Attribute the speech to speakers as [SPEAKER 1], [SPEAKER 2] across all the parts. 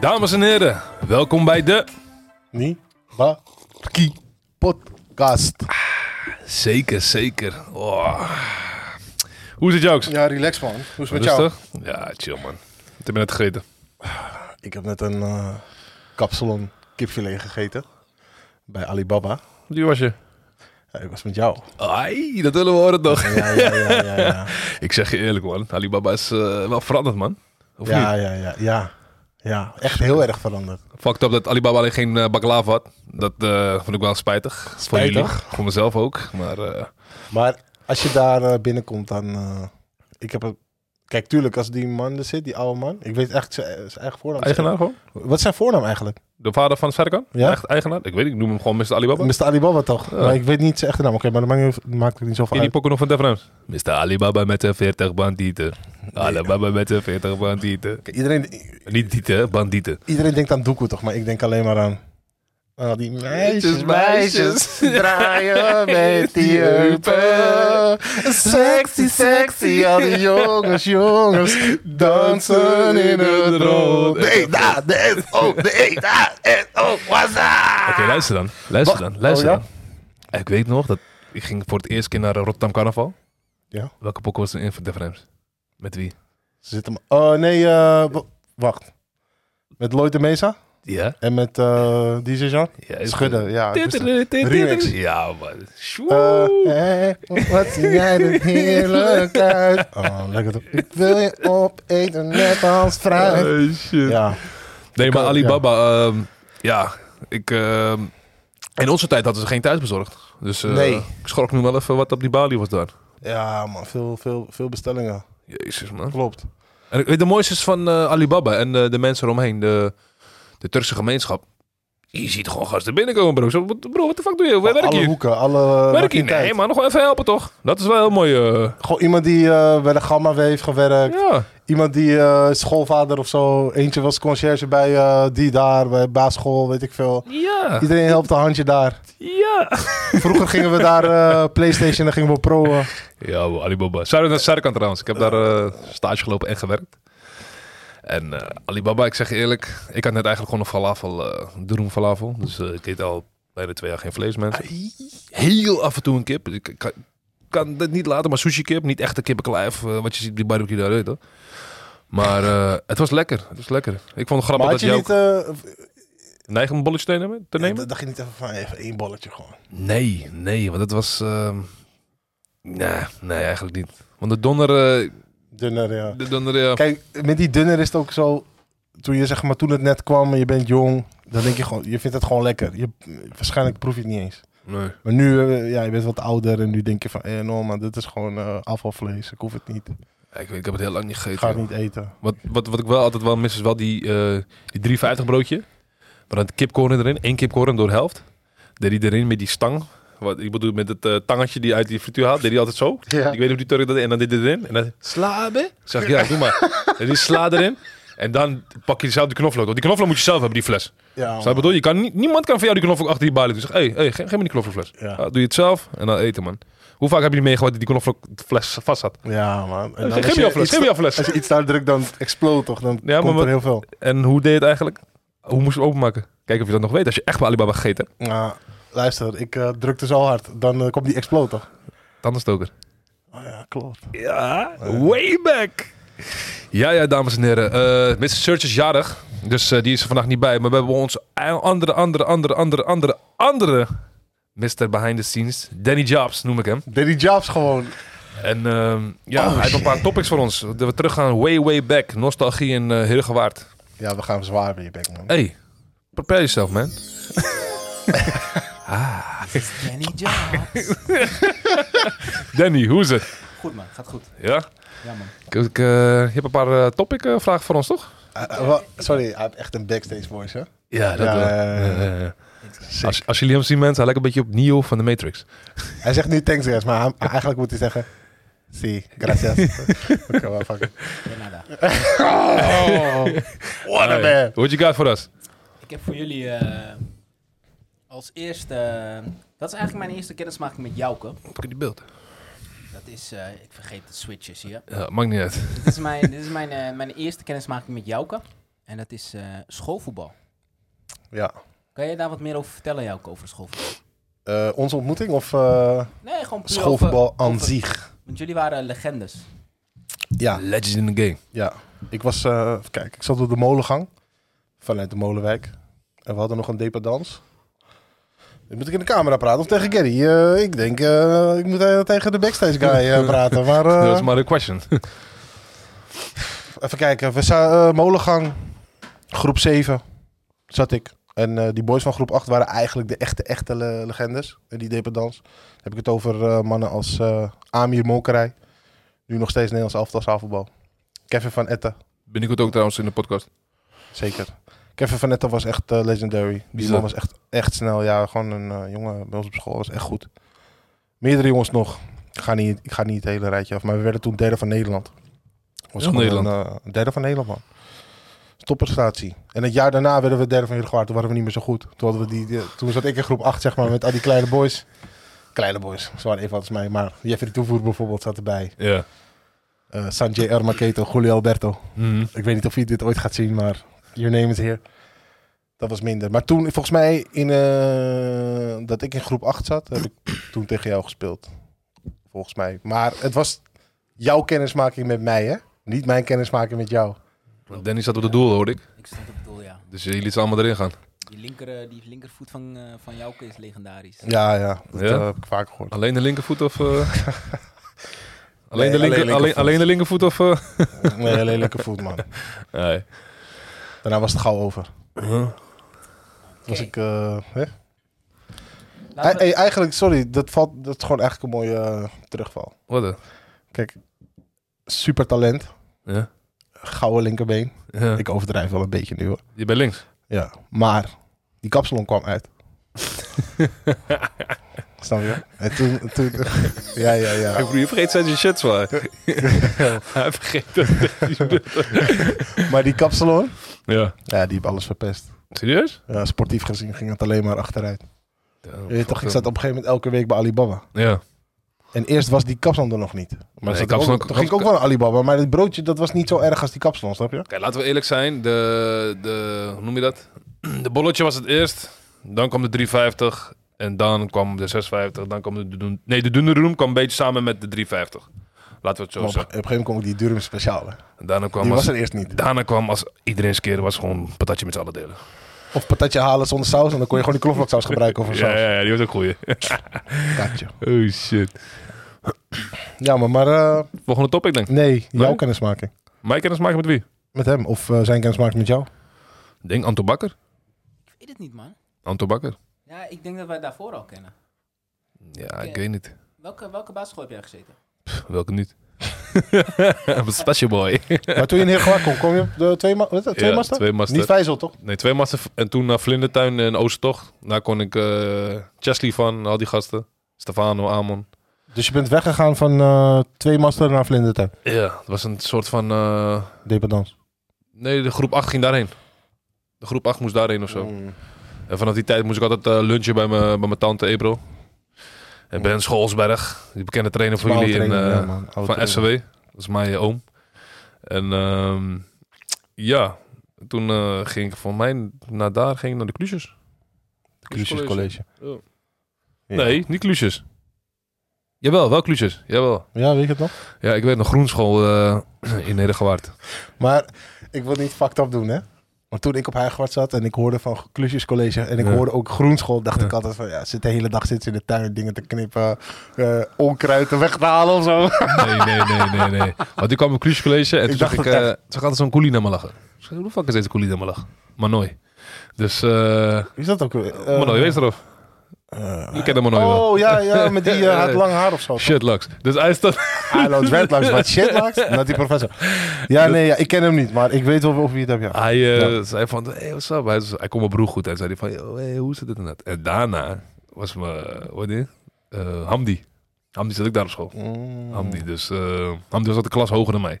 [SPEAKER 1] Dames en heren, welkom bij de...
[SPEAKER 2] Niet? Ba? Ki. Podcast.
[SPEAKER 1] Zeker, zeker. Oh. Hoe is het, Jokes?
[SPEAKER 2] Ja, relax man. Hoe is het met jou?
[SPEAKER 1] Rustig? Ja, chill man. Ik heb net gegeten.
[SPEAKER 2] Ik heb net een eh kapsalon kipfilet gegeten. Bij Alibaba.
[SPEAKER 1] Wie was je?
[SPEAKER 2] Ja, ik was met jou.
[SPEAKER 1] Ai, dat willen we horen toch.
[SPEAKER 2] Ja, ja, ja, ja. Ja,
[SPEAKER 1] Ik zeg je eerlijk man, Alibaba is eh, wel veranderd man. Of
[SPEAKER 2] ja,
[SPEAKER 1] niet?
[SPEAKER 2] ja. ja, ja. Ja, echt heel erg veranderd.
[SPEAKER 1] Fucked up dat Alibaba alleen geen eh, baklava had. Dat eh, vond ik wel spijtig. Voor
[SPEAKER 2] Spijtig?
[SPEAKER 1] jullie, voor mezelf ook. Maar eh,
[SPEAKER 2] Maar als je daar eh, binnenkomt, dan... eh, ik heb een... Kijk, tuurlijk, als die man er zit, die oude man. Ik weet echt zijn eh, zijn eigen voornaam.
[SPEAKER 1] eigenaar gewoon?
[SPEAKER 2] Wat is zijn voornaam eigenlijk?
[SPEAKER 1] De vader van Serkan?
[SPEAKER 2] Ja.
[SPEAKER 1] Echt eigenaar? Ik weet niet, ik noem hem gewoon Mr. Alibaba.
[SPEAKER 2] Mr. Alibaba toch?
[SPEAKER 1] Ja.
[SPEAKER 2] Maar ik weet niet zijn echte naam. Oké, maar dat maakt niet- maakt het niet zoveel
[SPEAKER 1] In die
[SPEAKER 2] uit.
[SPEAKER 1] pokken nog van Def Rams. Mr. Alibaba met zijn 40 bandieten. Alibaba met zijn 40 bandieten.
[SPEAKER 2] Kijk, Iedereen,
[SPEAKER 1] Niet dieten, hè, bandieten.
[SPEAKER 2] Iedereen denkt aan Doekoe, toch? Maar ik denk alleen maar aan... Ah, die meisjes, meisjes,
[SPEAKER 1] meisjes,
[SPEAKER 2] draaien met die
[SPEAKER 1] die
[SPEAKER 2] heupen.
[SPEAKER 1] heupen.
[SPEAKER 2] Sexy, sexy, al die jongens, jongens, dansen in het rood. De E, da, de S, O, de E, da, S, O, waza.
[SPEAKER 1] Oké, luister dan. Luister
[SPEAKER 2] Ah. Wacht.
[SPEAKER 1] dan. Luister
[SPEAKER 2] Oh, ja?
[SPEAKER 1] dan. Ik weet nog dat ik ging voor het eerst keer naar eh, Rotterdam Carnaval.
[SPEAKER 2] Ja.
[SPEAKER 1] Welke pokken was er in van Def Rams? Met wie?
[SPEAKER 2] Ze zitten... maar- Oh, nee, eh, w- wacht. Met Lloyd de Mesa
[SPEAKER 1] Ja?
[SPEAKER 2] en met eh DJ Jean.
[SPEAKER 1] ja is-
[SPEAKER 2] Schudden, ja. dus- Remix.
[SPEAKER 1] Ja, man.
[SPEAKER 2] Eh,
[SPEAKER 1] Sjoe.
[SPEAKER 2] hey, wat zie jij er heerlijk uit. Oh, lekker toch. Ik wil je opeten net als fruit.
[SPEAKER 1] Oh, shit.
[SPEAKER 2] Ja,
[SPEAKER 1] Nee, maar
[SPEAKER 2] Ja.
[SPEAKER 1] Alibaba, ehm, ja, ik. ehm, in onze tijd hadden ze geen thuisbezorgd. Dus eh,
[SPEAKER 2] Nee.
[SPEAKER 1] ik schrok nu wel even wat op die balie was daar.
[SPEAKER 2] ja man, veel, veel, veel bestellingen.
[SPEAKER 1] Jezus, man.
[SPEAKER 2] Klopt.
[SPEAKER 1] En ik weet de mooiste is van eh, Alibaba en eh, de mensen eromheen, de, de Turkse gemeenschap. Je ziet gewoon gasten binnenkomen, bro. Zo, wat- Bro, wat de fuck doe je? Waar werk
[SPEAKER 2] alle
[SPEAKER 1] je?
[SPEAKER 2] hoeken, eh, alle
[SPEAKER 1] Werk je?
[SPEAKER 2] activiteiten.
[SPEAKER 1] Nee, man, nog wel even helpen, toch? Dat is wel heel mooi. eh,
[SPEAKER 2] Gewoon iemand die eh, bij de Gamma heeft gewerkt.
[SPEAKER 1] ja.
[SPEAKER 2] Iemand die eh, schoolvader of zo. Eentje was conciërge bij eh, die daar, bij basisschool, weet ik veel.
[SPEAKER 1] Ja.
[SPEAKER 2] Iedereen helpt een handje daar.
[SPEAKER 1] Ja.
[SPEAKER 2] Vroeger gingen we daar eh, Playstation en dan gingen we proen.
[SPEAKER 1] Ja, bro, Alibaba. Shout-out naar Serkan trouwens. Ik heb daar eh, stage gelopen en gewerkt. En eh, Alibaba, ik zeg je eerlijk, ik had net eigenlijk gewoon een falafel, eh durum falafel. Dus eh, ik eet al bijna twee jaar geen vlees, mensen. Heel af en toe een kip. Ik ik kan, kan dit niet laten, maar sushi kip. Niet echte kippenklijf, eh, wat je ziet op die barbecue daar, weet je toch? Maar eh, het was lekker, het was lekker. Ik vond het grappig
[SPEAKER 2] Maar
[SPEAKER 1] dat
[SPEAKER 2] had je
[SPEAKER 1] jij
[SPEAKER 2] niet...
[SPEAKER 1] ook...
[SPEAKER 2] eh,
[SPEAKER 1] Neig om een bolletje te nemen? Te
[SPEAKER 2] ja,
[SPEAKER 1] nemen?
[SPEAKER 2] d- dacht je niet even van even één bolletje gewoon?
[SPEAKER 1] Nee, nee, want het was... ehm, nee, nee, eigenlijk niet. Want de donder... eh,
[SPEAKER 2] Dunner, ja.
[SPEAKER 1] de donder ja.
[SPEAKER 2] Kijk, met die dunner is het ook zo. Toen je zeg maar, toen het net kwam en je bent jong, dan denk je gewoon, je vindt het gewoon lekker. Je, waarschijnlijk proef je het niet eens.
[SPEAKER 1] Nee.
[SPEAKER 2] Maar nu, eh, ja, je bent wat ouder en nu denk je van, eh, no man, dit is gewoon eh, afvalvlees. Ik hoef het niet.
[SPEAKER 1] Ik, weet- ik heb het heel lang niet
[SPEAKER 2] Ik
[SPEAKER 1] gegeten.
[SPEAKER 2] ga het
[SPEAKER 1] joh.
[SPEAKER 2] niet eten.
[SPEAKER 1] Wat, wat, wat ik wel altijd wel mis is wel die, eh die 350 broodje. Maar dan het kipkoren erin. één kipkoren door de helft. Deed hij erin met die stang. Wat, ik bedoel met het eh, tangetje die uit die frituur haalt. Deed hij altijd zo.
[SPEAKER 2] Ja.
[SPEAKER 1] Ik weet niet of die Turk dat deed. En dan deed hij erin. En dan
[SPEAKER 2] Slapen?
[SPEAKER 1] zeg ik ja doe maar. en die sla erin. En dan pak je zelf de knoflook. Want die knoflook moet je zelf hebben die fles. Snap
[SPEAKER 2] Ja,
[SPEAKER 1] je wat ik bedoel? Je kan, niet- niemand kan van jou die knoflook achter die balie doen. Zeg hey, hey, ge- geef me die knoflookfles.
[SPEAKER 2] Ja.
[SPEAKER 1] Ja, doe je het zelf en dan eten man. Hoe vaak heb je niet meegemaakt dat die knoflookfles vast zat?
[SPEAKER 2] man. Ja, man. En dan
[SPEAKER 1] Eh, Geef me
[SPEAKER 2] als je
[SPEAKER 1] jouw fles,
[SPEAKER 2] iets-
[SPEAKER 1] geef me jouw fles.
[SPEAKER 2] Als je iets daar drukt, dan explode toch? Dan
[SPEAKER 1] maar
[SPEAKER 2] komt
[SPEAKER 1] wat-
[SPEAKER 2] er heel veel.
[SPEAKER 1] En hoe deed je het eigenlijk? Hoe moest je hem openmaken? Kijk of je dat nog weet als je echt bij Alibaba gegeten hebt.
[SPEAKER 2] Nou, luister, ik eh, drukte zo hard. Dan eh, komt die explode toch?
[SPEAKER 1] Tandenstoker.
[SPEAKER 2] Oh ja, klopt.
[SPEAKER 1] Ja, way back. Ja, ja, dames en heren. eh Mr. Search is jarig, dus eh, die is er vandaag niet bij. Maar we hebben onze andere, andere, andere, andere, andere, andere Mr. Behind the Scenes. Danny Jobs noem ik hem.
[SPEAKER 2] Daddy Jobs gewoon.
[SPEAKER 1] En ehm, ja, hij heeft een paar topics voor ons. Dat we teruggaan way, way back. Nostalgie en eh Heergewaard.
[SPEAKER 2] Ja, we gaan zwaar weer, bek, man.
[SPEAKER 1] Hey, prepare yourself, man.
[SPEAKER 3] Danny Jobs.
[SPEAKER 1] Danny, hoe is het?
[SPEAKER 3] Goed man, gaat goed.
[SPEAKER 1] Ja?
[SPEAKER 3] Ja man.
[SPEAKER 1] Ik, ik, eh, je hebt een paar eh, topic eh, vragen voor ons, toch?
[SPEAKER 2] Eh, eh, wa- sorry, hij heeft echt een backstage voice, hè?
[SPEAKER 1] Ja, dat
[SPEAKER 2] Ja,
[SPEAKER 1] wel.
[SPEAKER 2] ja, ja, ja.
[SPEAKER 1] Ja, ja, ja. Als, als jullie hem zien, mensen, hij lijkt een beetje op Neo van de Matrix.
[SPEAKER 2] Hij zegt nu thanks guys, maar hij- eigenlijk moet hij zeggen... Si, gracias. Oké, maar fuck it.
[SPEAKER 3] De nada.
[SPEAKER 2] What a
[SPEAKER 1] Hey,
[SPEAKER 2] man.
[SPEAKER 1] what you got for us?
[SPEAKER 3] Ik heb voor jullie eh, als eerste... dat is eigenlijk mijn eerste kennismaking met Jouke.
[SPEAKER 1] Pak die beeld.
[SPEAKER 3] Dat is... eh, ik vergeet de switches hier.
[SPEAKER 1] Ja, maakt niet uit.
[SPEAKER 3] dit is mijn, dit is mijn, eh, mijn eerste kennismaking met Jouke. En dat is eh, schoolvoetbal.
[SPEAKER 2] Ja.
[SPEAKER 3] Kan je daar wat meer over vertellen, Jouke, over schoolvoetbal?
[SPEAKER 2] Eh, onze ontmoeting of eh,
[SPEAKER 3] Nee, gewoon puur
[SPEAKER 2] schoolvoetbal
[SPEAKER 3] over-
[SPEAKER 2] aan
[SPEAKER 3] over-
[SPEAKER 2] zich?
[SPEAKER 3] Want jullie waren legendes.
[SPEAKER 2] Ja,
[SPEAKER 1] Legend in the game.
[SPEAKER 2] ja. Ik was, eh, even kijk, ik zat op de molengang vanuit de Molenwijk. En we hadden nog een depadans. Dan Moet ik in de camera praten of tegen Gary? Eh, ik denk, eh, ik moet eh, tegen de backstage guy eh, praten. Maar, eh,
[SPEAKER 1] Dat is maar de question.
[SPEAKER 2] Even kijken, we za- eh, Molengang, groep 7 zat ik. En eh, die boys van groep 8 waren eigenlijk de echte, echte le- legendes. En die deden dans. Dan heb ik het over eh, mannen als eh, Amir Mokerij. Nu nog steeds Nederlands elftal zaalvoetbal. Kevin van Etten,
[SPEAKER 1] Binnenkort ook trouwens in de podcast.
[SPEAKER 2] zeker. Kevin van Etten was echt eh, legendary. Die
[SPEAKER 1] Bizar.
[SPEAKER 2] man was echt, echt snel. Ja, gewoon een eh, jongen bij ons op school. was echt goed. Meerdere jongens nog. Ik ga niet, ik ga niet het hele rijtje af. Maar we werden toen derde van Nederland. Was
[SPEAKER 1] Heel
[SPEAKER 2] gewoon Een, eh, derde van Nederland, man. Topprestatie. En het jaar daarna werden we derde van Uruguay. Toen waren we niet meer zo goed. Toen, hadden we die, die- toen zat ik in groep 8, zeg maar, met al die kleine boys. Kleine boys, ze waren even als mij. Maar Jeffrey Toevoer bijvoorbeeld zat erbij.
[SPEAKER 1] Ja.
[SPEAKER 2] Eh Sanjay Armaketo, Julio Alberto.
[SPEAKER 1] Mhm.
[SPEAKER 2] Ik weet niet of je dit ooit gaat zien, maar your name is here. Dat was minder. Maar toen, volgens mij, in, eh, dat ik in groep 8 zat, heb ik toen tegen jou gespeeld. Volgens mij. Maar het was jouw kennismaking met mij, hè? Niet mijn kennismaking met jou.
[SPEAKER 1] Want Danny zat op de doel, hoorde ik.
[SPEAKER 3] Ik stond op het doel, ja.
[SPEAKER 1] Dus jullie liet ze allemaal erin gaan.
[SPEAKER 3] Die, linker, eh, die linkervoet van, eh, van Jouke is legendarisch.
[SPEAKER 2] Ja, ja. Dat
[SPEAKER 1] Ja?
[SPEAKER 2] eh, heb ik vaker gehoord.
[SPEAKER 1] Alleen de linkervoet of... eh, alleen,
[SPEAKER 2] Nee,
[SPEAKER 1] de
[SPEAKER 2] alleen
[SPEAKER 1] linker, alleen,
[SPEAKER 2] linkervoet.
[SPEAKER 1] alleen de linkervoet of... eh,
[SPEAKER 2] Nee, hele lelijke voet, man.
[SPEAKER 1] Nee.
[SPEAKER 2] Daarna was het gauw over. Was
[SPEAKER 3] Oké,
[SPEAKER 2] ik, eh, hè? Ei-
[SPEAKER 3] laten
[SPEAKER 2] ei- eigenlijk, sorry, dat, valt, dat is gewoon eigenlijk een mooie eh, terugval.
[SPEAKER 1] Wat dan?
[SPEAKER 2] Kijk, super talent.
[SPEAKER 1] Ja.
[SPEAKER 2] Gouden linkerbeen.
[SPEAKER 1] Ja.
[SPEAKER 2] Ik overdrijf wel een beetje nu hoor.
[SPEAKER 1] Je bent links.
[SPEAKER 2] Ja, maar die kapsalon kwam uit. Snap je? En toen, toen ja, ja, ja.
[SPEAKER 1] Je vergeet zijn shit zwaar. Hij vergeet dat.
[SPEAKER 2] Maar die kapsalon,
[SPEAKER 1] ja.
[SPEAKER 2] ja, die heeft alles verpest.
[SPEAKER 1] Serieus?
[SPEAKER 2] Ja, sportief gezien ging het alleen maar achteruit. Je weet toch, ik zat op een gegeven moment elke week bij Alibaba.
[SPEAKER 1] Ja.
[SPEAKER 2] En eerst was die kapsalon er nog niet. Maar
[SPEAKER 1] Nee,
[SPEAKER 2] zat er
[SPEAKER 1] kapsalon-
[SPEAKER 2] ook, toen ging ik ook wel naar Alibaba, maar het broodje dat was niet zo erg als die kapsalon, snap je?
[SPEAKER 1] Kijk, laten we eerlijk zijn. De, de, hoe noem je dat? De bolletje was het eerst. Dan kwam de 350. En dan kwam de 650. Dan kwam de, doen- nee, de Dunne Room kwam een beetje samen met de 350. Laten we het
[SPEAKER 2] Maar
[SPEAKER 1] zo
[SPEAKER 2] op, op een
[SPEAKER 1] zeggen.
[SPEAKER 2] gegeven moment kwam ook die Durum speciale.
[SPEAKER 1] Daarna kwam,
[SPEAKER 2] Die was
[SPEAKER 1] als,
[SPEAKER 2] er eerst niet.
[SPEAKER 1] daarna kwam als iedereen eens keer was gewoon een patatje met z'n allen delen.
[SPEAKER 2] Of patatje halen zonder saus en dan kon je gewoon die knoflooksaus gebruiken of een
[SPEAKER 1] Ja,
[SPEAKER 2] saus.
[SPEAKER 1] ja, ja, die was ook goeie.
[SPEAKER 2] Katje.
[SPEAKER 1] Oh shit.
[SPEAKER 2] Jammer, maar eh,
[SPEAKER 1] Volgende topic denk ik.
[SPEAKER 2] nee, jouw
[SPEAKER 1] Nee?
[SPEAKER 2] kennismaking.
[SPEAKER 1] Mijn kennis maken met wie?
[SPEAKER 2] Met hem of eh, zijn kennismaking met jou?
[SPEAKER 1] Ik Denk Anto Bakker.
[SPEAKER 3] we- Ik weet het niet, man.
[SPEAKER 1] Anto Bakker.
[SPEAKER 3] Ja, ik denk dat wij daarvoor al kennen.
[SPEAKER 1] Ja, ik weet niet.
[SPEAKER 3] Welke, welke basisschool heb jij gezeten?
[SPEAKER 1] Welke niet? Special boy.
[SPEAKER 2] Maar toen je in Heergewaard kwam, kwam je op de twee, ma- wat is dat, twee
[SPEAKER 1] Ja,
[SPEAKER 2] masten?
[SPEAKER 1] twee masten.
[SPEAKER 2] Niet Vijzel, toch?
[SPEAKER 1] Nee, twee masten. v- En toen naar Vlindertuin en Oostertocht. Daar kon ik eh Chesley van, al die gasten. Stefano, Amon.
[SPEAKER 2] Dus je bent weggegaan van eh, twee masten naar Vlindertuin.
[SPEAKER 1] Ja, het was een soort van... eh,
[SPEAKER 2] Dependance.
[SPEAKER 1] Nee, de groep 8 ging daarheen. De groep 8 moest daarheen of zo.
[SPEAKER 2] Mm.
[SPEAKER 1] En vanaf die tijd moest ik altijd eh, lunchen bij mijn bij mijn tante Ebro. En Ben Scholsberg, die bekende trainer voor jullie in, eh, van SCW. Dat is mijn eh, oom. En ehm, ja, toen eh, ging ik van mij naar daar, ging ik naar de Kluusjes.
[SPEAKER 2] Crucius College.
[SPEAKER 1] Ja.
[SPEAKER 2] Ja.
[SPEAKER 1] Nee, niet Kluusjes. Jawel, wel Kluusjes. Jawel.
[SPEAKER 2] Ja, weet je het nog?
[SPEAKER 1] Ja, ik weet nog groenschool eh in Nedergewaard.
[SPEAKER 2] Maar ik wil niet fucked up doen, hè? Maar toen ik op Heijgewaard zat en ik hoorde van Crucius College en ik
[SPEAKER 1] Ja.
[SPEAKER 2] hoorde ook Groenschool, dacht
[SPEAKER 1] Ja.
[SPEAKER 2] ik altijd van, ja, zit de hele dag zit ze in de tuin dingen te knippen, eh onkruiden weg te halen of zo.
[SPEAKER 1] Nee, nee, nee, nee, nee. Want die kwam op Clues College en toen zag
[SPEAKER 2] dacht
[SPEAKER 1] ik,
[SPEAKER 2] ook
[SPEAKER 1] eh, toen
[SPEAKER 2] echt-
[SPEAKER 1] zag ik altijd zo'n coolie naar me lachen. Ik zei, hoe de fuck is deze coolie naar me lachen? Maar nooit. Dus, eh
[SPEAKER 2] Is dat ook weer? Eh,
[SPEAKER 1] Manoy, wees erop.
[SPEAKER 2] eh,
[SPEAKER 1] Je kent hem Manoy wel.
[SPEAKER 2] oh, ja, ja, met die eh, had lang haar of zo.
[SPEAKER 1] Shit, Lux. Dus hij staat...
[SPEAKER 2] I loves red langs wat shit maakt. Met die professor. Ja, nee, ja, ik ken hem niet, maar ik weet wel over wie het hebt. Ja.
[SPEAKER 1] Hij eh, zei van, hey, what's up? Hij, hij kon mijn broer goed. Hij zei die van, "Yo, hey, hoe zit het en dat? En daarna was me, wat is het? Eh, Hamdi. Hamdi zat ik daar op school.
[SPEAKER 2] Mm.
[SPEAKER 1] Hamdi, dus eh, Hamdi was altijd een klas hoger dan mij.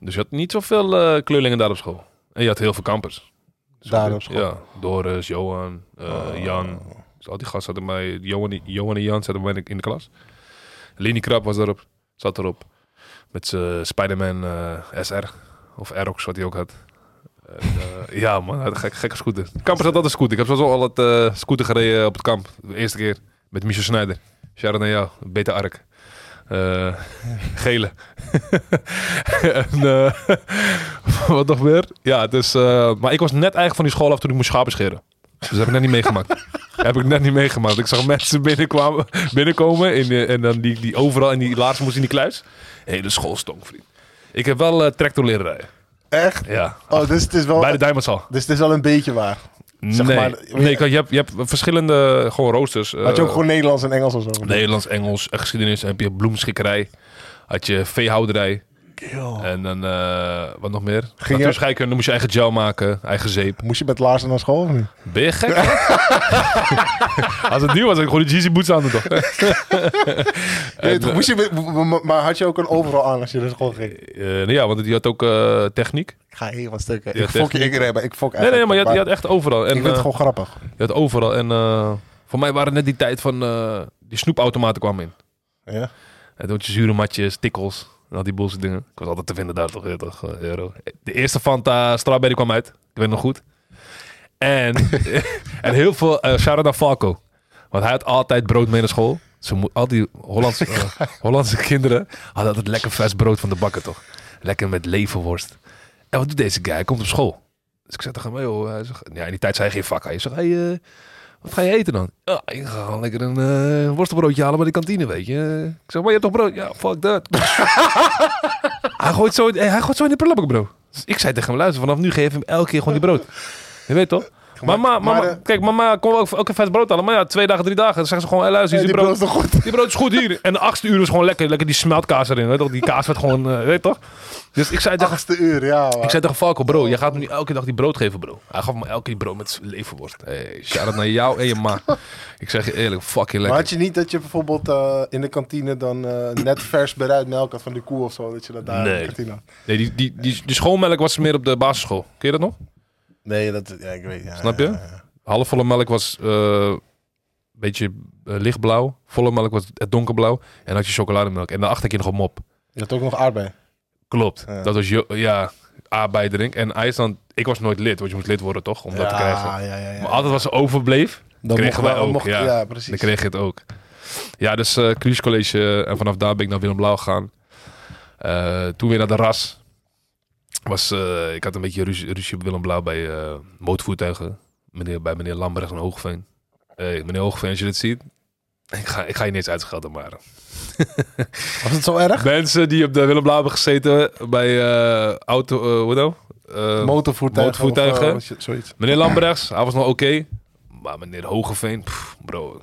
[SPEAKER 1] Dus je had niet zoveel eh, kleurlingen daar op school. En je had heel veel kampers.
[SPEAKER 2] Daar op school. Oh.
[SPEAKER 1] Ja, Doris, Johan, eh, Jan. Dus al die gasten zaten bij mij. Johan, en- Johan en Jan zaten bij mij in de klas. Leni Krab was erop. Zat erop. Met zijn Spider-Man eh, SR. Of Aerox, wat hij ook had. En, eh, ja, man, hij had een gek, gekke scooter. Kamper had altijd een scooter. Ik heb sowieso al het eh, scooter gereden op het kamp. De eerste keer met Michel Snijder. Shout-out naar jou. Beta Ark. Eh, gele. en, eh, wat nog meer? Ja, dus, eh, maar ik was net eigenlijk van die school af toen ik moest schapen scheren. Dus dat heb ik net niet meegemaakt. heb ik net niet meegemaakt. Ik zag mensen binnenkwamen, binnenkomen in, eh, en dan die, die overal in die laars moest in die kluis. Hele school stonk, vriend. Ik heb wel eh tractor leren rijden.
[SPEAKER 2] Echt?
[SPEAKER 1] Ja.
[SPEAKER 2] Oh, dus het is wel,
[SPEAKER 1] Bij de Dijmondshal.
[SPEAKER 2] dus het is wel een beetje waar. Zeg
[SPEAKER 1] nee,
[SPEAKER 2] maar-
[SPEAKER 1] nee kan- je, hebt, je hebt verschillende eh, gewoon roosters.
[SPEAKER 2] Had je ook
[SPEAKER 1] eh,
[SPEAKER 2] gewoon Nederlands en Engels of zo?
[SPEAKER 1] Nederlands, Engels, eh, geschiedenis. Heb je bloemschikkerij. Had je veehouderij. En dan, eh, wat nog meer?
[SPEAKER 2] Oh. Ging
[SPEAKER 1] Natuurlijk scheikunde, moest je eigen gel maken, eigen zeep.
[SPEAKER 2] Moest je met laarzen naar school of niet?
[SPEAKER 1] Ben je gek? hè? Als het nieuw was, had ik gewoon die Jeezy boots aan de toch?
[SPEAKER 2] Nee, toch, moest je met- m- m- maar had je ook een overal aan als je naar school ging?
[SPEAKER 1] Eh, nou ja, want die had ook eh, techniek.
[SPEAKER 2] Ik ga hier wat stukken.
[SPEAKER 1] Ja,
[SPEAKER 2] ik fok je,
[SPEAKER 1] techniek.
[SPEAKER 2] ik, nee, maar ik fok
[SPEAKER 1] Nee, nee,
[SPEAKER 2] eigenlijk
[SPEAKER 1] maar je had,
[SPEAKER 2] op,
[SPEAKER 1] je had echt overal. En,
[SPEAKER 2] ik vind het
[SPEAKER 1] eh,
[SPEAKER 2] gewoon grappig.
[SPEAKER 1] je had overal. En eh, voor mij waren het net die tijd van eh, die snoepautomaten kwamen in.
[SPEAKER 2] Ja.
[SPEAKER 1] Het doet je zure matjes, tikkels en al die bullshit dingen. Ik was altijd te vinden daar toch, ja, toch eh, euro. De eerste Fanta Strawberry kwam uit. Ik weet het nog goed. En, en heel veel eh shout-out naar Falco. Want hij had altijd brood mee naar school. Ze mo- al die Hollandse, eh, Hollandse kinderen hadden altijd lekker vers brood van de bakker, toch? Lekker met leverworst. En wat doet deze guy? Hij komt op school. Dus ik zei tegen hem, joh, hij zegt, ja, in die tijd zei hij geen vak. Hij zegt, hey, eh, wat ga je eten dan? Ja, ik ga gewoon lekker een eh, worstenbroodje halen bij de kantine, weet je. Ik zeg, maar je hebt toch brood? Ja, fuck dat. hij, gooit zo, in- eh, hij gooit zo in de prullenbak, bro. Dus ik zei tegen hem, luister, vanaf nu geef hem elke keer gewoon die brood. Je weet toch? Mama, mama,
[SPEAKER 2] maar, eh,
[SPEAKER 1] kijk, mama kon ook, ook een vet brood halen. Maar ja, twee dagen, drie dagen. Dan zeggen ze gewoon, hey, luister,
[SPEAKER 2] Nee,
[SPEAKER 1] hier
[SPEAKER 2] die
[SPEAKER 1] is
[SPEAKER 2] brood
[SPEAKER 1] die
[SPEAKER 2] is toch goed?
[SPEAKER 1] die brood is goed hier. En de achtste uur is gewoon lekker. Lekker die smeltkaas erin. Weet toch? Die kaas werd gewoon, eh, weet toch? Dus ik zei tegen,
[SPEAKER 2] Achtste uur, ja. man.
[SPEAKER 1] ik zei tegen Falco, bro, jij gaat me nu elke dag die brood geven, bro. Hij gaf me elke keer die brood met leverworst. Hey, shout-out naar jou en je ma. Ik zeg je eerlijk, fucking
[SPEAKER 2] maar
[SPEAKER 1] lekker.
[SPEAKER 2] had je niet dat je bijvoorbeeld eh, in de kantine dan eh, net vers bereid melk had van de koe of zo? Dat je dat daar in
[SPEAKER 1] Nee.
[SPEAKER 2] de kantine had?
[SPEAKER 1] Nee, die, die, die, die schoolmelk was meer op de basisschool. Ken je dat nog?
[SPEAKER 2] Nee, dat, ja, ik weet ja,
[SPEAKER 1] Snap je?
[SPEAKER 2] ja, ja.
[SPEAKER 1] Halfvolle melk was eh, een beetje eh, lichtblauw. Volle melk was het donkerblauw. En dan had je chocolademelk. En daarachter had je nog een mop.
[SPEAKER 2] Je had ook nog aardbei.
[SPEAKER 1] Klopt.
[SPEAKER 2] Ja.
[SPEAKER 1] Dat was jo- ja, aardbeiderink. En IJsland, ik was nooit lid, want je moest lid worden toch? Om dat te krijgen.
[SPEAKER 2] ja, ja, ja, ja.
[SPEAKER 1] Maar altijd als ze overbleef,
[SPEAKER 2] Dan
[SPEAKER 1] kregen
[SPEAKER 2] mocht-
[SPEAKER 1] wij ook,
[SPEAKER 2] mocht-
[SPEAKER 1] ja.
[SPEAKER 2] precies.
[SPEAKER 1] dan kreeg je het ook. Ja, dus eh College College. eh, en vanaf daar ben ik naar Willem Blauw gegaan. Eh, toen weer naar de RAS. Was, eh, ik had een beetje ruzie, ruzie op Willem Blauw bij eh motorvoertuigen. Meneer, bij meneer Lambrecht en Hoogveen. Hey, meneer Hoogveen, als je dit ziet. Ik ga, ik ga je niet eens uitschelden, maar...
[SPEAKER 2] Was het zo erg?
[SPEAKER 1] Mensen die op de Willem Blauw hebben gezeten bij eh, auto... eh, hoe nou? Eh,
[SPEAKER 2] motorvoertuigen. of,
[SPEAKER 1] motorvoertuigen.
[SPEAKER 2] eh, z- zoiets.
[SPEAKER 1] Meneer Lambrechts, hij was nog oké. Maar meneer Hogeveen, pff, bro,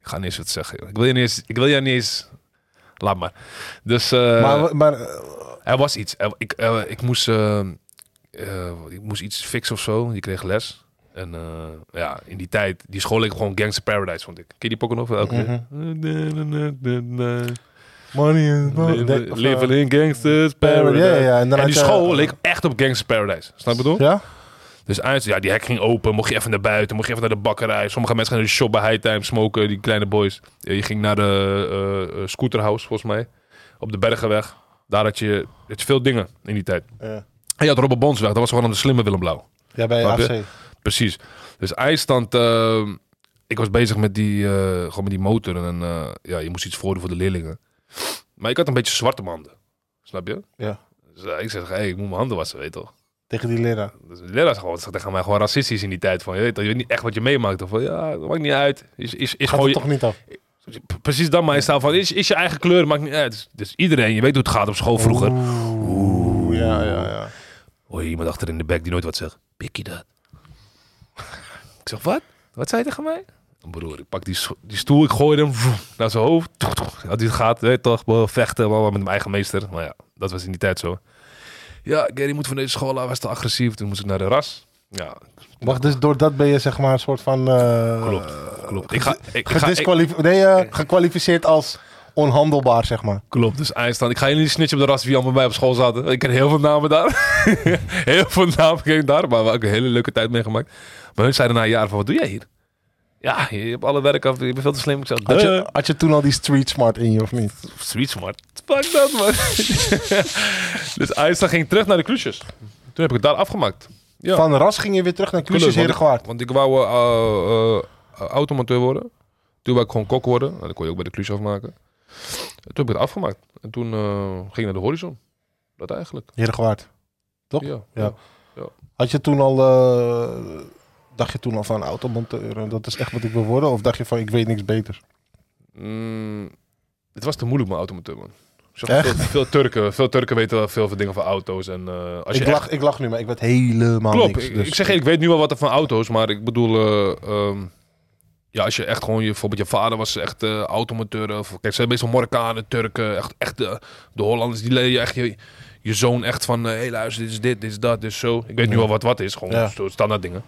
[SPEAKER 1] ik ga niet eens wat zeggen. Ik wil, je niet eens, ik wil jou niet eens... Laat maar. Dus eh,
[SPEAKER 2] maar maar eh,
[SPEAKER 1] er was iets. Er- ik, eh, ik, moest, eh, eh, ik moest iets fixen of zo. Je kreeg les. En eh, ja, in die tijd, die school leek gewoon Gangster Paradise, vond ik. Ken je die pokken nog? Elke
[SPEAKER 2] Mhm.
[SPEAKER 1] keer.
[SPEAKER 2] money is money.
[SPEAKER 1] Leven-
[SPEAKER 2] Of, eh,
[SPEAKER 1] Leven in Gangsters Paradise.
[SPEAKER 2] Ja, ja, ja. En, dan
[SPEAKER 1] En
[SPEAKER 2] had
[SPEAKER 1] die
[SPEAKER 2] je-
[SPEAKER 1] school leek echt op Gangster Paradise. Snap je wat ik bedoel?
[SPEAKER 2] Ja?
[SPEAKER 1] Dus uit, ja, die hek ging open. Mocht je even naar buiten, mocht je even naar de bakkerij. Sommige mensen gaan naar de shop bij High Time smoken, die kleine boys. Eh, Je ging naar de eh, eh, scooterhouse, volgens mij. Op de Bergenweg. Daar had je, had je veel dingen in die tijd.
[SPEAKER 2] Ja.
[SPEAKER 1] En je had Robert Bonsweg, dat was gewoon de slimme Willem Blauw.
[SPEAKER 2] Ja, bij
[SPEAKER 1] Snap je?
[SPEAKER 2] AFC.
[SPEAKER 1] Precies. Dus IJsland, eh, ik was bezig met die, eh, gewoon met die motor. En eh, ja, je moest iets voordoen voor de leerlingen. Maar ik had een beetje zwarte handen. Snap je?
[SPEAKER 2] Ja.
[SPEAKER 1] Dus eh, ik zeg, hey, ik moet mijn handen wassen, weet je toch?
[SPEAKER 2] Tegen die leraar.
[SPEAKER 1] Dus de leraar is gewoon, zegt tegen mij gewoon racistisch in die tijd. Van, je, weet, toch, je weet niet echt wat je meemaakt. Of van, ja, dat maakt niet uit. Is, is, is
[SPEAKER 2] Gaat
[SPEAKER 1] gewoon,
[SPEAKER 2] het toch niet af?
[SPEAKER 1] P- Precies dan, maar je staat van, is, is je eigen kleur, maakt niet uit. Dus, iedereen, je weet hoe het gaat op school vroeger.
[SPEAKER 2] Oeh, ja, ja, ja.
[SPEAKER 1] Hoor je iemand achter in de bek die nooit wat zegt. Pik je dat? ik zeg, wat? Wat zei je tegen mij? Broer, ik pak die, s- die stoel, ik gooi hem vroom, naar zijn hoofd. Toeg, toeg. Had hij het gaat, weet je toch, wel vechten wel met mijn eigen meester. Maar ja, dat was in die tijd zo. Ja, Gary moet van deze school af, was te agressief. Toen moest ik naar de ras. Ja,
[SPEAKER 2] Wacht, dus door dat ben je zeg maar een soort van... eh,
[SPEAKER 1] Klopt, klopt. Ik ga, ik, ik ga, ik-
[SPEAKER 2] Gedisqualif- nee, eh, gekwalificeerd als onhandelbaar, zeg maar.
[SPEAKER 1] klopt, dus IJsland. Ik ga jullie niet snitchen op de ras wie allemaal bij mij op school zaten. Ik ken heel veel namen daar. heel veel namen ken ik daar, maar we hebben ook een hele leuke tijd meegemaakt. Maar hun zeiden na een jaar van, wat doe jij hier? Ja, je hebt alle werk af, je bent veel te slim. Ik zei,
[SPEAKER 2] Had
[SPEAKER 1] "Duh."
[SPEAKER 2] je, had je toen al die street smart in je of niet?
[SPEAKER 1] Street smart. Fuck dat, man. dus IJsland ging terug naar de klusjes. Toen heb ik het daar afgemaakt. Ja.
[SPEAKER 2] Van Ras ging je weer terug naar
[SPEAKER 1] Tuurlijk,
[SPEAKER 2] Clusius Herengewaard.
[SPEAKER 1] Want ik wou eh, eh, eh, automonteur worden. Toen wou ik gewoon kok worden. Nou, dat kon je ook bij de klus afmaken. Toen heb ik het afgemaakt. En toen eh, ging ik naar de horizon. Dat eigenlijk.
[SPEAKER 2] Herengewaard. Toch?
[SPEAKER 1] Ja.
[SPEAKER 2] Ja. Had je toen al... eh, dacht je toen al van nou, automonteur, en eh, dat is echt wat ik wil worden? Of dacht je van, ik weet niks beter?
[SPEAKER 1] Mm, het was te moeilijk met automonteur, man. Ik zag
[SPEAKER 2] Echt?
[SPEAKER 1] Veel, veel Turken. Veel Turken weten wel veel van dingen van auto's. En, eh, als je
[SPEAKER 2] Ik
[SPEAKER 1] echt-
[SPEAKER 2] lach, ik lach nu, maar ik weet helemaal
[SPEAKER 1] Klopt.
[SPEAKER 2] niks.
[SPEAKER 1] ik,
[SPEAKER 2] dus-
[SPEAKER 1] ik zeg, ik weet nu wel wat er van auto's, maar ik bedoel, eh, ehm, ja, als je echt gewoon, je, bijvoorbeeld je vader was echt eh automonteur. Of, kijk, ze zijn meestal Marokkanen, Turken, echt, echt de, de Hollanders, die leren je echt je, je zoon echt van, hé hey, luister, dit is dit, dit is dat, dit is zo. Ik weet nu
[SPEAKER 2] Ja.
[SPEAKER 1] wel wat wat is, gewoon
[SPEAKER 2] Ja.
[SPEAKER 1] zo standaard dingen.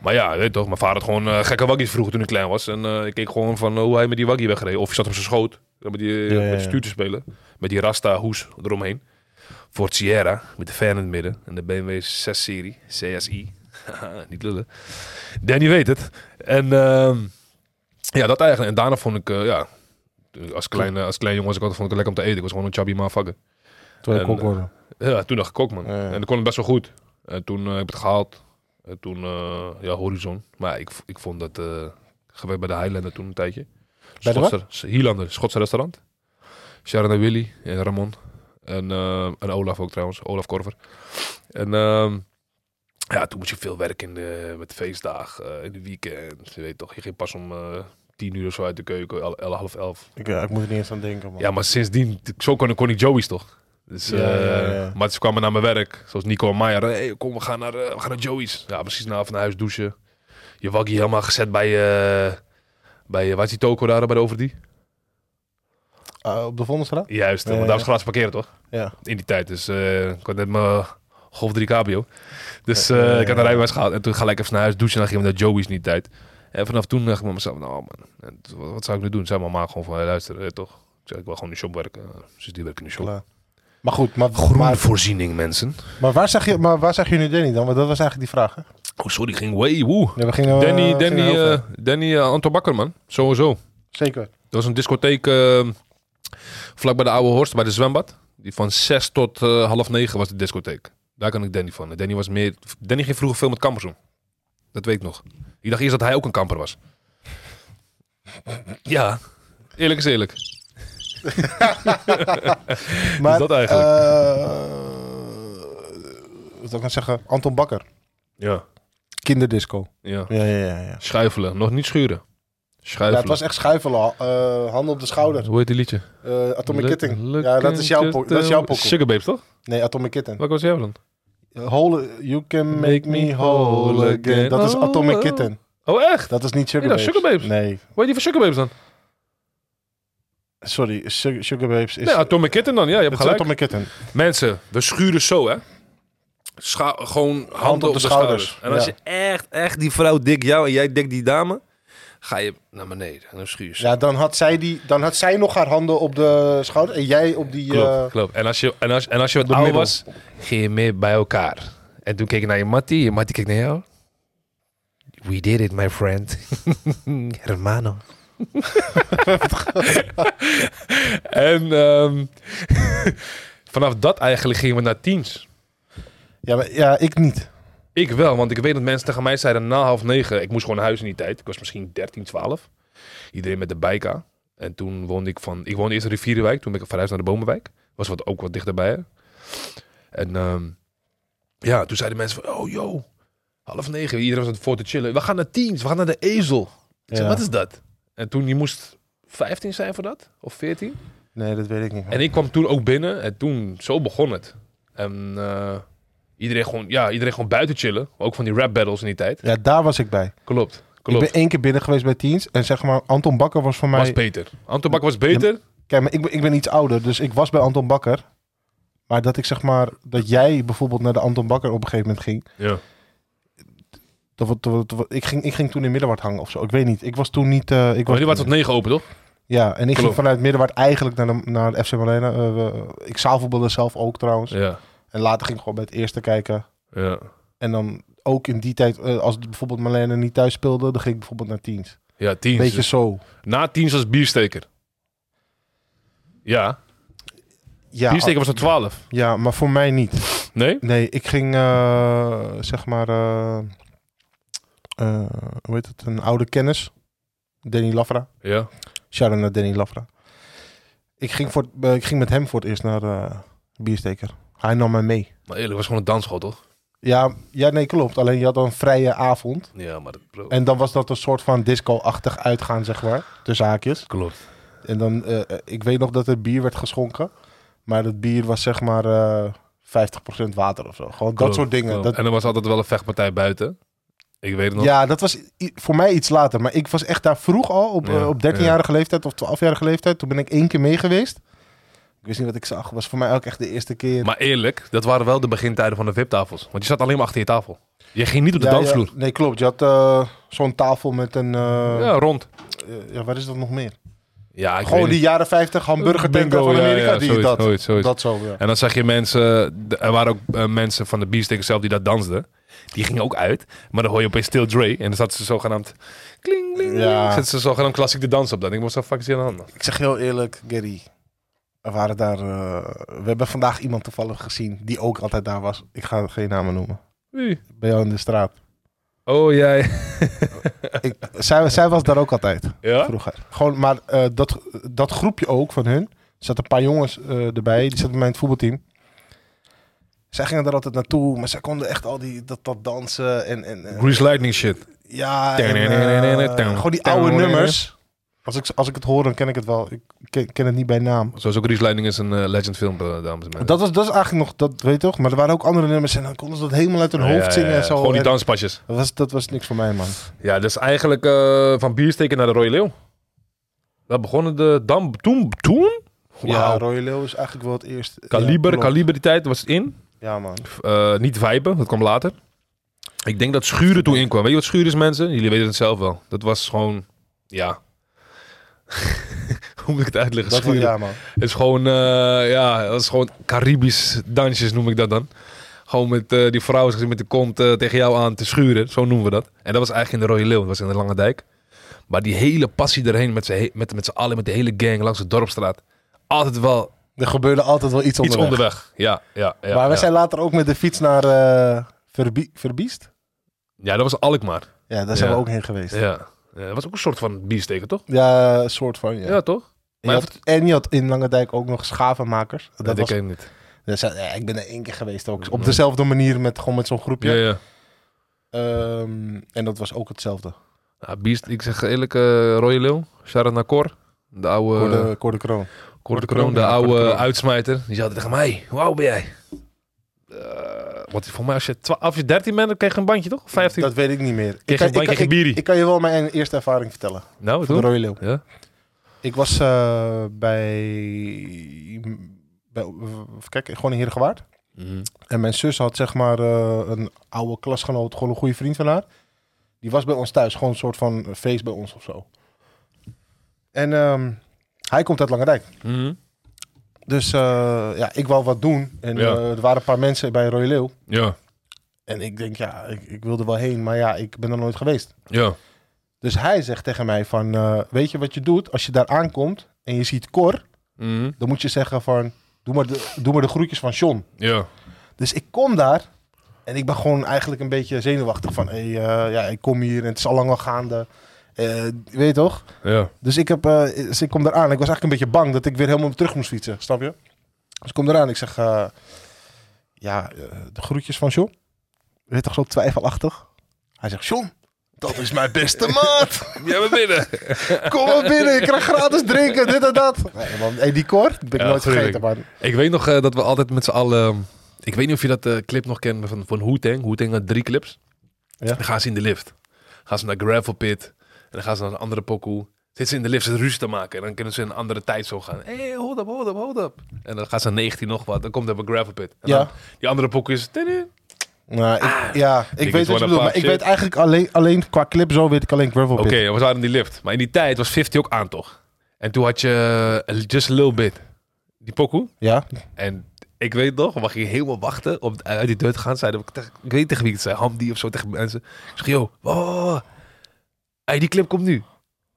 [SPEAKER 1] Maar ja, je weet toch, mijn vader had gewoon eh, gekke waggies vroeger toen ik klein was. En eh, ik keek gewoon van eh, hoe hij met die waggie wegreed. Of je zat op zijn schoot, dan met die, eh,
[SPEAKER 2] Ja, ja,
[SPEAKER 1] met
[SPEAKER 2] ja.
[SPEAKER 1] die stuur te spelen. Met die Rasta hoes eromheen. Ford Sierra met de fan in het midden en de BMW 6-serie, CSI. Niet lullen. Danny weet het. En ehm, ja, dat eigenlijk. En daarna vond ik, eh, ja, als klein, als klein jongen was ik altijd, vond ik het lekker om te eten. Ik was gewoon een chubby motherfucker.
[SPEAKER 2] Toen ik
[SPEAKER 1] En,
[SPEAKER 2] kok
[SPEAKER 1] eh,
[SPEAKER 2] worden.
[SPEAKER 1] Ja, toen dacht ik ook, man.
[SPEAKER 2] Ja, ja.
[SPEAKER 1] En dat kon het best wel goed. En toen eh, heb ik het gehaald. En toen, eh, ja, Horizon. Maar ik, ik vond dat, eh gewerkt bij de Highlander toen een tijdje.
[SPEAKER 2] Bij de wat?
[SPEAKER 1] Schotse- Highlander, Schotse restaurant. Sharon en Willy en Ramon. En, eh, en Olaf ook trouwens, Olaf Korver. En ehm, ja, toen moest je veel werken in de, met feestdag, eh, in de weekend. Je weet toch, je ging pas om eh, tien uur of zo uit de keuken, el- el- half elf.
[SPEAKER 2] Ik, ja, ik moet er niet eens aan denken, man.
[SPEAKER 1] Ja, maar sindsdien, t- zo kon, kon ik Joey's toch? Dus,
[SPEAKER 2] Ja,
[SPEAKER 1] eh,
[SPEAKER 2] ja, ja.
[SPEAKER 1] Maar ze kwamen naar mijn werk, zoals Nico en Maya. Hey, kom, we gaan naar, eh, we gaan naar Joey's. Ja, precies na van huis douchen. Je waggie helemaal gezet bij, eh, bij eh, waar is die toko daar, bij de Overdie?
[SPEAKER 2] Ah, op de Vondelstraat?
[SPEAKER 1] Juist,
[SPEAKER 2] Ja,
[SPEAKER 1] want
[SPEAKER 2] ja.
[SPEAKER 1] daar was gratis parkeren toch?
[SPEAKER 2] Ja.
[SPEAKER 1] In die tijd, dus eh, ik had net mijn Golf 3 cabrio. Dus
[SPEAKER 2] Ja,
[SPEAKER 1] eh,
[SPEAKER 2] ja,
[SPEAKER 1] ik had een
[SPEAKER 2] ja.
[SPEAKER 1] rijbewijs gehaald en toen gelijk even naar huis douchen en dan gingen we naar Joey's in die tijd. En vanaf toen dacht ik bij mezelf, nou man, en t- wat, wat zou ik nu doen? Zei mijn ma gewoon van, hey, luister, eh, toch? Ik zei, ik wil gewoon in de shop werken. Dus die werkt in de shop.
[SPEAKER 2] Klaar. Maar goed, maar, maar,
[SPEAKER 1] Groenvoorziening, mensen.
[SPEAKER 2] maar, waar zag je, maar waar zag je nu Danny dan? Want dat was eigenlijk die vraag, hè?
[SPEAKER 1] Oh, sorry, ging way. Woe.
[SPEAKER 2] Ja, we gingen, we
[SPEAKER 1] Danny,
[SPEAKER 2] gingen
[SPEAKER 1] Danny,
[SPEAKER 2] heel ver.
[SPEAKER 1] eh, Danny eh, Anton Bakker, man. Sowieso.
[SPEAKER 2] Zeker.
[SPEAKER 1] Dat was een discotheek eh, vlak bij de Oude Horst, bij de zwembad. Die van 6 tot eh, half 9 was de discotheek. Daar kan ik Danny van. Danny, was meer, Danny ging vroeger veel met kampers om. Dat weet ik nog. Ik dacht eerst dat hij ook een kamper was. Ja, eerlijk is eerlijk.
[SPEAKER 2] Maar,
[SPEAKER 1] dat eigenlijk.
[SPEAKER 2] eh, wat zou ik nou zeggen? Anton Bakker.
[SPEAKER 1] Ja.
[SPEAKER 2] Kinderdisco.
[SPEAKER 1] ja.
[SPEAKER 2] Ja, ja, ja. ja.
[SPEAKER 1] Schuifelen, nog niet schuren.
[SPEAKER 2] Ja,
[SPEAKER 1] Schuifelen.
[SPEAKER 2] het was echt schuifelen. eh, handen op de schouder.
[SPEAKER 1] Hoe heet die liedje?
[SPEAKER 2] Eh, Atomic
[SPEAKER 1] Luk-
[SPEAKER 2] Kitten.
[SPEAKER 1] luk-
[SPEAKER 2] Ja, dat is jouw, po- dat is jouw pokkel.
[SPEAKER 1] Sugar Babes, toch?
[SPEAKER 2] Nee, Atomic Kitten.
[SPEAKER 1] Welke was jij dan?
[SPEAKER 2] Whole, you can make me whole again. Dat is Atomic
[SPEAKER 1] Oh.
[SPEAKER 2] Kitten.
[SPEAKER 1] Oh, echt?
[SPEAKER 2] Dat is niet Sugar
[SPEAKER 1] Ja,
[SPEAKER 2] Babes.
[SPEAKER 1] Sugar Babes.
[SPEAKER 2] Nee.
[SPEAKER 1] Wat je van Sugar Babes dan?
[SPEAKER 2] Sorry, Su- Sugar Babes is...
[SPEAKER 1] Nee, Atomic Kitten dan. Nou Ja, je hebt
[SPEAKER 2] het is
[SPEAKER 1] gelijk.
[SPEAKER 2] Atomic Kitten.
[SPEAKER 1] Mensen, we schuren zo, hè. Scha- gewoon handen
[SPEAKER 2] op de schouders.
[SPEAKER 1] En als
[SPEAKER 2] Ja.
[SPEAKER 1] je echt, echt die vrouw dik jou en jij dik die dame, ga je naar beneden en dan schuur je zo.
[SPEAKER 2] Ja, dan had, zij die, dan had zij nog haar handen op de schouder en jij op die...
[SPEAKER 1] Klopt,
[SPEAKER 2] eh,
[SPEAKER 1] klopt. En als je, en als, en als je wat
[SPEAKER 2] Door
[SPEAKER 1] ouder
[SPEAKER 2] middel.
[SPEAKER 1] was, ging je meer bij elkaar. En toen keek je naar je mattie, je mattie keek naar jou. We did it, my friend. Hermano. en ehm, vanaf dat eigenlijk gingen we naar teams.
[SPEAKER 2] ja, maar, ja, ik niet.
[SPEAKER 1] Ik wel, want ik weet dat mensen tegen mij zeiden na half negen. Ik moest gewoon naar huis in die tijd. Ik was misschien 13, 12. Iedereen met de bijka. En toen woonde ik van... Ik woonde eerst in Rivierenwijk. Toen ben ik verhuisd naar de Bomenwijk. Was wat, ook wat dichterbij. Hè? En ehm, ja, toen zeiden mensen van... Oh, yo. Half negen. Iedereen was voor te chillen. We gaan naar teens. We gaan naar de ezel. Ik zei,
[SPEAKER 2] Ja.
[SPEAKER 1] wat is dat? En toen, je moest 15 zijn voor dat? Of 14?
[SPEAKER 2] Nee, dat weet ik niet.
[SPEAKER 1] En ik kwam toen ook binnen en toen, zo begon het. En eh, iedereen, gewoon, ja, iedereen gewoon buiten chillen. Ook van die rap battles in die tijd.
[SPEAKER 2] Ja, daar was ik bij.
[SPEAKER 1] Klopt, klopt.
[SPEAKER 2] Ik ben één keer binnen geweest bij teens en zeg maar, Anton Bakker was voor mij...
[SPEAKER 1] Was beter. Anton Bak was beter.
[SPEAKER 2] Kijk, maar ik, ben- ik ben iets ouder, dus ik was bij Anton Bakker. Maar dat ik zeg maar, dat jij bijvoorbeeld naar de Anton Bakker op een gegeven moment ging.
[SPEAKER 1] Ja.
[SPEAKER 2] Dat, we- dat we- dat we- ik, ging ik ging toen in Middenwaard hangen of zo. Ik weet niet. Ik was toen niet... eh, ik was
[SPEAKER 1] Maar die was tot
[SPEAKER 2] toen-
[SPEAKER 1] 9 open, toch?
[SPEAKER 2] Ja, en ik ging
[SPEAKER 1] Oh, Klopt.
[SPEAKER 2] vanuit Middenwaard eigenlijk naar, de, naar de FC Malena. Eh, we- ik zaalvoetbalde zelf ook trouwens.
[SPEAKER 1] Ja.
[SPEAKER 2] En later ging ik gewoon bij het eerste kijken.
[SPEAKER 1] Ja.
[SPEAKER 2] En dan ook in die tijd, eh, als bijvoorbeeld Malena niet thuis speelde, dan ging ik bijvoorbeeld naar tiens.
[SPEAKER 1] Ja, teens.
[SPEAKER 2] Beetje zo.
[SPEAKER 1] Na teens was biersteker. Ja,
[SPEAKER 2] Ja,
[SPEAKER 1] biersteker was tot 12.
[SPEAKER 2] ja, ah, maar voor mij niet.
[SPEAKER 1] Nee?
[SPEAKER 2] Nee, ik ging eh, zeg maar, eh, eh, hoe heet het, een oude kennis. Danny Lafra.
[SPEAKER 1] Ja.
[SPEAKER 2] Shout-out naar Danny Lafra. Ik ging, voor, het- eh, ik ging met hem voor het eerst naar eh Biersteker. Hij nam mij mee.
[SPEAKER 1] Maar eerlijk, het was gewoon een dansschool, toch?
[SPEAKER 2] Ja, ja, nee, klopt. Alleen je had dan een vrije avond.
[SPEAKER 1] Ja, maar dat bro,
[SPEAKER 2] En dan was dat een soort van disco-achtig uitgaan, zeg maar. Tussen haakjes.
[SPEAKER 1] klopt.
[SPEAKER 2] En dan, eh, eh, ik weet nog dat er bier werd geschonken. Maar dat bier was zeg maar eh 50% water of zo. Gewoon dat
[SPEAKER 1] Klopt,
[SPEAKER 2] soort dingen.
[SPEAKER 1] klopt.
[SPEAKER 2] Dat,
[SPEAKER 1] En er was altijd wel een vechtpartij buiten. Ik weet het nog.
[SPEAKER 2] ja, dat was i- voor mij iets later. Maar ik was echt daar vroeg al, op,
[SPEAKER 1] Ja,
[SPEAKER 2] eh, op 13-jarige leeftijd of 12-jarige leeftijd. Toen ben ik één keer mee geweest. Ik wist niet wat ik zag. Was voor mij ook echt de eerste keer.
[SPEAKER 1] Maar eerlijk, dat waren wel de begintijden van de VIP-tafels. Want je zat alleen maar achter je tafel. Je ging niet op de
[SPEAKER 2] Ja,
[SPEAKER 1] dansvloer.
[SPEAKER 2] ja, nee, klopt. Je had eh, zo'n tafel met een... eh,
[SPEAKER 1] Ja, rond.
[SPEAKER 2] eh, ja, waar is dat nog meer?
[SPEAKER 1] Ja, ik
[SPEAKER 2] Gewoon
[SPEAKER 1] weet
[SPEAKER 2] die jaren 50 hamburger
[SPEAKER 1] Bingo,
[SPEAKER 2] van
[SPEAKER 1] ja,
[SPEAKER 2] Amerika.
[SPEAKER 1] ja,
[SPEAKER 2] die
[SPEAKER 1] zoiets,
[SPEAKER 2] dat,
[SPEAKER 1] zoiets, zoiets.
[SPEAKER 2] dat zo, ja.
[SPEAKER 1] En dan zag je mensen, d- er waren ook eh, mensen van de bierstekker zelf die dat dansten. Die gingen ook uit. Maar dan hoor je opeens Still Dre. En dan zaten ze zogenaamd... Kling, kling,
[SPEAKER 2] Ja.
[SPEAKER 1] ja. Zetten ze zogenaamd klassiek de dans op. Dan denk ik, wat zo fuck is hier aan de hand?
[SPEAKER 2] Ik zeg heel eerlijk, Gary. Er waren daar, eh, we hebben vandaag iemand toevallig gezien die ook altijd daar was. Ik ga geen namen noemen.
[SPEAKER 1] Wie?
[SPEAKER 2] Bij jou in de straat.
[SPEAKER 1] Oh, jij.
[SPEAKER 2] Ik, zij, zij was daar ook altijd,
[SPEAKER 1] Ja?
[SPEAKER 2] vroeger. Gewoon, maar eh, dat, dat groepje ook van hun. Er zaten een paar jongens eh, erbij, die zaten bij mij in het voetbalteam. Zij gingen daar altijd naartoe, maar zij konden echt al die, dat, dat dansen en... en, en-
[SPEAKER 1] Grease Lightning shit.
[SPEAKER 2] Ja, en, eh, gewoon die oude nummers. Als ik, als ik het hoor, dan ken ik het wel. Ik ken, ken het niet bij naam.
[SPEAKER 1] Zoals ook Grease Lightning is een eh, legend film, eh, dames en heren.
[SPEAKER 2] Dat, was, dat is eigenlijk nog, dat weet je toch? Maar er waren ook andere nummers en dan konden ze dat helemaal uit hun
[SPEAKER 1] Ja,
[SPEAKER 2] hoofd
[SPEAKER 1] ja,
[SPEAKER 2] zingen
[SPEAKER 1] ja.
[SPEAKER 2] en zo.
[SPEAKER 1] Gewoon die
[SPEAKER 2] En
[SPEAKER 1] danspasjes.
[SPEAKER 2] dat, was, dat was niks voor mij, man.
[SPEAKER 1] Ja, dus eigenlijk eh, van biersteken naar de Rode Leeuw. Daar begonnen de dam... Toen? Toen?
[SPEAKER 2] Ja,
[SPEAKER 1] Wauw.
[SPEAKER 2] Royal Leeuw is eigenlijk wel het eerste.
[SPEAKER 1] Kaliber,
[SPEAKER 2] ja, klopt.
[SPEAKER 1] Kaliber die tijd was het in.
[SPEAKER 2] Ja, man.
[SPEAKER 1] Eh, niet vipen, dat kwam later. Ik denk dat Schuren toen inkwam. Weet je wat Schuren is, mensen? Jullie weten het zelf wel. Dat was gewoon, ja. Hoe moet ik het uitleggen?
[SPEAKER 2] Dat was,
[SPEAKER 1] Schuren.
[SPEAKER 2] ja, man.
[SPEAKER 1] Het is gewoon, eh, ja, dat is gewoon Caribisch dansjes noem ik dat dan. Gewoon met eh, die vrouwen met de kont eh, tegen jou aan te schuren, zo noemen we dat. En dat was eigenlijk in de Rode Leeuw, dat was in de Lange Dijk. Maar die hele passie erheen met z'n he- met, met z'n allen, met de hele gang langs de dorpstraat. Altijd wel
[SPEAKER 2] Er gebeurde altijd wel iets
[SPEAKER 1] iets
[SPEAKER 2] onderweg.
[SPEAKER 1] onderweg. Ja, ja, ja.
[SPEAKER 2] maar we
[SPEAKER 1] ja.
[SPEAKER 2] zijn later ook met de fiets naar eh Verbi- Verbiest.
[SPEAKER 1] ja, dat was Alkmaar.
[SPEAKER 2] Ja, daar zijn
[SPEAKER 1] Ja.
[SPEAKER 2] we ook heen geweest. Ja,
[SPEAKER 1] Ja. ja. Dat was ook een soort van biersteken, toch?
[SPEAKER 2] een soort van, ja.
[SPEAKER 1] Ja, toch?
[SPEAKER 2] En je, had, en je had in Langendijk ook nog schavenmakers.
[SPEAKER 1] Dat
[SPEAKER 2] Dat
[SPEAKER 1] weet
[SPEAKER 2] was
[SPEAKER 1] ik even niet.
[SPEAKER 2] Dus, ja, ik ben er één keer geweest ook. Op
[SPEAKER 1] Nooit.
[SPEAKER 2] dezelfde manier, met, gewoon met zo'n
[SPEAKER 1] Ja,
[SPEAKER 2] groepje.
[SPEAKER 1] ja.
[SPEAKER 2] Ehm, en dat was ook hetzelfde.
[SPEAKER 1] Nou, bierst, ik zeg eerlijk, eh Rode Leeuw, Sharon Nakor. De oude...
[SPEAKER 2] Voor de, voor de kroon.
[SPEAKER 1] Korte
[SPEAKER 2] Korte Kroon,
[SPEAKER 1] Kroon, de
[SPEAKER 2] ja,
[SPEAKER 1] oude
[SPEAKER 2] Korte Kroon.
[SPEAKER 1] uitsmijter. Die zei altijd tegen mij, hoe oud ben jij? Eh, wat voor mij, als je, twa- als je 13 bent, dan kreeg je een bandje toch? 15?
[SPEAKER 2] Dat weet ik niet meer.
[SPEAKER 1] Kreeg
[SPEAKER 2] kan-
[SPEAKER 1] een bandje
[SPEAKER 2] kan-
[SPEAKER 1] Kibiri.
[SPEAKER 2] ik kan je wel mijn eerste ervaring vertellen.
[SPEAKER 1] nou,
[SPEAKER 2] Van de
[SPEAKER 1] toen?
[SPEAKER 2] Rode Leeuw.
[SPEAKER 1] Ja.
[SPEAKER 2] Ik was eh, bij, bij... Kijk, gewoon in Heergewaard.
[SPEAKER 1] Mhm.
[SPEAKER 2] En mijn zus had zeg maar eh, een oude klasgenoot, gewoon een goede vriend van haar. Die was bij ons thuis, gewoon een soort van feest bij ons of zo. En ehm, hij komt uit Langendijk.
[SPEAKER 1] Mhm.
[SPEAKER 2] Dus eh, ja, ik wou wat doen. En
[SPEAKER 1] Ja.
[SPEAKER 2] eh, er waren een paar mensen bij Royal Leeuw.
[SPEAKER 1] Ja,
[SPEAKER 2] En ik denk, ja, ik, ik wilde wel heen, maar ja, ik ben er nooit geweest.
[SPEAKER 1] ja.
[SPEAKER 2] Dus hij zegt tegen mij van, eh, weet je wat je doet? Als je daar aankomt en je ziet Cor,
[SPEAKER 1] Mhm.
[SPEAKER 2] dan moet je zeggen van, doe maar de, doe maar de groetjes van John.
[SPEAKER 1] Ja.
[SPEAKER 2] Dus ik kom daar en ik ben gewoon eigenlijk een beetje zenuwachtig van, hey, eh, ja, ik kom hier en het is al lang al gaande. Eh, weet je toch?
[SPEAKER 1] Ja.
[SPEAKER 2] Dus ik, heb, eh, dus ik kom eraan. Ik was eigenlijk een beetje bang dat ik weer helemaal terug moest fietsen. Snap je? Dus ik kom eraan. Ik zeg, eh, ja, eh, de groetjes van John. Je weet toch zo twijfelachtig? Hij zegt, John, dat is mijn beste maat.
[SPEAKER 1] Jij bent binnen.
[SPEAKER 2] Kom maar binnen, ik krijg gratis drinken, dit en dat. Nee, man, hey, die koor, die ben ik
[SPEAKER 1] Ja,
[SPEAKER 2] nooit
[SPEAKER 1] tuurlijk.
[SPEAKER 2] vergeten, man.
[SPEAKER 1] Ik weet nog eh, dat we altijd met z'n allen... ehm, ik weet niet of je dat eh, clip nog kent van, van Hoeteng. Hoeteng had drie clips.
[SPEAKER 2] Ja.
[SPEAKER 1] Dan gaan ze in de lift. Gaan ze naar Gravel Pit. En dan gaan ze naar een andere pokoe. Zitten ze in de lift zitten ruzie te maken. En dan kunnen ze in een andere tijd zo gaan. Hé, hey, hold up, hold up, hold up. En dan gaan ze naar 19 nog wat. Dan komt er op een Gravel Pit. En
[SPEAKER 2] Ja.
[SPEAKER 1] dan die andere pokoe is... tudu.
[SPEAKER 2] Nou, ik, ja, ik
[SPEAKER 1] is
[SPEAKER 2] weet
[SPEAKER 1] one
[SPEAKER 2] wat je
[SPEAKER 1] of
[SPEAKER 2] bedoelt. Maar
[SPEAKER 1] five
[SPEAKER 2] ik weet
[SPEAKER 1] shit.
[SPEAKER 2] eigenlijk alleen, alleen qua clip zo, weet ik alleen Gravel
[SPEAKER 1] Oké,
[SPEAKER 2] Pit.
[SPEAKER 1] we waren in die lift. Maar in die tijd was 50 ook aan, toch? En toen had je eh, Just a Little Bit. Die pokoe.
[SPEAKER 2] Ja?
[SPEAKER 1] En ik weet nog, we gingen helemaal wachten om uit die deur te gaan. Zeiden, we tegen- ik weet niet tegen wie ik het zei, Hamdi of zo, tegen mensen. Ik zeg, yo, oh, hey, die clip komt nu.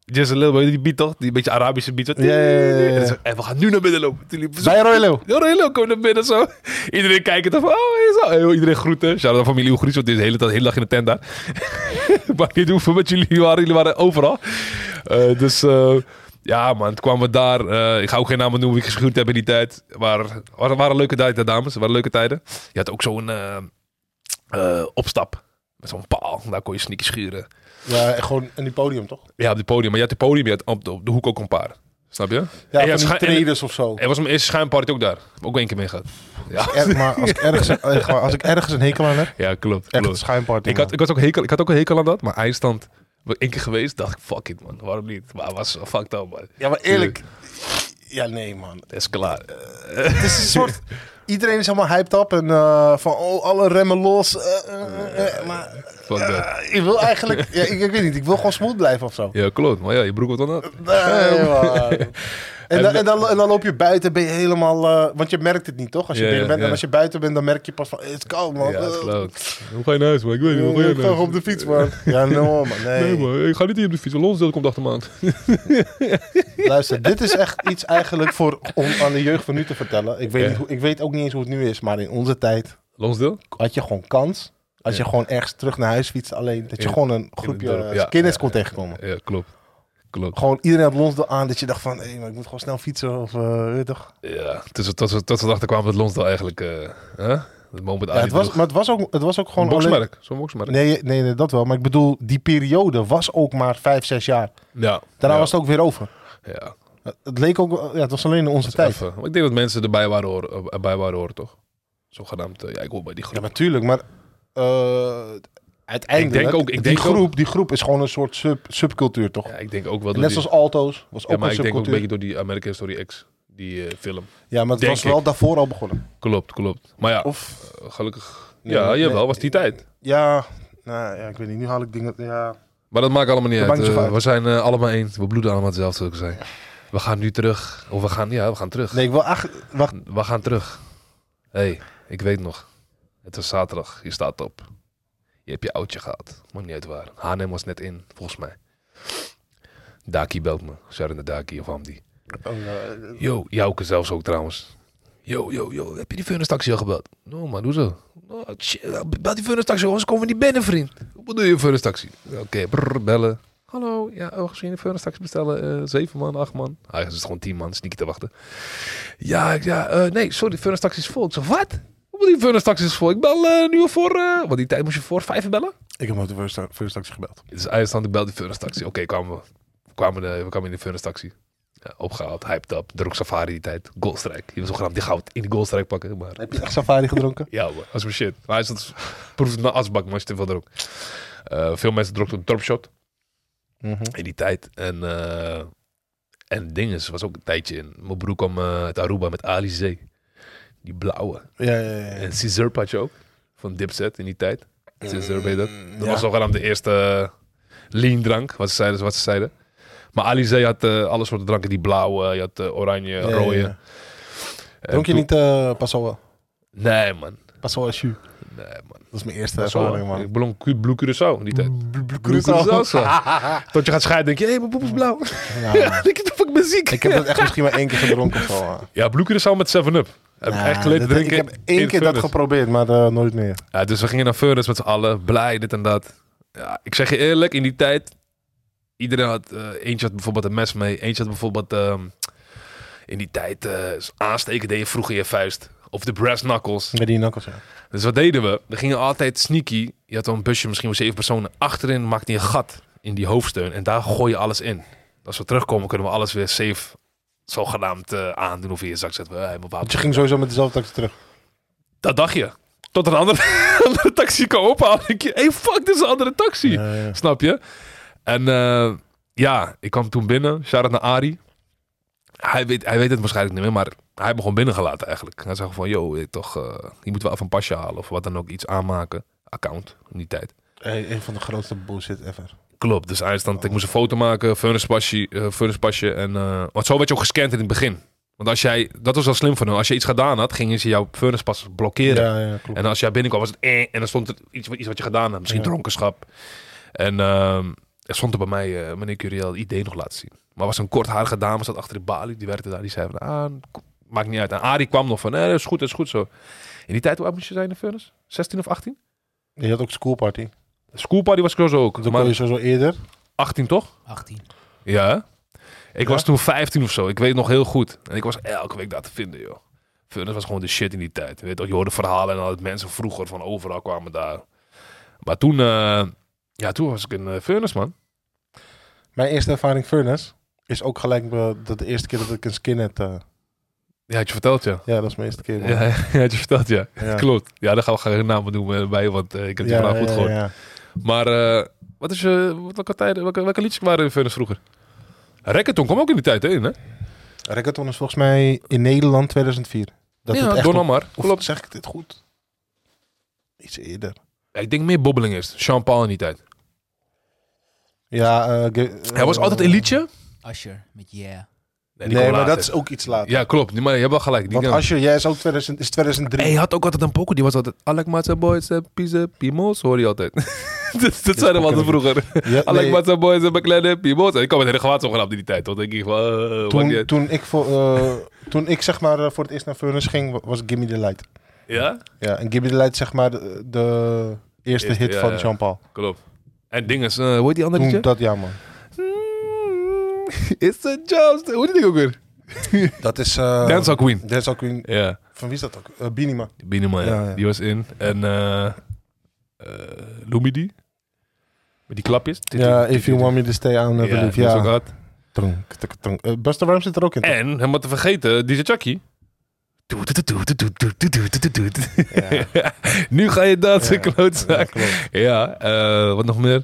[SPEAKER 1] Just a little bit, die beat toch? Die beetje Arabische beat. zo.
[SPEAKER 2] Ja, ja, ja, ja.
[SPEAKER 1] En ze- en we gaan nu naar binnen lopen. Toen liep
[SPEAKER 2] Bij Royalo.
[SPEAKER 1] Heel Royalo kwam naar binnen zo. Iedereen kijkt er van, oh, hij is al- en joh, iedereen groeten. Shout-out aan familie Oegries, want dit is de hele, dag- hele dag in de tent daar. maar niet hoeven met jullie waren, jullie waren overal. Eh, dus eh, ja man, toen kwamen we daar. Eh, ik ga ook geen namen noemen wie ik geschuurd heb in die tijd. Maar het waren, waren leuke tijden, dames. Het waren leuke tijden. Je had ook zo'n eh, eh, opstap. Met zo'n paal, daar kon je sneakers schuren.
[SPEAKER 2] Ja, en gewoon in die podium, toch?
[SPEAKER 1] Ja, op het podium. Maar je had het podium, je had op de, op de hoek ook een paar. Snap je?
[SPEAKER 2] Ja,
[SPEAKER 1] En je had
[SPEAKER 2] van die
[SPEAKER 1] scha- en-
[SPEAKER 2] traders of zo.
[SPEAKER 1] Er was mijn eerste schuimparty ook daar. Heb Ook één keer mee gehad. Ja.
[SPEAKER 2] Erg, maar als ik ergens, echt waar, als ik ergens een hekel aan heb,
[SPEAKER 1] Ja, klopt.
[SPEAKER 2] echt een
[SPEAKER 1] klopt.
[SPEAKER 2] schuimparty.
[SPEAKER 1] Ik, had, ik, had ook hekel, ik had ook een hekel aan dat, maar eindstand. Eén keer geweest, dacht ik, fuck it man, waarom niet? Maar het was fucked up man.
[SPEAKER 2] Ja, maar eerlijk. Ja, nee, man.
[SPEAKER 1] Het is klaar.
[SPEAKER 2] Het is een soort... Iedereen is helemaal hyped up en eh, van oh, alle remmen los. eh, eh, eh, maar eh,
[SPEAKER 1] Fuck that.
[SPEAKER 2] ik wil eigenlijk... Ja, ik, ik weet niet, ik wil gewoon smooth blijven of zo.
[SPEAKER 1] Ja, klopt. Maar ja, je broek wat dan dat.
[SPEAKER 2] Nee, man. En, dan,
[SPEAKER 1] En-
[SPEAKER 2] en, dan, en dan loop je buiten, ben je helemaal... eh, want je merkt het niet, toch? Als je
[SPEAKER 1] Ja,
[SPEAKER 2] binnen
[SPEAKER 1] ja,
[SPEAKER 2] bent en
[SPEAKER 1] ja.
[SPEAKER 2] als je buiten bent, dan merk je pas van... eh, Het is koud, man.
[SPEAKER 1] Ja,
[SPEAKER 2] Eh,
[SPEAKER 1] dat klopt. Hoe ga je naar huis man? Ik weet niet, hoe ga je
[SPEAKER 2] Ik
[SPEAKER 1] naar
[SPEAKER 2] ga
[SPEAKER 1] huis?
[SPEAKER 2] op de fiets, man. Ja, no, man.
[SPEAKER 1] Nee
[SPEAKER 2] Nee.
[SPEAKER 1] man, ik ga niet hier op de fiets. Ons deel komt achter maand.
[SPEAKER 2] Luister, dit is echt iets eigenlijk voor, om aan de jeugd van nu te vertellen. Ik weet,
[SPEAKER 1] Ja.
[SPEAKER 2] niet hoe, ik weet ook niet eens hoe het nu is, maar in onze tijd
[SPEAKER 1] Lonsdeel?
[SPEAKER 2] had je gewoon kans. Als
[SPEAKER 1] Ja.
[SPEAKER 2] je gewoon ergens terug naar huis fietst alleen. Dat je
[SPEAKER 1] In-
[SPEAKER 2] gewoon een
[SPEAKER 1] het
[SPEAKER 2] groepje
[SPEAKER 1] dorp,
[SPEAKER 2] eh,
[SPEAKER 1] ja,
[SPEAKER 2] skinheads
[SPEAKER 1] ja,
[SPEAKER 2] kon tegenkomen.
[SPEAKER 1] Ja, klopt. Klopt.
[SPEAKER 2] Gewoon iedereen had Lonsdale aan dat je dacht van... Hé, maar ik moet gewoon snel fietsen of... eh, weet je
[SPEAKER 1] Ah,
[SPEAKER 2] toch?
[SPEAKER 1] Ja, tot ze- tot ze tot ze erachter kwamen dat Lonsdeel eigenlijk... eh, hè? Het moment
[SPEAKER 2] Ja, het was, maar het was ook, het was ook gewoon...
[SPEAKER 1] Gewoon
[SPEAKER 2] alleen-
[SPEAKER 1] boksmerk. Zo'n boksmerk.
[SPEAKER 2] Nee, nee, nee, dat wel. Maar ik bedoel, die periode was ook maar vijf, zes jaar.
[SPEAKER 1] Ja.
[SPEAKER 2] Daarna
[SPEAKER 1] ja.
[SPEAKER 2] was het ook weer over.
[SPEAKER 1] Ja.
[SPEAKER 2] Het leek ook... eh, Ja, het was alleen in
[SPEAKER 1] Dat
[SPEAKER 2] onze
[SPEAKER 1] is
[SPEAKER 2] tijd.
[SPEAKER 1] even. Maar ik denk dat mensen erbij waren, hoor, erbij waren hoor, toch? Zogenaamd, eh, ja, ik hoor bij die groep.
[SPEAKER 2] Ja, natuurlijk, maar eh, uiteindelijk.
[SPEAKER 1] Ik denk ook- ik
[SPEAKER 2] die,
[SPEAKER 1] denk
[SPEAKER 2] groep, die groep is gewoon een soort sub, subcultuur, toch?
[SPEAKER 1] Ja, ik denk ook wel
[SPEAKER 2] En
[SPEAKER 1] door
[SPEAKER 2] net
[SPEAKER 1] die...
[SPEAKER 2] zoals Alto's was ook
[SPEAKER 1] ja, maar
[SPEAKER 2] een
[SPEAKER 1] ik denk ook een
[SPEAKER 2] subcultuur.
[SPEAKER 1] beetje door die American Story X, die eh, film.
[SPEAKER 2] ja, maar het
[SPEAKER 1] denk
[SPEAKER 2] was wel
[SPEAKER 1] ik.
[SPEAKER 2] daarvoor al begonnen.
[SPEAKER 1] Klopt, klopt. Maar ja,
[SPEAKER 2] Of
[SPEAKER 1] eh, gelukkig...
[SPEAKER 2] Nee,
[SPEAKER 1] ja,
[SPEAKER 2] nee,
[SPEAKER 1] jawel,
[SPEAKER 2] nee.
[SPEAKER 1] was die tijd.
[SPEAKER 2] ja, nou ja, ik weet niet. Nu haal ik dingen. Ja,
[SPEAKER 1] Maar dat maakt allemaal niet
[SPEAKER 2] Dat
[SPEAKER 1] uit.
[SPEAKER 2] maakt niet
[SPEAKER 1] Eh,
[SPEAKER 2] zoveel
[SPEAKER 1] we zijn eh, allemaal één. We bloeden allemaal hetzelfde, zou ik zeggen. We gaan nu terug. Of we gaan, ja, we gaan terug.
[SPEAKER 2] nee, ik wil eigenlijk. Wacht,
[SPEAKER 1] We gaan terug. Hé, hey, ik weet nog. Het was zaterdag. Je staat op. Je hebt je oudje gehad. Maakt niet uit waar. H&M was net in, volgens mij. Daki belt me. Shout out naar Daki of Hamdi.
[SPEAKER 2] oh, ja,
[SPEAKER 1] Yo, Jouke zelfs ook trouwens. Yo, yo, yo. Heb je die vuurnistaxi al gebeld? No man, hoezo? Oh, shit, bel die vuurnistaxi, anders komen we niet binnen, vriend. Wat bedoel je, vuurnistaxi? Oké, brrr, bellen. Hallo, ja, oh, misschien een vuurnistaxi bestellen. eh, zeven man, acht man. Eigenlijk is Ah, het gewoon tien man, sneaky te wachten. Ja, ik- ja, eh, nee, sorry, vuurnistaxi is vol. Ik zeg, wat? Wat bedoel je, vuurnistaxi is vol? Ik bel eh, nu al voor, eh, want die tijd moest je voor vijf bellen?
[SPEAKER 2] ik heb hem op de first, first actie gebeld.
[SPEAKER 1] Dus eindstand, ik belde de vuurnistaxi. Oké, kwamen we. Kwamen de, we kwamen in de vuurnistaxi. Ja, opgehaald, hyped up. Droeg safari die tijd. Goldstrijk. Je was ook graag die goud in de goldstrijk pakken. Maar
[SPEAKER 2] Heb je echt safari gedronken?
[SPEAKER 1] ja, man, als mijn shit. Maar hij zat, proefde naar asbak, maar als je te veel dronk. Eh, veel mensen dronken een dropshot
[SPEAKER 2] Mhm.
[SPEAKER 1] in die tijd. En, eh en dinges was ook een tijdje in. Mijn broer kwam eh, uit Aruba met Alizé. Die blauwe.
[SPEAKER 2] Ja, ja, ja. ja.
[SPEAKER 1] En Cizurp had je ook. Van Dipset in die tijd. Cizurp heet dat. Dat
[SPEAKER 2] ja.
[SPEAKER 1] was zogenaamd de eerste lean drank, wat ze zeiden. Wat ze zeiden. Maar Alizé had eh, alle soorten dranken. Die blauwe, je had eh, oranje,
[SPEAKER 2] Ja, ja,
[SPEAKER 1] rode.
[SPEAKER 2] ja.
[SPEAKER 1] En
[SPEAKER 2] Dronk je
[SPEAKER 1] toen-
[SPEAKER 2] niet eh Passoa?
[SPEAKER 1] Nee, man.
[SPEAKER 2] Passoa is jus.
[SPEAKER 1] Nee, man.
[SPEAKER 2] Dat is mijn eerste
[SPEAKER 1] Dat is wel-
[SPEAKER 2] ervaring, man. Mm.
[SPEAKER 1] Ik belong Cu- Blue Curaçao in die tijd. Blue Curaçao.
[SPEAKER 2] Curaçao.
[SPEAKER 1] zo. Tot je gaat scheiden, denk je, hé, hey, mijn poep is blauw.
[SPEAKER 2] Ja,
[SPEAKER 1] Ja,
[SPEAKER 2] man.
[SPEAKER 1] denk je, fuck, ik ben ziek.
[SPEAKER 2] ik heb dat echt misschien maar één keer gedronken of zo. man.
[SPEAKER 1] Ja, Blue Curaçao met 7-Up. Heb ik
[SPEAKER 2] Nou,
[SPEAKER 1] echt geleerd te
[SPEAKER 2] dat-
[SPEAKER 1] drinken.
[SPEAKER 2] Ik heb
[SPEAKER 1] in
[SPEAKER 2] één
[SPEAKER 1] het
[SPEAKER 2] keer dat
[SPEAKER 1] furnace.
[SPEAKER 2] geprobeerd, maar eh, nooit meer.
[SPEAKER 1] Ja, dus we gingen naar Furnace met z'n allen. Blij, dit en dat. Ja, ik zeg je eerlijk, in die tijd... Iedereen had... eh, eentje had bijvoorbeeld een mes mee. Eentje had bijvoorbeeld... ehm, in die tijd eh, aansteken deed je vroeger je vuist. Of de brass knuckles.
[SPEAKER 2] Met die knuckles, ja.
[SPEAKER 1] Dus wat deden we? We gingen altijd sneaky. Je had dan een busje, misschien wel zeven personen. Achterin maakte je een gat in die hoofdsteun. En daar gooi je alles in. Als we terugkomen, kunnen we alles weer safe... Zogenaamd eh aandoen of in je zak zetten. We, eh, mijn wapen.
[SPEAKER 2] Want je ging sowieso met dezelfde taxi terug.
[SPEAKER 1] Dat dacht je. Tot een andere, andere taxi kwam ophalen. Ik je, hey fuck, dit is een andere taxi.
[SPEAKER 2] Ja, ja.
[SPEAKER 1] Snap je? En eh, ja, ik kwam toen binnen. Shout-out naar Ari. Hij weet, hij weet het waarschijnlijk niet meer, maar hij heeft me gewoon binnengelaten eigenlijk. Hij zei van, yo, je, toch, eh, je moet wel even een pasje halen of wat dan ook. Iets aanmaken. Account, in die tijd.
[SPEAKER 2] Hey, een van de grootste bullshit ever.
[SPEAKER 1] Klopt, dus eindstand. Ik moest een foto maken, furnacepasje. eh, furnacepasje en, eh, want zo werd je ook gescand in het begin. Want als jij, dat was wel slim van hem. Als je iets gedaan had, gingen ze jouw furnacepas blokkeren.
[SPEAKER 2] Ja, ja, klopt.
[SPEAKER 1] En als jij binnenkwam was het eh, en dan stond er iets, wat- iets wat je gedaan had. Misschien
[SPEAKER 2] Ja.
[SPEAKER 1] dronkenschap. En ehm, Er stond er bij mij, eh, meneer Curiel, het idee nog laten zien. Maar was een kortharige dame, zat achter de balie, die werkte daar. Die zei van, ah, k- maakt niet uit. En Arie kwam nog van, nee, dat is goed, dat is goed zo. In die tijd, hoe oud moest je zijn in de furnace? 16 of 18?
[SPEAKER 2] Je had ook schoolparty.
[SPEAKER 1] Schoolparty was ik zo ook.
[SPEAKER 2] Dan kon je
[SPEAKER 1] Maar
[SPEAKER 2] sowieso eerder.
[SPEAKER 1] 18 toch?
[SPEAKER 3] 18.
[SPEAKER 1] Ja. Ik
[SPEAKER 2] Ja?
[SPEAKER 1] was toen 15 of zo. Ik weet het nog heel goed. En ik was elke week daar te vinden, joh. Furnace was gewoon de shit in die tijd. Je, weet, toch, je hoorde verhalen en al dat mensen vroeger van overal kwamen daar. Maar toen, eh, ja, toen was ik een eh, Furnace, man.
[SPEAKER 2] Mijn eerste ervaring furnace is ook gelijk be- dat de eerste keer dat ik een skinhead... eh
[SPEAKER 1] Ja, had je verteld, ja.
[SPEAKER 2] ja, dat is mijn eerste keer. man.
[SPEAKER 1] Ja, ja, had je verteld, ja.
[SPEAKER 2] Ja.
[SPEAKER 1] Klopt. Ja, daar gaan we geen namen noemen eh, bij, want eh, ik heb die vraag goed gehoord.
[SPEAKER 2] ja.
[SPEAKER 1] Maar eh, wat is je, wat, welke, tijden, welke, welke liedjes waren in Furnace vroeger? Rekketon kwam ook in die tijd in, hè?
[SPEAKER 2] Reggaeton is volgens mij in Nederland 2004. Dat het
[SPEAKER 1] ja,
[SPEAKER 2] echt
[SPEAKER 1] Don
[SPEAKER 2] op-
[SPEAKER 1] Omar.
[SPEAKER 2] of
[SPEAKER 1] Klopt.
[SPEAKER 2] zeg ik dit goed? Iets eerder.
[SPEAKER 1] Ja, ik denk meer bobbeling is. Jean Paul in die tijd.
[SPEAKER 2] Ja, eh, ge-
[SPEAKER 1] Hij was
[SPEAKER 2] eh,
[SPEAKER 1] altijd een liedje.
[SPEAKER 3] Asher met yeah.
[SPEAKER 1] Nee, die
[SPEAKER 2] Nee,
[SPEAKER 1] kwam
[SPEAKER 2] maar dat
[SPEAKER 1] later.
[SPEAKER 2] is ook iets later.
[SPEAKER 1] Ja, klopt. Nee, Maar je hebt wel gelijk. Die
[SPEAKER 2] Want
[SPEAKER 1] ken ik.
[SPEAKER 2] als je, jij is ook 2000, is 2003.
[SPEAKER 1] Hey, je had ook altijd een poker. Die was altijd... Alek Matza Boys, eh, Pise, Pimos. Hoor je altijd. dat dat zeiden we altijd
[SPEAKER 2] pakken
[SPEAKER 1] vroeger.
[SPEAKER 2] Ja,
[SPEAKER 1] Alek
[SPEAKER 2] nee,
[SPEAKER 1] Matza Boys, eh, Bekleine, Pimos. En Ik kwam met hele gewaad zo grap in die tijd. Toen denk ik van... eh, wat
[SPEAKER 2] toen,
[SPEAKER 1] je-
[SPEAKER 2] toen, ik voor, eh, toen ik zeg maar eh, voor het eerst naar Furnace ging, wa- was Gimme the Light.
[SPEAKER 1] ja,
[SPEAKER 2] Ja, en Gimme the Light zeg maar de, de eerste
[SPEAKER 1] Eerste,
[SPEAKER 2] hit
[SPEAKER 1] ja,
[SPEAKER 2] van
[SPEAKER 1] ja.
[SPEAKER 2] Jean-Paul.
[SPEAKER 1] klopt. En dinges. eh hoe heet die andere
[SPEAKER 2] Toen
[SPEAKER 1] liedje?
[SPEAKER 2] dat, ja man.
[SPEAKER 1] Mm, It's a just... Hoe heet die ding ook weer?
[SPEAKER 2] Dat is... eh
[SPEAKER 1] Dancehall Queen.
[SPEAKER 2] Dance Hall Queen.
[SPEAKER 1] Ja,
[SPEAKER 2] Van wie is dat ook? Eh, Binima.
[SPEAKER 1] die Binema, ja.
[SPEAKER 2] Ja, ja.
[SPEAKER 1] Die was in. En... eh eh, Lumidi. Met die klapjes.
[SPEAKER 2] Ja, If You Want Me To Stay On, I
[SPEAKER 1] Ja,
[SPEAKER 2] Believe.
[SPEAKER 1] die was ook
[SPEAKER 2] Ja.
[SPEAKER 1] hard.
[SPEAKER 2] Tronk, tuk, tronk. Eh, Busta Rhymes zit er ook in. toch?
[SPEAKER 1] En, helemaal te vergeten, DJ Chucky.
[SPEAKER 2] Ja.
[SPEAKER 1] Nu ga je dansen,
[SPEAKER 2] Ja, Ja,
[SPEAKER 1] klootzak.
[SPEAKER 2] klopt.
[SPEAKER 1] Ja, eh, wat nog meer?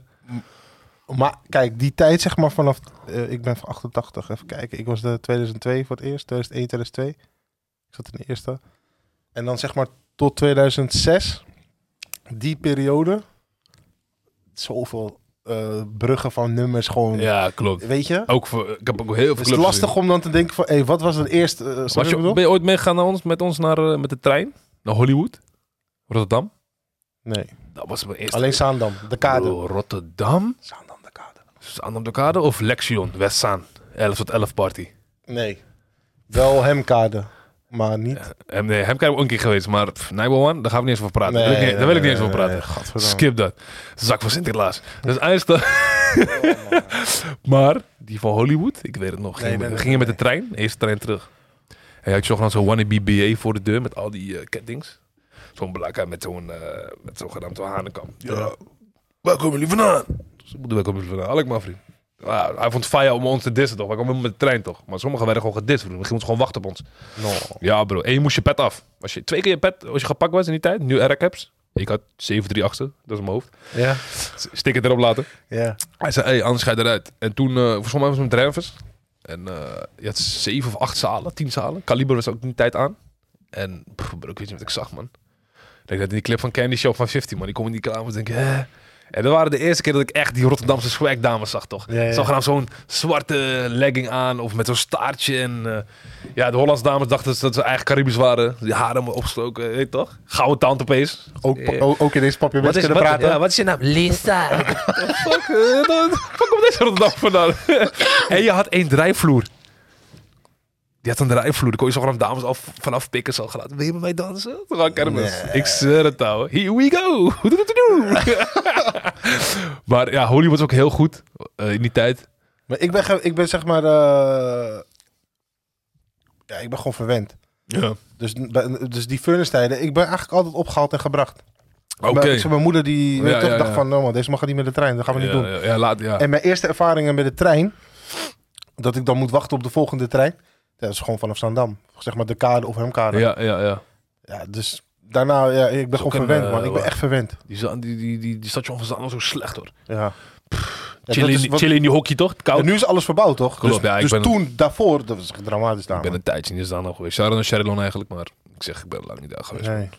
[SPEAKER 2] Maar kijk, die tijd zeg maar vanaf... eh, ik ben van 88, even kijken. Ik was de 2002 voor het eerst, 2001, 2002. Ik zat in de eerste. En dan zeg maar tot 2006, die periode. Zoveel eh, bruggen van nummers gewoon...
[SPEAKER 1] Ja, klopt.
[SPEAKER 2] Weet je?
[SPEAKER 1] Ook voor, ik heb ook heel veel
[SPEAKER 2] Het is
[SPEAKER 1] clubs
[SPEAKER 2] lastig om dan te denken van... Hé, wat was het eerst? eh,
[SPEAKER 1] gezien.
[SPEAKER 2] snap je wat ik
[SPEAKER 1] Was je,
[SPEAKER 2] bedoel?
[SPEAKER 1] ben je ooit meegegaan naar ons, met ons naar, eh, met de trein? Naar Hollywood? Rotterdam?
[SPEAKER 2] Nee,
[SPEAKER 1] Dat was mijn eerste.
[SPEAKER 2] alleen Zaandam, de kade.
[SPEAKER 1] Bro, Rotterdam?
[SPEAKER 2] Zaandam, de kade.
[SPEAKER 1] Zaandam de Kade of Lexion? Westzaan? 11 tot 11 party.
[SPEAKER 2] Nee, wel hem kade, maar niet...
[SPEAKER 1] Hem, nee, eh, hem krijgen we ook een keer geweest, maar pff, Nijbel One, daar gaan we niet eens over praten. daar wil ik niet, daar wil ik niet eens over praten.
[SPEAKER 2] praten.
[SPEAKER 1] Skip dat. Zak van Sinterklaas. Dat is eindstand. maar die van Hollywood, ik weet het nog. Ging,
[SPEAKER 2] Nee, nee, nee,
[SPEAKER 1] ging je met
[SPEAKER 2] nee.
[SPEAKER 1] de trein, eerste trein terug. Hij had zogenaamd zo'n wannabe BA voor de deur met al die eh, kettings. Zo'n blakker met zo'n eh, met zo'n genaamd zo'n hanenkam. Ja, waar komen jullie vandaan? Ze moeten waar komen jullie vandaan? Alek maar vriend. Ja, hij vond het fijn om ons te dissen toch? Wij kwamen met de trein toch? Maar sommigen werden gewoon gedist. vriend. We gingen gewoon wachten op ons.
[SPEAKER 2] No.
[SPEAKER 1] Ja, bro. En je moest je pet af. Als je twee keer je pet, als je gepakt was in die tijd, nu RCAPs. Ik had 738, dat is in mijn hoofd.
[SPEAKER 2] Ja,
[SPEAKER 1] Stik het erop laten.
[SPEAKER 2] ja.
[SPEAKER 1] Hij zei, hey, anders ga je eruit. En toen, eh volgens mij was het met Dreyfus. En eh je had zeven of acht zalen, tien zalen. Kaliber was ook in die tijd aan. En pff, bro, ik weet niet wat ik zag, man. Ik denk dat in die clip van Candy Shop van 50, man. Die kom in die kamer en denk ik, hè? En dat waren de eerste keer dat ik echt die Rotterdamse swag dames zag, toch?
[SPEAKER 2] Ja, ja.
[SPEAKER 1] Zag er nou zo'n zwarte legging aan of met zo'n staartje. En eh, ja, de Hollandse dames dachten dat ze eigen Caribisch waren. Die haren me opgestoken, weet je toch? Gouden tand opeens.
[SPEAKER 2] Ook,
[SPEAKER 1] Ja.
[SPEAKER 2] ook- ook in deze papje
[SPEAKER 1] Eh, Wat
[SPEAKER 2] mensen
[SPEAKER 1] is,
[SPEAKER 2] kunnen
[SPEAKER 1] wat,
[SPEAKER 2] praten.
[SPEAKER 1] ja, wat is je naam? Lisa. fuck, eh, dat- fuck op deze Rotterdam vandaan. en je had één drijfvloer. Die had een drijfvloer. Daar kon je zo gewoon dames af, vanaf pikken. Zo gelaten. Wil je met mij dansen? Toen was kermis.
[SPEAKER 2] Nee.
[SPEAKER 1] Ik zweer het nou. Here we go. maar ja, Hollywood was ook heel goed eh, in die tijd.
[SPEAKER 2] Maar ik ben, ge- ik ben zeg maar... eh, ja, ik ben gewoon verwend.
[SPEAKER 1] Ja.
[SPEAKER 2] Dus, dus die furnace tijden, ik ben eigenlijk altijd opgehaald en gebracht.
[SPEAKER 1] Oké.
[SPEAKER 2] Mijn, zeg, mijn moeder die weet
[SPEAKER 1] Ja,
[SPEAKER 2] toch,
[SPEAKER 1] ja,
[SPEAKER 2] dacht
[SPEAKER 1] ja.
[SPEAKER 2] van, oh man, deze mag niet met de trein, dat gaan we niet
[SPEAKER 1] ja,
[SPEAKER 2] doen.
[SPEAKER 1] ja, ja, laat, ja.
[SPEAKER 2] En mijn eerste ervaringen met de trein, dat ik dan moet wachten op de volgende trein, dat is gewoon vanaf Zandam. Zeg maar de kade of hemkade. Ja.
[SPEAKER 1] ja, ja, ja.
[SPEAKER 2] dus daarna, ja, ik ben gewoon
[SPEAKER 1] ook een,
[SPEAKER 2] verwend,
[SPEAKER 1] eh,
[SPEAKER 2] man. Ik ben
[SPEAKER 1] wa-
[SPEAKER 2] echt verwend.
[SPEAKER 1] Die, za- die, die, die, die station van Zandam was zo slecht hoor.
[SPEAKER 2] Ja. Ja,
[SPEAKER 1] Chillen
[SPEAKER 2] dat is
[SPEAKER 1] in,
[SPEAKER 2] wat-
[SPEAKER 1] chillen in die hockey toch? Koud.
[SPEAKER 2] en nu is alles verbouwd, toch?
[SPEAKER 1] Klopt,
[SPEAKER 2] dus
[SPEAKER 1] ja, ik
[SPEAKER 2] dus
[SPEAKER 1] ben-
[SPEAKER 2] toen, daarvoor, dat was echt dramatisch daar.
[SPEAKER 1] Ik ben een tijdje in Zandam geweest. Zou naar Sherilon eigenlijk, maar ik zeg, ik ben lang niet daar geweest.
[SPEAKER 2] Nee.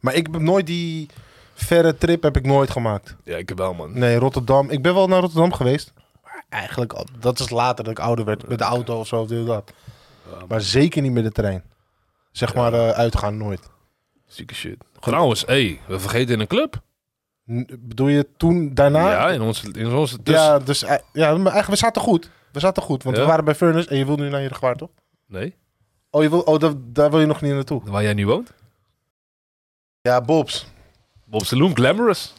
[SPEAKER 2] Maar ik heb nooit die verre trip heb ik nooit gemaakt.
[SPEAKER 1] Ja, ik wel, man.
[SPEAKER 2] Nee, Rotterdam. Ik ben wel naar Rotterdam geweest. Maar eigenlijk, al- dat is later dat ik ouder werd. Met de auto of zo, of dit of dat. Maar zeker niet met de trein. Zeg maar eh, uitgaan nooit.
[SPEAKER 1] Zieke shit. Trouwens, hé, we vergeten in een club.
[SPEAKER 2] N- Bedoel je toen, daarna?
[SPEAKER 1] ja, in ons, in ons dus,
[SPEAKER 2] nou- ja, dus, eh, ja, maar eigenlijk, we zaten goed. We zaten goed, want
[SPEAKER 1] Ja.
[SPEAKER 2] we waren bij Furnace en je wil nu naar Jeregewaard, toch?
[SPEAKER 1] Nee,
[SPEAKER 2] Oh, je wil, oh daar, daar wil je nog niet naartoe.
[SPEAKER 1] waar jij nu woont.
[SPEAKER 2] Ja, Bobs.
[SPEAKER 1] Bob Saloon, Glamorous.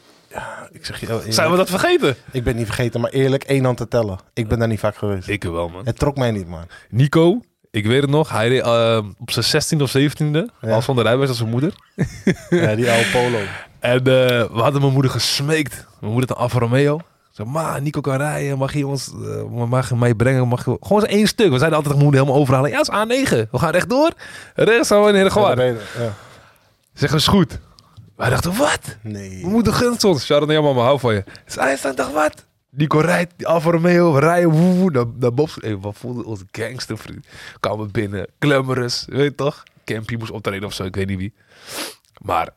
[SPEAKER 2] Ik zeg je heel eerlijk.
[SPEAKER 1] Zijn we dat vergeten?
[SPEAKER 2] Ik ben niet vergeten, maar eerlijk, één hand te tellen. Ik ben daar niet vaak geweest.
[SPEAKER 1] Ik wel, man.
[SPEAKER 2] Het trok mij niet, man.
[SPEAKER 1] Nico, ik weet het nog. Hij reed eh, op zijn 16e of 17e.
[SPEAKER 2] Ja.
[SPEAKER 1] Al zonder rijbewijs als zijn moeder.
[SPEAKER 2] Ja, die oude polo.
[SPEAKER 1] En eh, we hadden mijn moeder gesmeekt. Mijn moeder had een Alfa Romeo. Zo, ma, Nico kan rijden. Mag je ons eh, mag je mij brengen? Mag je... Gewoon eens één stuk. We zeiden altijd tegen mijn moeder helemaal overhalen. Ja, dat is A9. We gaan rechtdoor. Rechts gaan we in Heergewaard.
[SPEAKER 2] Ja, dat- ja.
[SPEAKER 1] Zeg eens goed. Wij dachten, wat?
[SPEAKER 2] Nee.
[SPEAKER 1] Mijn moeder gunt ons. Sharon, ja mama, hou van je. Zij zei, dacht, wat? Nico rijdt, die Alfa Romeo, we rijden, woe, woe, naar, naar Bob's. Hey, wat voelde ons gangster, vriend. Kwamen binnen, glamorous, weet je toch? Campy moest optreden of zo, ik weet niet wie. Maar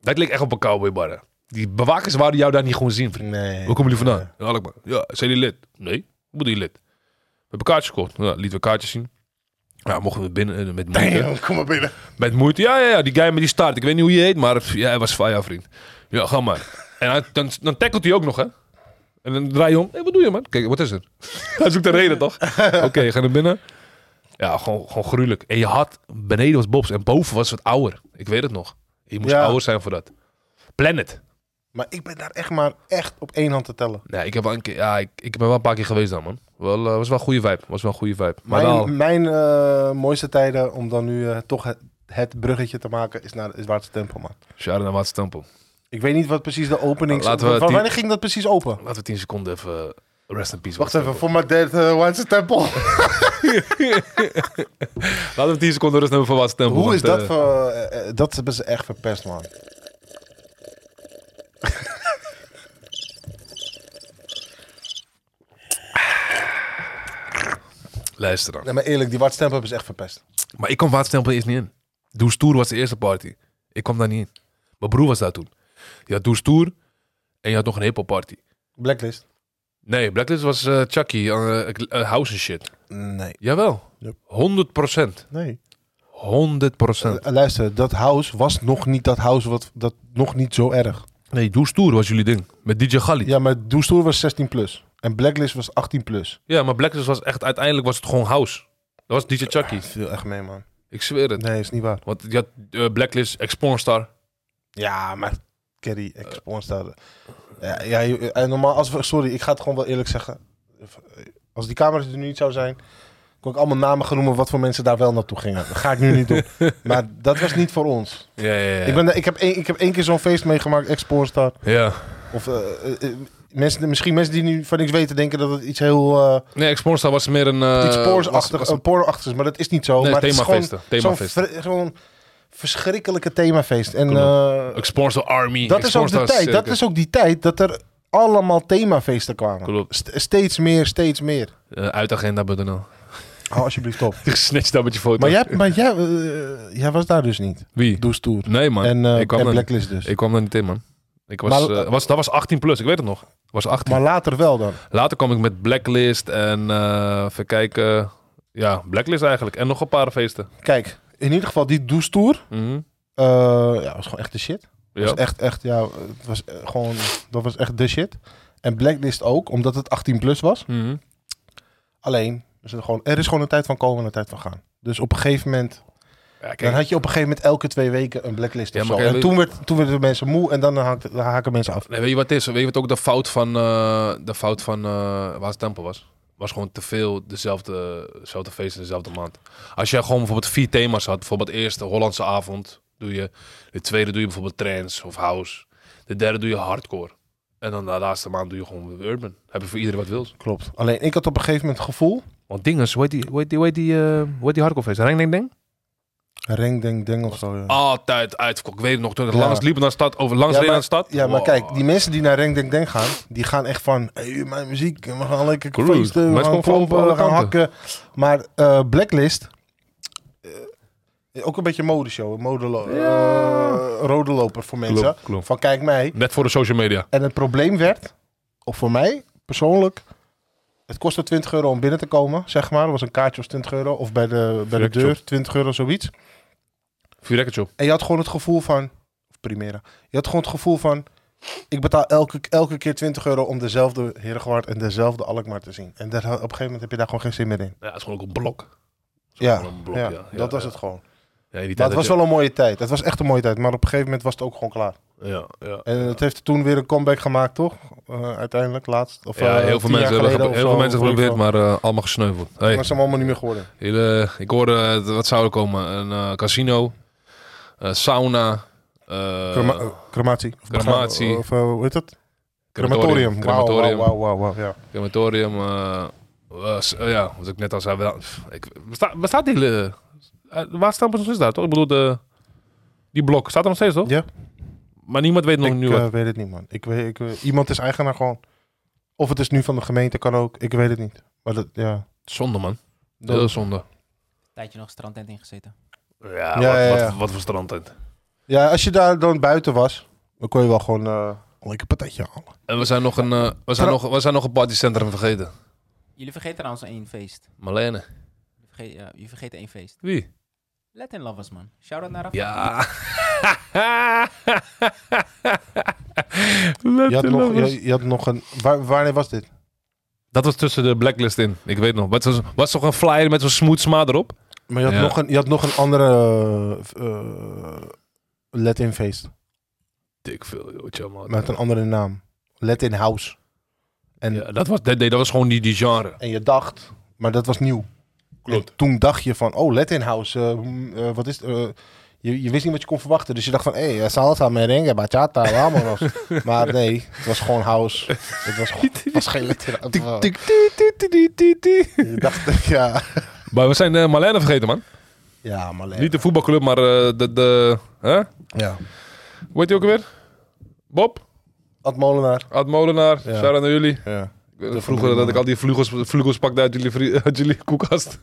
[SPEAKER 1] dat leek echt op een cowboy barren. Die bewakers waren jou daar niet gewoon zien, vriend.
[SPEAKER 2] Nee.
[SPEAKER 1] Hoe komen jullie vandaan? Ja, Alkmaar. Ja, zijn jullie lid? Nee. Hoe bedoel je lid? We hebben kaartjes gekocht. Ja, lieten we kaartjes zien. Ja, mochten we binnen eh, met moeite.
[SPEAKER 2] Damn, kom maar binnen.
[SPEAKER 1] Met moeite. Ja, ja, ja, die guy met die staart. Ik weet niet hoe je heet, maar pff, ja, hij was fire, vriend. Ja, ga maar. En hij- dan, dan tackelt hij ook nog, hè? En dan draai je om. Hé, wat doe je, man? Kijk, wat is er? hij zoekt een reden, toch? Oké, ga naar binnen. Ja, gewoon, gewoon gruwelijk. En je had, beneden was Bobs en boven was het ouder. Ik weet het nog. Je moest
[SPEAKER 2] Ja.
[SPEAKER 1] ouder zijn voor dat. Planet.
[SPEAKER 2] Maar ik ben daar echt maar echt op één hand te tellen.
[SPEAKER 1] Nee, ik, heb wel een keer, ja, ik, ik ben wel een paar keer geweest dan, man. Wel, eh, was wel een goede vibe. Was wel een goede vibe. Maar wel,
[SPEAKER 2] Mijn, mijn eh, mooiste tijden om dan nu eh, toch het, het bruggetje te maken is naar is Waardse Tempel, man.
[SPEAKER 1] Sharon naar Maatse Tempel.
[SPEAKER 2] Ik weet niet wat precies de opening...
[SPEAKER 1] Laten we
[SPEAKER 2] Wa-
[SPEAKER 1] die-
[SPEAKER 2] Wanneer ging dat precies open?
[SPEAKER 1] Laten we 10 seconden even eh, rest in peace.
[SPEAKER 2] Wacht
[SPEAKER 1] Maatse
[SPEAKER 2] even, voor mijn dead uh, Waardse Tempel.
[SPEAKER 1] Laten we 10 seconden rust nemen voor Watson Temple.
[SPEAKER 2] Hoe
[SPEAKER 1] want,
[SPEAKER 2] is dat
[SPEAKER 1] eh,
[SPEAKER 2] voor... eh, eh, dat hebben ze echt verpest, man.
[SPEAKER 1] Luister dan.
[SPEAKER 2] Nee, maar eerlijk, die Waardse Tempel hebben ze echt verpest.
[SPEAKER 1] Maar ik kwam Watson Temple eerst niet in. Doe Stoer was de eerste party. Ik kwam daar niet in. Mijn broer was daar toen. Je had Doe Stoer en je had nog een hip party.
[SPEAKER 2] Blacklist?
[SPEAKER 1] Nee, Blacklist was eh, Chucky, eh, eh, house en shit.
[SPEAKER 2] Nee.
[SPEAKER 1] Jawel.
[SPEAKER 2] Yep.
[SPEAKER 1] 100 procent.
[SPEAKER 2] Nee.
[SPEAKER 1] 100 procent.
[SPEAKER 2] Eh, luister, dat house was nog niet dat house wat dat nog niet zo erg.
[SPEAKER 1] Nee, Doe Stoer was jullie ding. Met DJ Gali. Ja.
[SPEAKER 2] Ja, maar Doestoer was 16 plus en Blacklist was 18 plus.
[SPEAKER 1] maar Blacklist was echt, uiteindelijk was het gewoon house. Dat was DJ Chucky.
[SPEAKER 2] Viel echt mee, man.
[SPEAKER 1] Ik zweer het.
[SPEAKER 2] Nee, is niet waar.
[SPEAKER 1] Want je had eh, Blacklist, Expornstar.
[SPEAKER 2] Ja, maar Kerry, ik spons daar. Eh, Ja, ja, je- en normaal als we, sorry, ik ga het gewoon wel eerlijk zeggen. Als die camera's er nu niet zou zijn, kon ik allemaal namen genoemen wat voor mensen daar wel naartoe gingen. Dat ga ik nu niet doen. maar dat was niet voor ons.
[SPEAKER 1] Ja, ja, ja.
[SPEAKER 2] Ik, ben, ik, heb één, ik heb één keer zo'n feest meegemaakt, Expornstar.
[SPEAKER 1] ja.
[SPEAKER 2] Of eh, eh, eh, mensen, misschien mensen die nu van niks weten denken dat het iets heel eh,
[SPEAKER 1] Nee, Expornstar was meer een... eh,
[SPEAKER 2] iets
[SPEAKER 1] was-
[SPEAKER 2] poorsachtig,
[SPEAKER 1] was-
[SPEAKER 2] een pornoachtig is, maar dat is niet zo.
[SPEAKER 1] Nee,
[SPEAKER 2] maar het is gewoon
[SPEAKER 1] themafeesten.
[SPEAKER 2] zo'n
[SPEAKER 1] Themafeesten.
[SPEAKER 2] ver- Zo'n verschrikkelijke themafeest. En
[SPEAKER 1] Klopt.
[SPEAKER 2] eh,
[SPEAKER 1] Expornstar Army.
[SPEAKER 2] dat is ook de
[SPEAKER 1] Expornstar
[SPEAKER 2] tijd. Dat
[SPEAKER 1] Circus.
[SPEAKER 2] is ook die tijd dat er allemaal themafeesten kwamen.
[SPEAKER 1] Klopt.
[SPEAKER 2] St- steeds meer, steeds meer.
[SPEAKER 1] Eh, uitagenda.nl.
[SPEAKER 2] Hou alsjeblieft op.
[SPEAKER 1] Gesnitcht daar met je foto.
[SPEAKER 2] Maar jij, maar jij, eh, jij was daar dus niet.
[SPEAKER 1] Wie?
[SPEAKER 2] Doe stoer.
[SPEAKER 1] Nee, man.
[SPEAKER 2] en eh,
[SPEAKER 1] ik, kwam
[SPEAKER 2] en
[SPEAKER 1] daar niet-
[SPEAKER 2] Blacklist dus.
[SPEAKER 1] ik kwam daar niet in, man. Ik was,
[SPEAKER 2] Maar-
[SPEAKER 1] eh, was, dat was 18 plus, ik weet het nog. Ik was 18.
[SPEAKER 2] Maar later wel dan.
[SPEAKER 1] Later kwam ik met Blacklist en eh, even kijken. Ja, Blacklist eigenlijk. En nog een paar feesten.
[SPEAKER 2] Kijk, in ieder geval die Doe stoer.
[SPEAKER 1] Mhm.
[SPEAKER 2] eh, ja, was gewoon echt de shit.
[SPEAKER 1] Ja.
[SPEAKER 2] was echt, echt, ja, het was eh, gewoon, dat was echt de shit. En Blacklist ook, omdat het 18 plus was.
[SPEAKER 1] Mhm.
[SPEAKER 2] Alleen, dus er, gewoon, er is gewoon een tijd van komen en een tijd van gaan. Dus op een gegeven moment,
[SPEAKER 1] Ja, kijk,
[SPEAKER 2] dan had je op een gegeven moment elke twee weken een blacklist
[SPEAKER 1] Ja,
[SPEAKER 2] of
[SPEAKER 1] maar
[SPEAKER 2] zo.
[SPEAKER 1] kijk,
[SPEAKER 2] En toen, werd, toen werden de mensen moe en dan haakten- dan haken mensen af.
[SPEAKER 1] nee, weet je wat het is? Weet je wat ook de fout van, eh de fout van eh waar het tempel was? Was gewoon te veel dezelfde, dezelfde feest in dezelfde maand. Als jij gewoon bijvoorbeeld vier thema's had, bijvoorbeeld eerst de Hollandse avond doe je, de tweede doe je bijvoorbeeld trance of house, de derde doe je hardcore. En dan de laatste maand doe je gewoon urban. Heb je voor iedereen wat wils.
[SPEAKER 2] Klopt. Alleen ik had op een gegeven moment het gevoel,
[SPEAKER 1] Want dinges, hoe heet die, hoe heet die, hoe heet die, eh, hoe heet die hardcore feest? Reng Deng Deng?
[SPEAKER 2] reng, denk, denk of zo. Ja.
[SPEAKER 1] Altijd uitverkocht. Ik weet het nog, toen ik
[SPEAKER 2] Ja.
[SPEAKER 1] langs liep naar de stad, over langs
[SPEAKER 2] Ja,
[SPEAKER 1] reed naar
[SPEAKER 2] maar-
[SPEAKER 1] de stad. Oh,
[SPEAKER 2] Ja, maar
[SPEAKER 1] Wow.
[SPEAKER 2] kijk, die mensen die naar Reng Denk Denk gaan, die gaan echt van, hey, mijn muziek, we gaan lekker
[SPEAKER 1] Cruise.
[SPEAKER 2] feesten, we
[SPEAKER 1] Mensen
[SPEAKER 2] gaan
[SPEAKER 1] komen van
[SPEAKER 2] kloppen, we
[SPEAKER 1] alle
[SPEAKER 2] gaan
[SPEAKER 1] kanten.
[SPEAKER 2] hakken. Maar eh, Blacklist, eh, ook een beetje modeshow, een modelo- eh, rode loper voor mensen.
[SPEAKER 1] Klopt, klopt.
[SPEAKER 2] Van kijk mij.
[SPEAKER 1] Net voor de social media.
[SPEAKER 2] En het probleem werd, of voor mij persoonlijk, het kostte 20 euro om binnen te komen, zeg maar. Dat was een kaartje was 20 euro, of bij de, bij de
[SPEAKER 1] Direct
[SPEAKER 2] deur 20 euro, zoiets.
[SPEAKER 1] Vuurrekkertje op.
[SPEAKER 2] En je had gewoon het gevoel van. Of Primera. Je had gewoon het gevoel van. Ik betaal elke, elke keer 20 euro om dezelfde Herengewaard en dezelfde Alkmaar te zien. En daar, op een gegeven moment heb je daar gewoon geen zin meer in.
[SPEAKER 1] Ja, het is gewoon ook een blok. Het is
[SPEAKER 2] Ja,
[SPEAKER 1] gewoon een blok,
[SPEAKER 2] ja,
[SPEAKER 1] ja.
[SPEAKER 2] dat
[SPEAKER 1] Ja,
[SPEAKER 2] was
[SPEAKER 1] ja.
[SPEAKER 2] het gewoon.
[SPEAKER 1] Ja, in die
[SPEAKER 2] Maar
[SPEAKER 1] tijd
[SPEAKER 2] het was
[SPEAKER 1] had
[SPEAKER 2] wel een mooie tijd. Het was echt een mooie tijd. Maar op een gegeven moment was het ook gewoon klaar.
[SPEAKER 1] je- Ja, ja.
[SPEAKER 2] En het heeft toen weer een comeback gemaakt, toch? Eh, uiteindelijk, laatst. Of,
[SPEAKER 1] Ja,
[SPEAKER 2] eh,
[SPEAKER 1] heel veel
[SPEAKER 2] tien jaar
[SPEAKER 1] mensen hebben
[SPEAKER 2] geleden
[SPEAKER 1] gep-
[SPEAKER 2] of
[SPEAKER 1] heel
[SPEAKER 2] zo,
[SPEAKER 1] veel mensen
[SPEAKER 2] weet ik
[SPEAKER 1] geprobeerd,
[SPEAKER 2] veel.
[SPEAKER 1] maar eh, allemaal gesneuveld. Hey,
[SPEAKER 2] Maar ze zijn allemaal niet meer geworden.
[SPEAKER 1] hele, ik hoorde, eh, wat zou er komen? Een eh, casino, eh, sauna, eh,
[SPEAKER 2] Crema- eh, crematie. Of
[SPEAKER 1] crematie.
[SPEAKER 2] begra- Of eh, hoe heet dat?
[SPEAKER 1] crematorium,
[SPEAKER 2] Crematorium. Wauw,
[SPEAKER 1] crematorium.
[SPEAKER 2] Wauw, wauw, wauw, ja.
[SPEAKER 1] crematorium, eh, was- eh, ja, wat ik net al zei. wel- pff, ik, besta- bestaat die... eh, eh, waar staat precies daar, toch? Ik bedoel, de, die blok staat er nog steeds, toch?
[SPEAKER 2] Ja.
[SPEAKER 1] Maar niemand weet nog
[SPEAKER 2] ik
[SPEAKER 1] nu
[SPEAKER 2] eh,
[SPEAKER 1] wat.
[SPEAKER 2] weet het niet, man. Ik weet, ik, weet- iemand is eigenaar gewoon. Of het is nu van de gemeente, kan ook. Ik weet het niet. Maar dat, ja.
[SPEAKER 1] Zonde, man.
[SPEAKER 2] Dat-
[SPEAKER 1] Heel zonde.
[SPEAKER 3] Tijdje nog strandtent ingezeten.
[SPEAKER 1] Ja,
[SPEAKER 2] Ja,
[SPEAKER 1] wat,
[SPEAKER 2] ja,
[SPEAKER 1] wat-
[SPEAKER 2] ja.
[SPEAKER 1] Wat, voor strandtent.
[SPEAKER 2] ja, als je daar dan buiten was, dan kon je wel gewoon eh, een lekker patatje halen.
[SPEAKER 1] En we zijn nog een, eh, we zijn
[SPEAKER 2] Tra-
[SPEAKER 1] nog, we zijn nog een partycentrum vergeten.
[SPEAKER 3] Jullie vergeten trouwens één feest.
[SPEAKER 1] Marlene.
[SPEAKER 3] Jullie vergeten, ja, jullie vergeten één feest.
[SPEAKER 1] Wie?
[SPEAKER 3] Let in Lovers, man. Shout-out naar Rafa.
[SPEAKER 1] Ja.
[SPEAKER 2] Je had, nog, je, je had nog een... Waar, wanneer was dit?
[SPEAKER 1] Dat was tussen de blacklist in. Ik weet nog. Het was, was toch een flyer met zo'n smooth sma erop?
[SPEAKER 2] Maar je had,
[SPEAKER 1] Ja.
[SPEAKER 2] nog, een, je had nog een andere eh, eh, let-in feest.
[SPEAKER 1] Dik veel, joh. tja, man.
[SPEAKER 2] Met een andere naam. Let-in house. En,
[SPEAKER 1] Ja, dat, was, nee, nee, dat was gewoon die, die genre.
[SPEAKER 2] en je dacht, maar dat was nieuw.
[SPEAKER 1] Klopt.
[SPEAKER 2] En toen dacht je van, oh, let-in house. eh, mm, eh, wat is het, eh, je, je wist niet wat je kon verwachten. Dus je dacht van, hé, hey, eh, salsa, merengue, bachata, vámonos. maar nee, het was gewoon house. Het was, gewoon- het was geen let-in house. Je dacht, ja.
[SPEAKER 1] Maar we zijn eh Marlene vergeten, man.
[SPEAKER 2] Ja, maar
[SPEAKER 1] Niet de voetbalclub, maar eh, de... de hè?
[SPEAKER 2] Ja.
[SPEAKER 1] Hoe heet die ook alweer? Bob?
[SPEAKER 2] Ad Molenaar.
[SPEAKER 1] Ad Molenaar?
[SPEAKER 2] Ja.
[SPEAKER 1] Shout-out naar jullie.
[SPEAKER 2] Ja.
[SPEAKER 1] Ik weet nog Vroeger dat ik al die vlugels, vlugels pakte uit jullie, vrie- uit jullie koelkast.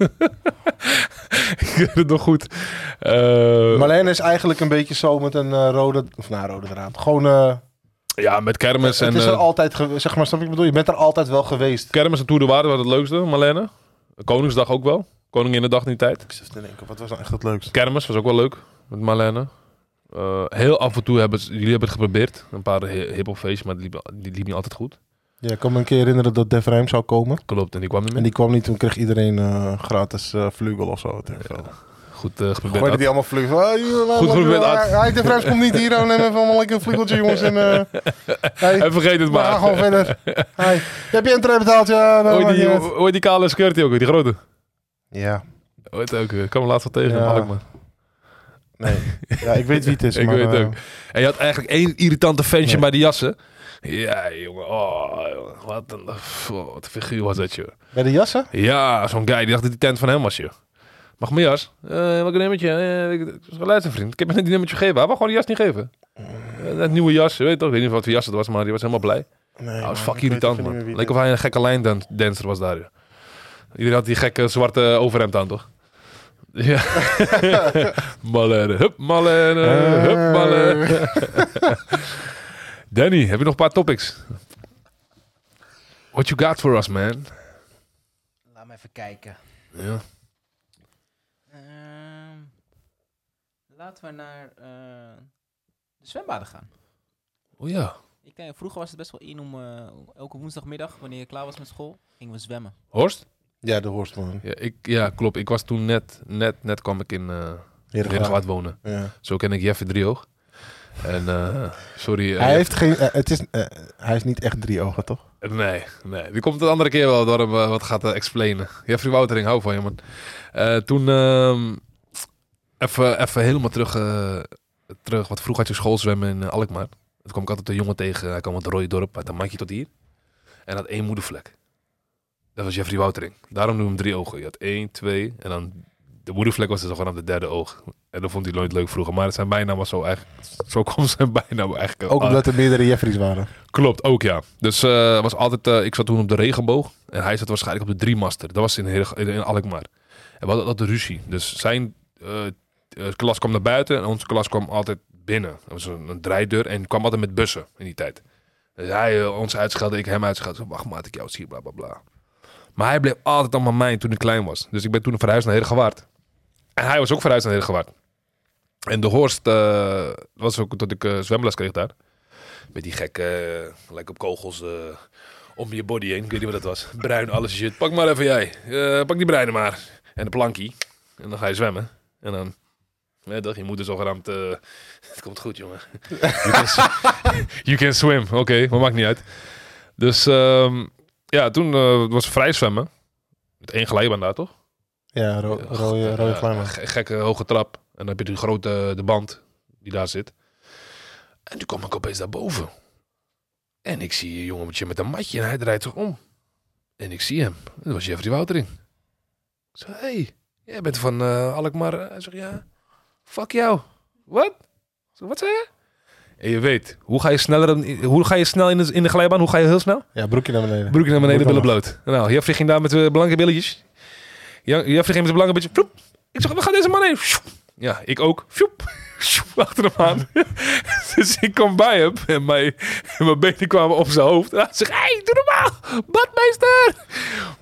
[SPEAKER 1] ik weet het nog goed. Eh,
[SPEAKER 2] Marlene is eigenlijk een beetje zo met een eh, rode... Of nou, rode draad. Gewoon... eh,
[SPEAKER 1] ja, met kermis en...
[SPEAKER 2] het is er
[SPEAKER 1] eh,
[SPEAKER 2] altijd geweest, zeg maar, snap je wat ik bedoel? Je bent er altijd wel geweest.
[SPEAKER 1] Kermis en Tour de Waarde waren het leukste, Marlene. Koningsdag ook wel. Koninginnedag in die tijd.
[SPEAKER 2] Ik zit te denken, wat was nou echt het leukst?
[SPEAKER 1] Kermis was ook wel leuk met Marlene. Eh, heel af en toe hebben ze- jullie hebben het geprobeerd. Een paar hi- hiphopfeestjes, maar die liep, die liep niet altijd goed.
[SPEAKER 2] Ja, ik kan me een keer herinneren dat Def Rijm zou komen.
[SPEAKER 1] Klopt, en die kwam niet
[SPEAKER 2] En
[SPEAKER 1] meer.
[SPEAKER 2] die kwam niet, toen kreeg iedereen eh, gratis eh vlugel of zo. weet ik veel.
[SPEAKER 1] Goed eh, geprobeerd.
[SPEAKER 2] Gooide
[SPEAKER 1] Ad.
[SPEAKER 2] die allemaal vlugel. Ah, joh, wel,
[SPEAKER 1] Goed geprobeerd,
[SPEAKER 2] joh,
[SPEAKER 1] Ad.
[SPEAKER 2] Hij, Def Rijms komt niet hier, oh, neem even allemaal lekker een vlugeltje, jongens. En, eh hey,
[SPEAKER 1] En vergeet het
[SPEAKER 2] we gaan
[SPEAKER 1] maar.
[SPEAKER 2] gewoon verder. Hey, heb je entree betaald? Ja, dat
[SPEAKER 1] Hoe
[SPEAKER 2] maakt
[SPEAKER 1] heet die,
[SPEAKER 2] niet uit.
[SPEAKER 1] hoe heet die kale skirtie ook weer, die grote?
[SPEAKER 2] ja,
[SPEAKER 1] Hoe heet die ook weer? Ik kwam hem laatst wel tegen,
[SPEAKER 2] Ja.
[SPEAKER 1] ja. Alkmaar.
[SPEAKER 2] nee. Ja, ik weet wie het is.
[SPEAKER 1] Ik
[SPEAKER 2] maar,
[SPEAKER 1] weet het
[SPEAKER 2] eh,
[SPEAKER 1] ook. En je had eigenlijk één irritante ventje
[SPEAKER 2] Nee.
[SPEAKER 1] bij die jassen. Ja, jongen. Oh, jongen. Wat een pff, wat een figuur was dat, joh.
[SPEAKER 2] Bij de jassen?
[SPEAKER 1] Ja, zo'n guy die dacht dat die tent van hem was, joh. Mag mijn jas? Eh welk nummertje? Eh, ik- ik- luister, vriend. Ik heb je net die nummertje gegeven. Hij wou gewoon die jas niet geven.
[SPEAKER 2] Mm.
[SPEAKER 1] Eh, net nieuwe jas. Je weet toch? Ik weet niet wat voor jas het was, maar die was helemaal blij.
[SPEAKER 2] Nee,
[SPEAKER 1] Hij
[SPEAKER 2] man,
[SPEAKER 1] was
[SPEAKER 2] ik
[SPEAKER 1] Oh, fucking
[SPEAKER 2] weet
[SPEAKER 1] irritant,
[SPEAKER 2] even niet meer
[SPEAKER 1] man.
[SPEAKER 2] wie
[SPEAKER 1] Leek
[SPEAKER 2] het
[SPEAKER 1] of hij een gekke lijndancer was daar, joh. Iedereen had die gekke zwarte overhemd aan, toch? Ja. Malene. Hup, malene.
[SPEAKER 2] Eh.
[SPEAKER 1] Hup, malene. Danny, heb je nog een paar topics? What you got for us, man?
[SPEAKER 3] Laat me even kijken.
[SPEAKER 1] Ja.
[SPEAKER 3] Ehm, laten we naar eh, de zwembaden gaan.
[SPEAKER 1] Oh ja.
[SPEAKER 3] Ik denk, vroeger was het best wel in om eh, elke woensdagmiddag, wanneer je klaar was met school, gingen we zwemmen.
[SPEAKER 1] Horst?
[SPEAKER 2] is. Ja, de Horst, man.
[SPEAKER 1] Ja, ik, ja, klopt. Ik was toen net, net, net kwam ik in eh Heergewaard wonen.
[SPEAKER 2] Ja.
[SPEAKER 1] Zo ken ik Jeffrey Driehoog. En eh, sorry. eh,
[SPEAKER 2] Hij heeft geen. eh, het is, eh, hij is niet echt drie ogen, toch?
[SPEAKER 1] Nee, nee. Die komt een andere keer wel door hem eh, wat gaat eh, explainen. Jeffrey Woutering, hou van je man. Eh, toen ehm, even, even helemaal terug, eh, terug. Want vroeg had je schoolzwemmen in eh, Alkmaar. Toen kwam ik altijd een jongen tegen. Hij kwam uit het rode dorp, uit een mandje tot hier. En had één moedervlek. Dat was Jeffrey Woutering. Daarom noemen we hem drie ogen. Je had één, twee en dan de moedervlek was dus gewoon aan de derde oog. En dat vond hij nooit leuk vroeger. Maar zijn bijnaam was zo eigenlijk. Zo kwam zijn bijnaam eigenlijk.
[SPEAKER 2] Ook
[SPEAKER 1] aan.
[SPEAKER 2] omdat er meerdere Jeffries waren.
[SPEAKER 1] Klopt, ook ja. Dus eh, was altijd, eh, ik zat toen op de regenboog en hij zat waarschijnlijk op de driemaster. Dat was in, Heerge- in, in Alkmaar. En we hadden altijd ruzie. Dus zijn eh, eh, klas kwam naar buiten en onze klas kwam altijd binnen. Dat was een, een draaideur en kwam altijd met bussen in die tijd. Dus hij eh, ons uitschelde, ik hem uitschelde. Zo, Wacht maat, ik jou zie, bla bla bla. Maar hij bleef altijd allemaal mijn toen ik klein was. Dus ik ben toen verhuisd naar Heergewaard. En hij was ook verhuisd naar Heergewaard. En de Horst eh, was ook dat ik eh, zwemles kreeg daar. Met die gekke, eh, lijkt op kogels eh, om je body heen. Ik weet niet wat dat was. Bruin, alles en shit. Pak maar even jij. Eh, pak die bruine maar. En de plankie. En dan ga je zwemmen. En dan... Ja, dacht je moeder zo geramd. eh, het komt goed, jongen. You can, s- you can swim. Oké, maar maakt niet uit. Dus ehm, ja, toen eh, het was vrij zwemmen. Met één glijbaan daar, toch?
[SPEAKER 2] Ja, ro-
[SPEAKER 1] Ja,
[SPEAKER 2] rode, rode
[SPEAKER 1] eh,
[SPEAKER 2] glijbaan.
[SPEAKER 1] ge- gekke hoge trap. En dan heb je die grote de band die daar zit. En toen kom ik opeens daarboven. En ik zie een jongetje met een matje en hij draait zich om. En ik zie hem. Dat was Jeffrey Woutering. Ik zei, hey, jij bent van eh, Alkmaar. Hij zegt, ja, fuck jou. Wat? Ik zeg, Wat zei je? En je weet, hoe ga je, sneller, dan- hoe ga je snel in de, in de glijbaan? Hoe ga je heel snel?
[SPEAKER 2] Ja, broekje naar beneden.
[SPEAKER 1] Broekje naar beneden, billen
[SPEAKER 2] Broek
[SPEAKER 1] bloot. Nou, Jeffrey ging daar met eh, blanke billetjes. Ja- Jeffrey ging met zijn blanke billetjes. Ploep. Ik zeg, waar gaat deze man heen? Sjoep. Ja, ik ook. Sjoep. Sjoep, Achter hem aan. dus ik kom bij hem en mijn, en mijn benen kwamen op zijn hoofd. En hij zegt, hey, doe normaal. Badmeester.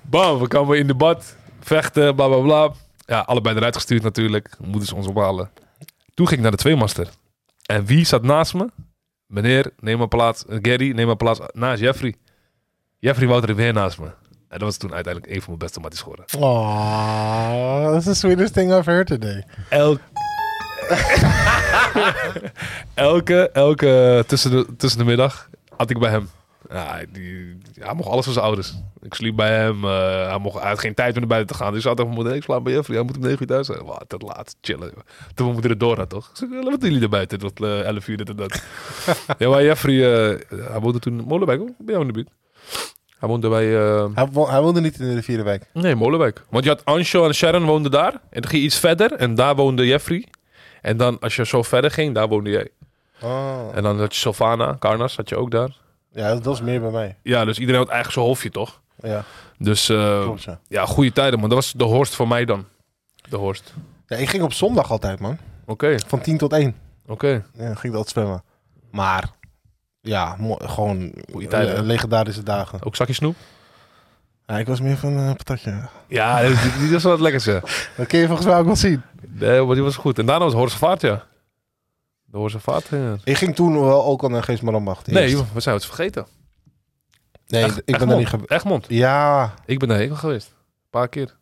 [SPEAKER 1] Bam, we kwamen in de bad. Vechten, bla bla bla. Ja, allebei eruit gestuurd natuurlijk. Moeders ons ophalen. Toen ging ik naar de tweemaster. En wie zat naast me? Meneer, neem maar plaats. Eh, Gary, neem maar plaats naast Jeffrey. Jeffrey Wouter weer naast me. En dat was toen uiteindelijk een van mijn beste matties geworden.
[SPEAKER 2] Aww, that's the sweetest thing I've heard today.
[SPEAKER 1] Elk... elke, elke tussen de, tussen de middag had ik bij hem. Ja, die, hij mocht alles van zijn ouders. Ik sliep bij hem. eh, hij, mocht, hij had geen tijd meer naar buiten te gaan. Dus hij had tegen mijn moeder, "Hey, ik slaap bij Jeffrey. Hij moet om 9 uur thuis zijn. Wat, dat laat. Chillen. joh. Toen mijn moeder het door had, toch? Ik zei, wat doen jullie er buiten tot eh, 11 uur dit en dat. ja, maar Jeffrey, eh, hij woonde toen in Molenbeek. hoor. Bij jou in de buurt. Hij woonde bij... eh,
[SPEAKER 2] Hij, wo- hij woonde niet in de rivierenwijk.
[SPEAKER 1] Nee, Molenbeek. Want je had Ancho en Sharon woonden daar. En dan ging je iets verder. En daar woonde Jeffrey. En dan als je zo verder ging, daar woonde jij.
[SPEAKER 2] Oh.
[SPEAKER 1] En dan had je Sylvana, Karnas had je ook daar.
[SPEAKER 2] Ja, dat, dat is meer bij mij.
[SPEAKER 1] Ja, dus iedereen had eigenlijk zijn hofje, toch?
[SPEAKER 2] Ja,
[SPEAKER 1] Dus eh,
[SPEAKER 2] klopt ja.
[SPEAKER 1] ja, goede tijden, man. Dat was de horst voor mij dan. De horst.
[SPEAKER 2] ja. Ik ging op zondag altijd, man.
[SPEAKER 1] Oké,
[SPEAKER 2] Van 10 tot 1.
[SPEAKER 1] oké.
[SPEAKER 2] Ja, ging ik altijd zwemmen. Maar, ja, mo- gewoon
[SPEAKER 1] Goeie tijden.
[SPEAKER 2] le- legendarische dagen.
[SPEAKER 1] Ook zakje snoep?
[SPEAKER 2] Ja, ik was meer van eh, patatje.
[SPEAKER 1] Ja, die, die was wel het lekkerste.
[SPEAKER 2] Dat kun je volgens mij ook wel zien.
[SPEAKER 1] Nee, maar die was goed. En daarna was Horstvaart, ja. De Horstvaart. Ja.
[SPEAKER 2] Ik ging toen wel ook al naar Geest Marambacht.
[SPEAKER 1] Nee,
[SPEAKER 2] eerst.
[SPEAKER 1] joh, we zijn het vergeten.
[SPEAKER 2] nee
[SPEAKER 1] Echt-
[SPEAKER 2] ik ben daar
[SPEAKER 1] Egmond.
[SPEAKER 2] niet geweest.
[SPEAKER 1] Egmond.
[SPEAKER 2] Ja,
[SPEAKER 1] Ik ben naar Hekel geweest. Een paar keer.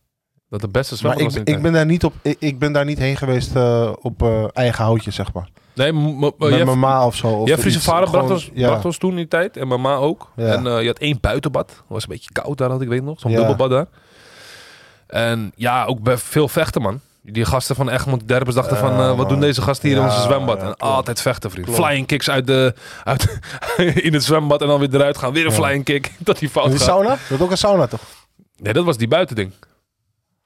[SPEAKER 1] Dat de beste
[SPEAKER 2] maar
[SPEAKER 1] zwemmer
[SPEAKER 2] ik,
[SPEAKER 1] was in
[SPEAKER 2] ben-
[SPEAKER 1] die
[SPEAKER 2] ik, ben daar niet op, ik, ik ben daar niet heen geweest eh, op eh, eigen houtje, zeg maar.
[SPEAKER 1] Nee, m- m-
[SPEAKER 2] Met
[SPEAKER 1] Jeff-
[SPEAKER 2] mijn ma of zo. Of
[SPEAKER 1] Jeffrey's
[SPEAKER 2] iets.
[SPEAKER 1] vader bracht,
[SPEAKER 2] Gewoon-
[SPEAKER 1] ons,
[SPEAKER 2] ja.
[SPEAKER 1] bracht ons toen in die tijd. En mama ook.
[SPEAKER 2] Ja.
[SPEAKER 1] En eh, je had één buitenbad. was een beetje koud daar, had ik weet nog. Zo'n
[SPEAKER 2] Ja.
[SPEAKER 1] dubbelbad daar. En ja, ook bij veel vechten, man. Die gasten van Egmond Derbers dachten
[SPEAKER 2] Ja,
[SPEAKER 1] van... eh, wat doen
[SPEAKER 2] man.
[SPEAKER 1] deze gasten hier in
[SPEAKER 2] Ja,
[SPEAKER 1] onze zwembad?
[SPEAKER 2] ja,
[SPEAKER 1] en
[SPEAKER 2] klopt.
[SPEAKER 1] altijd vechten, vriend.
[SPEAKER 2] Klopt.
[SPEAKER 1] Flying kicks uit de, uit, in het zwembad en dan weer eruit gaan. Weer een
[SPEAKER 2] Ja.
[SPEAKER 1] flying kick. Dat die
[SPEAKER 2] En
[SPEAKER 1] fout
[SPEAKER 2] die
[SPEAKER 1] Oh, gaat.
[SPEAKER 2] sauna? Dat ook een sauna, toch?
[SPEAKER 1] Nee, dat was die buitending.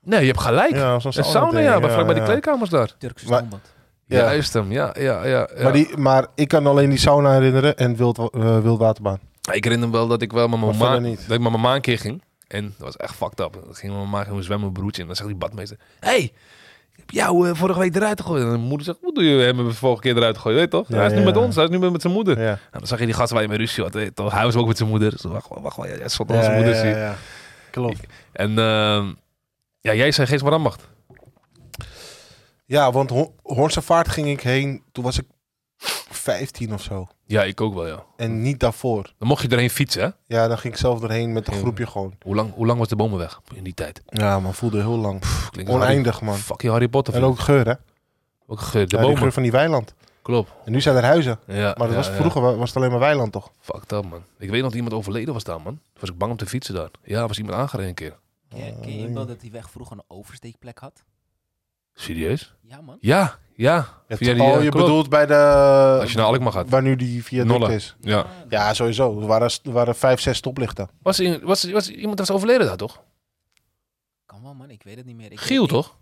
[SPEAKER 1] Nee, je hebt gelijk.
[SPEAKER 2] zo'n
[SPEAKER 1] een sauna, ja. Bij, bij die kleedkamers daar.
[SPEAKER 3] Turkse
[SPEAKER 2] Maar-
[SPEAKER 3] strandbad.
[SPEAKER 2] Ja.
[SPEAKER 1] Juist hem, ja. ja, ja, ja.
[SPEAKER 2] Maar, die, maar ik kan alleen die sauna herinneren en wild, eh, wildwaterbaan.
[SPEAKER 1] Ik herinner me wel dat ik wel met mijn
[SPEAKER 2] Maar
[SPEAKER 1] ma,
[SPEAKER 2] verder niet.
[SPEAKER 1] dat ik met mijn ma een keer ging. En dat was echt fucked up. Dan ging mijn ma gewoon zwemmen mijn broertje. En dan zegt die badmeester... hey, ik heb jou eh, vorige week eruit gegooid. En mijn moeder zegt... Wat doe je hem de vorige keer eruit gegooid? Weet je toch?
[SPEAKER 2] Ja,
[SPEAKER 1] hij is nu
[SPEAKER 2] ja,
[SPEAKER 1] met
[SPEAKER 2] ja.
[SPEAKER 1] ons. Hij is nu met, met zijn moeder.
[SPEAKER 2] Ja.
[SPEAKER 1] En dan zag je die gast waar je mee ruzie had. weet je toch? Hij was ook met zijn moeder. Dus wacht, wacht, wacht. wacht, Ja, ja, stond al
[SPEAKER 2] Ja,
[SPEAKER 1] zijn moeder.
[SPEAKER 2] ja,
[SPEAKER 1] zie.
[SPEAKER 2] ja, ja. Klopt.
[SPEAKER 1] En ehm, ja, jij zei geest maar macht.
[SPEAKER 2] Ja, want Ho- Horsevaart ging ik heen, toen was ik 15 of zo.
[SPEAKER 1] Ja, ik ook wel, ja.
[SPEAKER 2] En niet daarvoor.
[SPEAKER 1] Dan mocht je erheen fietsen, hè?
[SPEAKER 2] Ja, dan ging ik zelf doorheen met een
[SPEAKER 1] Ja.
[SPEAKER 2] groepje gewoon.
[SPEAKER 1] Hoe lang, hoe lang was de bomen weg in die tijd?
[SPEAKER 2] Ja, man, voelde heel lang.
[SPEAKER 1] Pff, klinkt als
[SPEAKER 2] Oneindig,
[SPEAKER 1] Harry,
[SPEAKER 2] man.
[SPEAKER 1] Fucking Harry Potter.
[SPEAKER 2] En
[SPEAKER 1] vriend.
[SPEAKER 2] ook geur, hè?
[SPEAKER 1] Ook, eh, de
[SPEAKER 2] Ja, die
[SPEAKER 1] bomen.
[SPEAKER 2] geur van die weiland.
[SPEAKER 1] Klopt.
[SPEAKER 2] En nu zijn er huizen.
[SPEAKER 1] Ja,
[SPEAKER 2] Maar dat
[SPEAKER 1] ja,
[SPEAKER 2] was,
[SPEAKER 1] ja.
[SPEAKER 2] vroeger wa- was het alleen maar weiland, toch?
[SPEAKER 1] Fuck dat, man. Ik weet nog dat iemand overleden was daar, man. Toen was ik bang om te fietsen daar. Ja, was iemand aangereden een keer.
[SPEAKER 3] Ja, ken je wel dat die weg vroeger een oversteekplek had?
[SPEAKER 1] Serieus?
[SPEAKER 3] Ja, man.
[SPEAKER 1] Ja, ja.
[SPEAKER 2] Ja,
[SPEAKER 1] Via die,
[SPEAKER 2] oh,
[SPEAKER 1] eh,
[SPEAKER 2] je
[SPEAKER 1] klopt.
[SPEAKER 2] bedoelt bij de...
[SPEAKER 1] Als je naar Alkmaar gaat.
[SPEAKER 2] Waar nu die viaduct
[SPEAKER 1] Nolle.
[SPEAKER 2] is.
[SPEAKER 1] Ja.
[SPEAKER 2] Ja, sowieso. Er waren, er waren vijf, zes stoplichten.
[SPEAKER 1] Was, in- was, was iemand was overleden daar, toch?
[SPEAKER 3] Kan wel, man. Ik weet het niet meer. Ik
[SPEAKER 1] Giel,
[SPEAKER 3] weet, ik-
[SPEAKER 1] toch?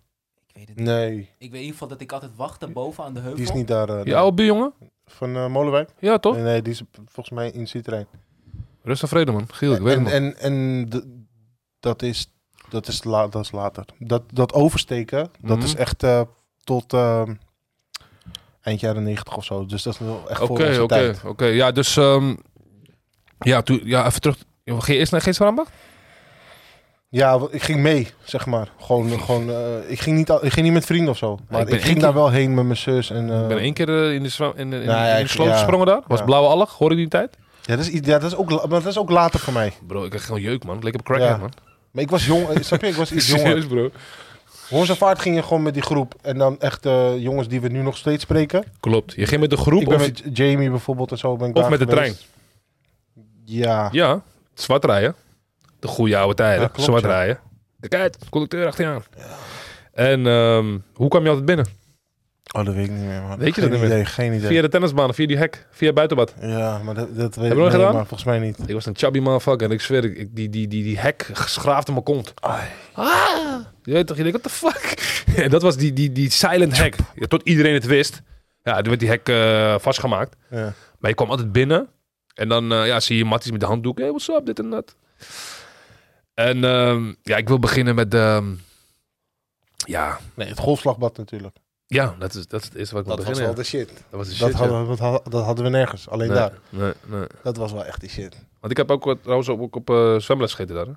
[SPEAKER 3] Ik, weet het niet.
[SPEAKER 2] Nee,
[SPEAKER 3] Ik weet in ieder geval dat ik altijd wachtte boven aan de heuvel.
[SPEAKER 2] die is niet daar. eh,
[SPEAKER 1] Je oude buurjongen?
[SPEAKER 2] Van eh, Molenwijk?
[SPEAKER 1] Ja, toch?
[SPEAKER 2] Nee, nee, die is volgens mij in Citrain.
[SPEAKER 1] Rust en vrede, man. Giel, ik weet het
[SPEAKER 2] En,
[SPEAKER 1] nog.
[SPEAKER 2] en, en de- dat, is, dat, is la- dat is later. Dat, dat oversteken, dat
[SPEAKER 1] Mhm.
[SPEAKER 2] is echt eh, tot eh, eind jaren negentig of zo. Dus dat is wel echt voor
[SPEAKER 1] Oké,
[SPEAKER 2] onze
[SPEAKER 1] oké,
[SPEAKER 2] tijd.
[SPEAKER 1] oké. Ja, dus... ehm, ja, toen, ja, even terug. Ging je eerst naar Geest van Ambacht?
[SPEAKER 2] Ja, w- ik ging mee, zeg maar. Gewoon, gewoon, eh, ik, ging niet, al- ik ging niet met vrienden of zo. Maar
[SPEAKER 1] ik
[SPEAKER 2] ik,
[SPEAKER 1] ben één
[SPEAKER 2] ging
[SPEAKER 1] keer-
[SPEAKER 2] daar wel heen met mijn zus. En, eh,
[SPEAKER 1] Ik ben één keer eh, in de, zwa- in, in, in,
[SPEAKER 2] Nou ja,
[SPEAKER 1] in de
[SPEAKER 2] ik-
[SPEAKER 1] sloot
[SPEAKER 2] ja.
[SPEAKER 1] gesprongen daar. Was
[SPEAKER 2] Ja.
[SPEAKER 1] blauwe alg, hoorde je die tijd?
[SPEAKER 2] ja, dat is, iets- ja, dat is ook, la- maar dat is ook later voor mij.
[SPEAKER 1] Bro, ik kreeg gewoon jeuk, man. Het leek op crackhead,
[SPEAKER 2] Ja.
[SPEAKER 1] man.
[SPEAKER 2] Maar ik was jong, eh, snap je? Ik was iets jonger.
[SPEAKER 1] Serieus, bro.
[SPEAKER 2] Horse en vaart ging je gewoon met die groep. En dan echt eh, jongens die we nu nog steeds spreken.
[SPEAKER 1] Klopt. Je ging met de groep
[SPEAKER 2] ik ben
[SPEAKER 1] of,
[SPEAKER 2] met Jamie bijvoorbeeld en zo. Ben ik
[SPEAKER 1] of
[SPEAKER 2] daar
[SPEAKER 1] met de trein.
[SPEAKER 2] geweest. Ja.
[SPEAKER 1] Ja, zwart rijden. De goede oude tijden,
[SPEAKER 2] Ja, klopt,
[SPEAKER 1] zwart
[SPEAKER 2] ja.
[SPEAKER 1] rijden. Kijk uit, conducteur achter je aan. En ehm, hoe kwam je altijd binnen?
[SPEAKER 2] Oh, dat weet ik niet meer, man.
[SPEAKER 1] Weet je
[SPEAKER 2] geen
[SPEAKER 1] dat niet
[SPEAKER 2] idee, Geen idee.
[SPEAKER 1] Via de tennisbaan, via die hek, via het buitenbad.
[SPEAKER 2] Ja, maar dat, dat weet
[SPEAKER 1] je
[SPEAKER 2] ik
[SPEAKER 1] dat
[SPEAKER 2] niet,
[SPEAKER 1] gedaan?
[SPEAKER 2] maar volgens mij niet.
[SPEAKER 1] Ik was een chubby motherfucker en ik zweer, ik, die, die, die, die hek schraafde mijn kont. Ah, je weet toch, je denkt, what the fuck? En dat was die, die, die silent hack. Ja, tot iedereen het wist. Ja, toen werd die hek eh, vastgemaakt.
[SPEAKER 2] Ja.
[SPEAKER 1] Maar je kwam altijd binnen. En dan eh, ja, zie je Matties met de handdoek. Hey, what's up? Dit en dat. En ehm, ja, ik wil beginnen met... ehm, ja,
[SPEAKER 2] Nee, het golfslagbad natuurlijk.
[SPEAKER 1] ja, dat is, dat is het eerste wat ik
[SPEAKER 2] Dat
[SPEAKER 1] wil
[SPEAKER 2] was
[SPEAKER 1] beginnen.
[SPEAKER 2] wel de shit.
[SPEAKER 1] ja. Dat was de shit,
[SPEAKER 2] dat,
[SPEAKER 1] ja.
[SPEAKER 2] hadden, we- dat, hadden, dat hadden we nergens. Alleen
[SPEAKER 1] Nee,
[SPEAKER 2] daar.
[SPEAKER 1] nee, nee.
[SPEAKER 2] Dat was wel echt die shit.
[SPEAKER 1] Want ik heb ook wat- trouwens ook op eh, zwemles gegeten daar. hè.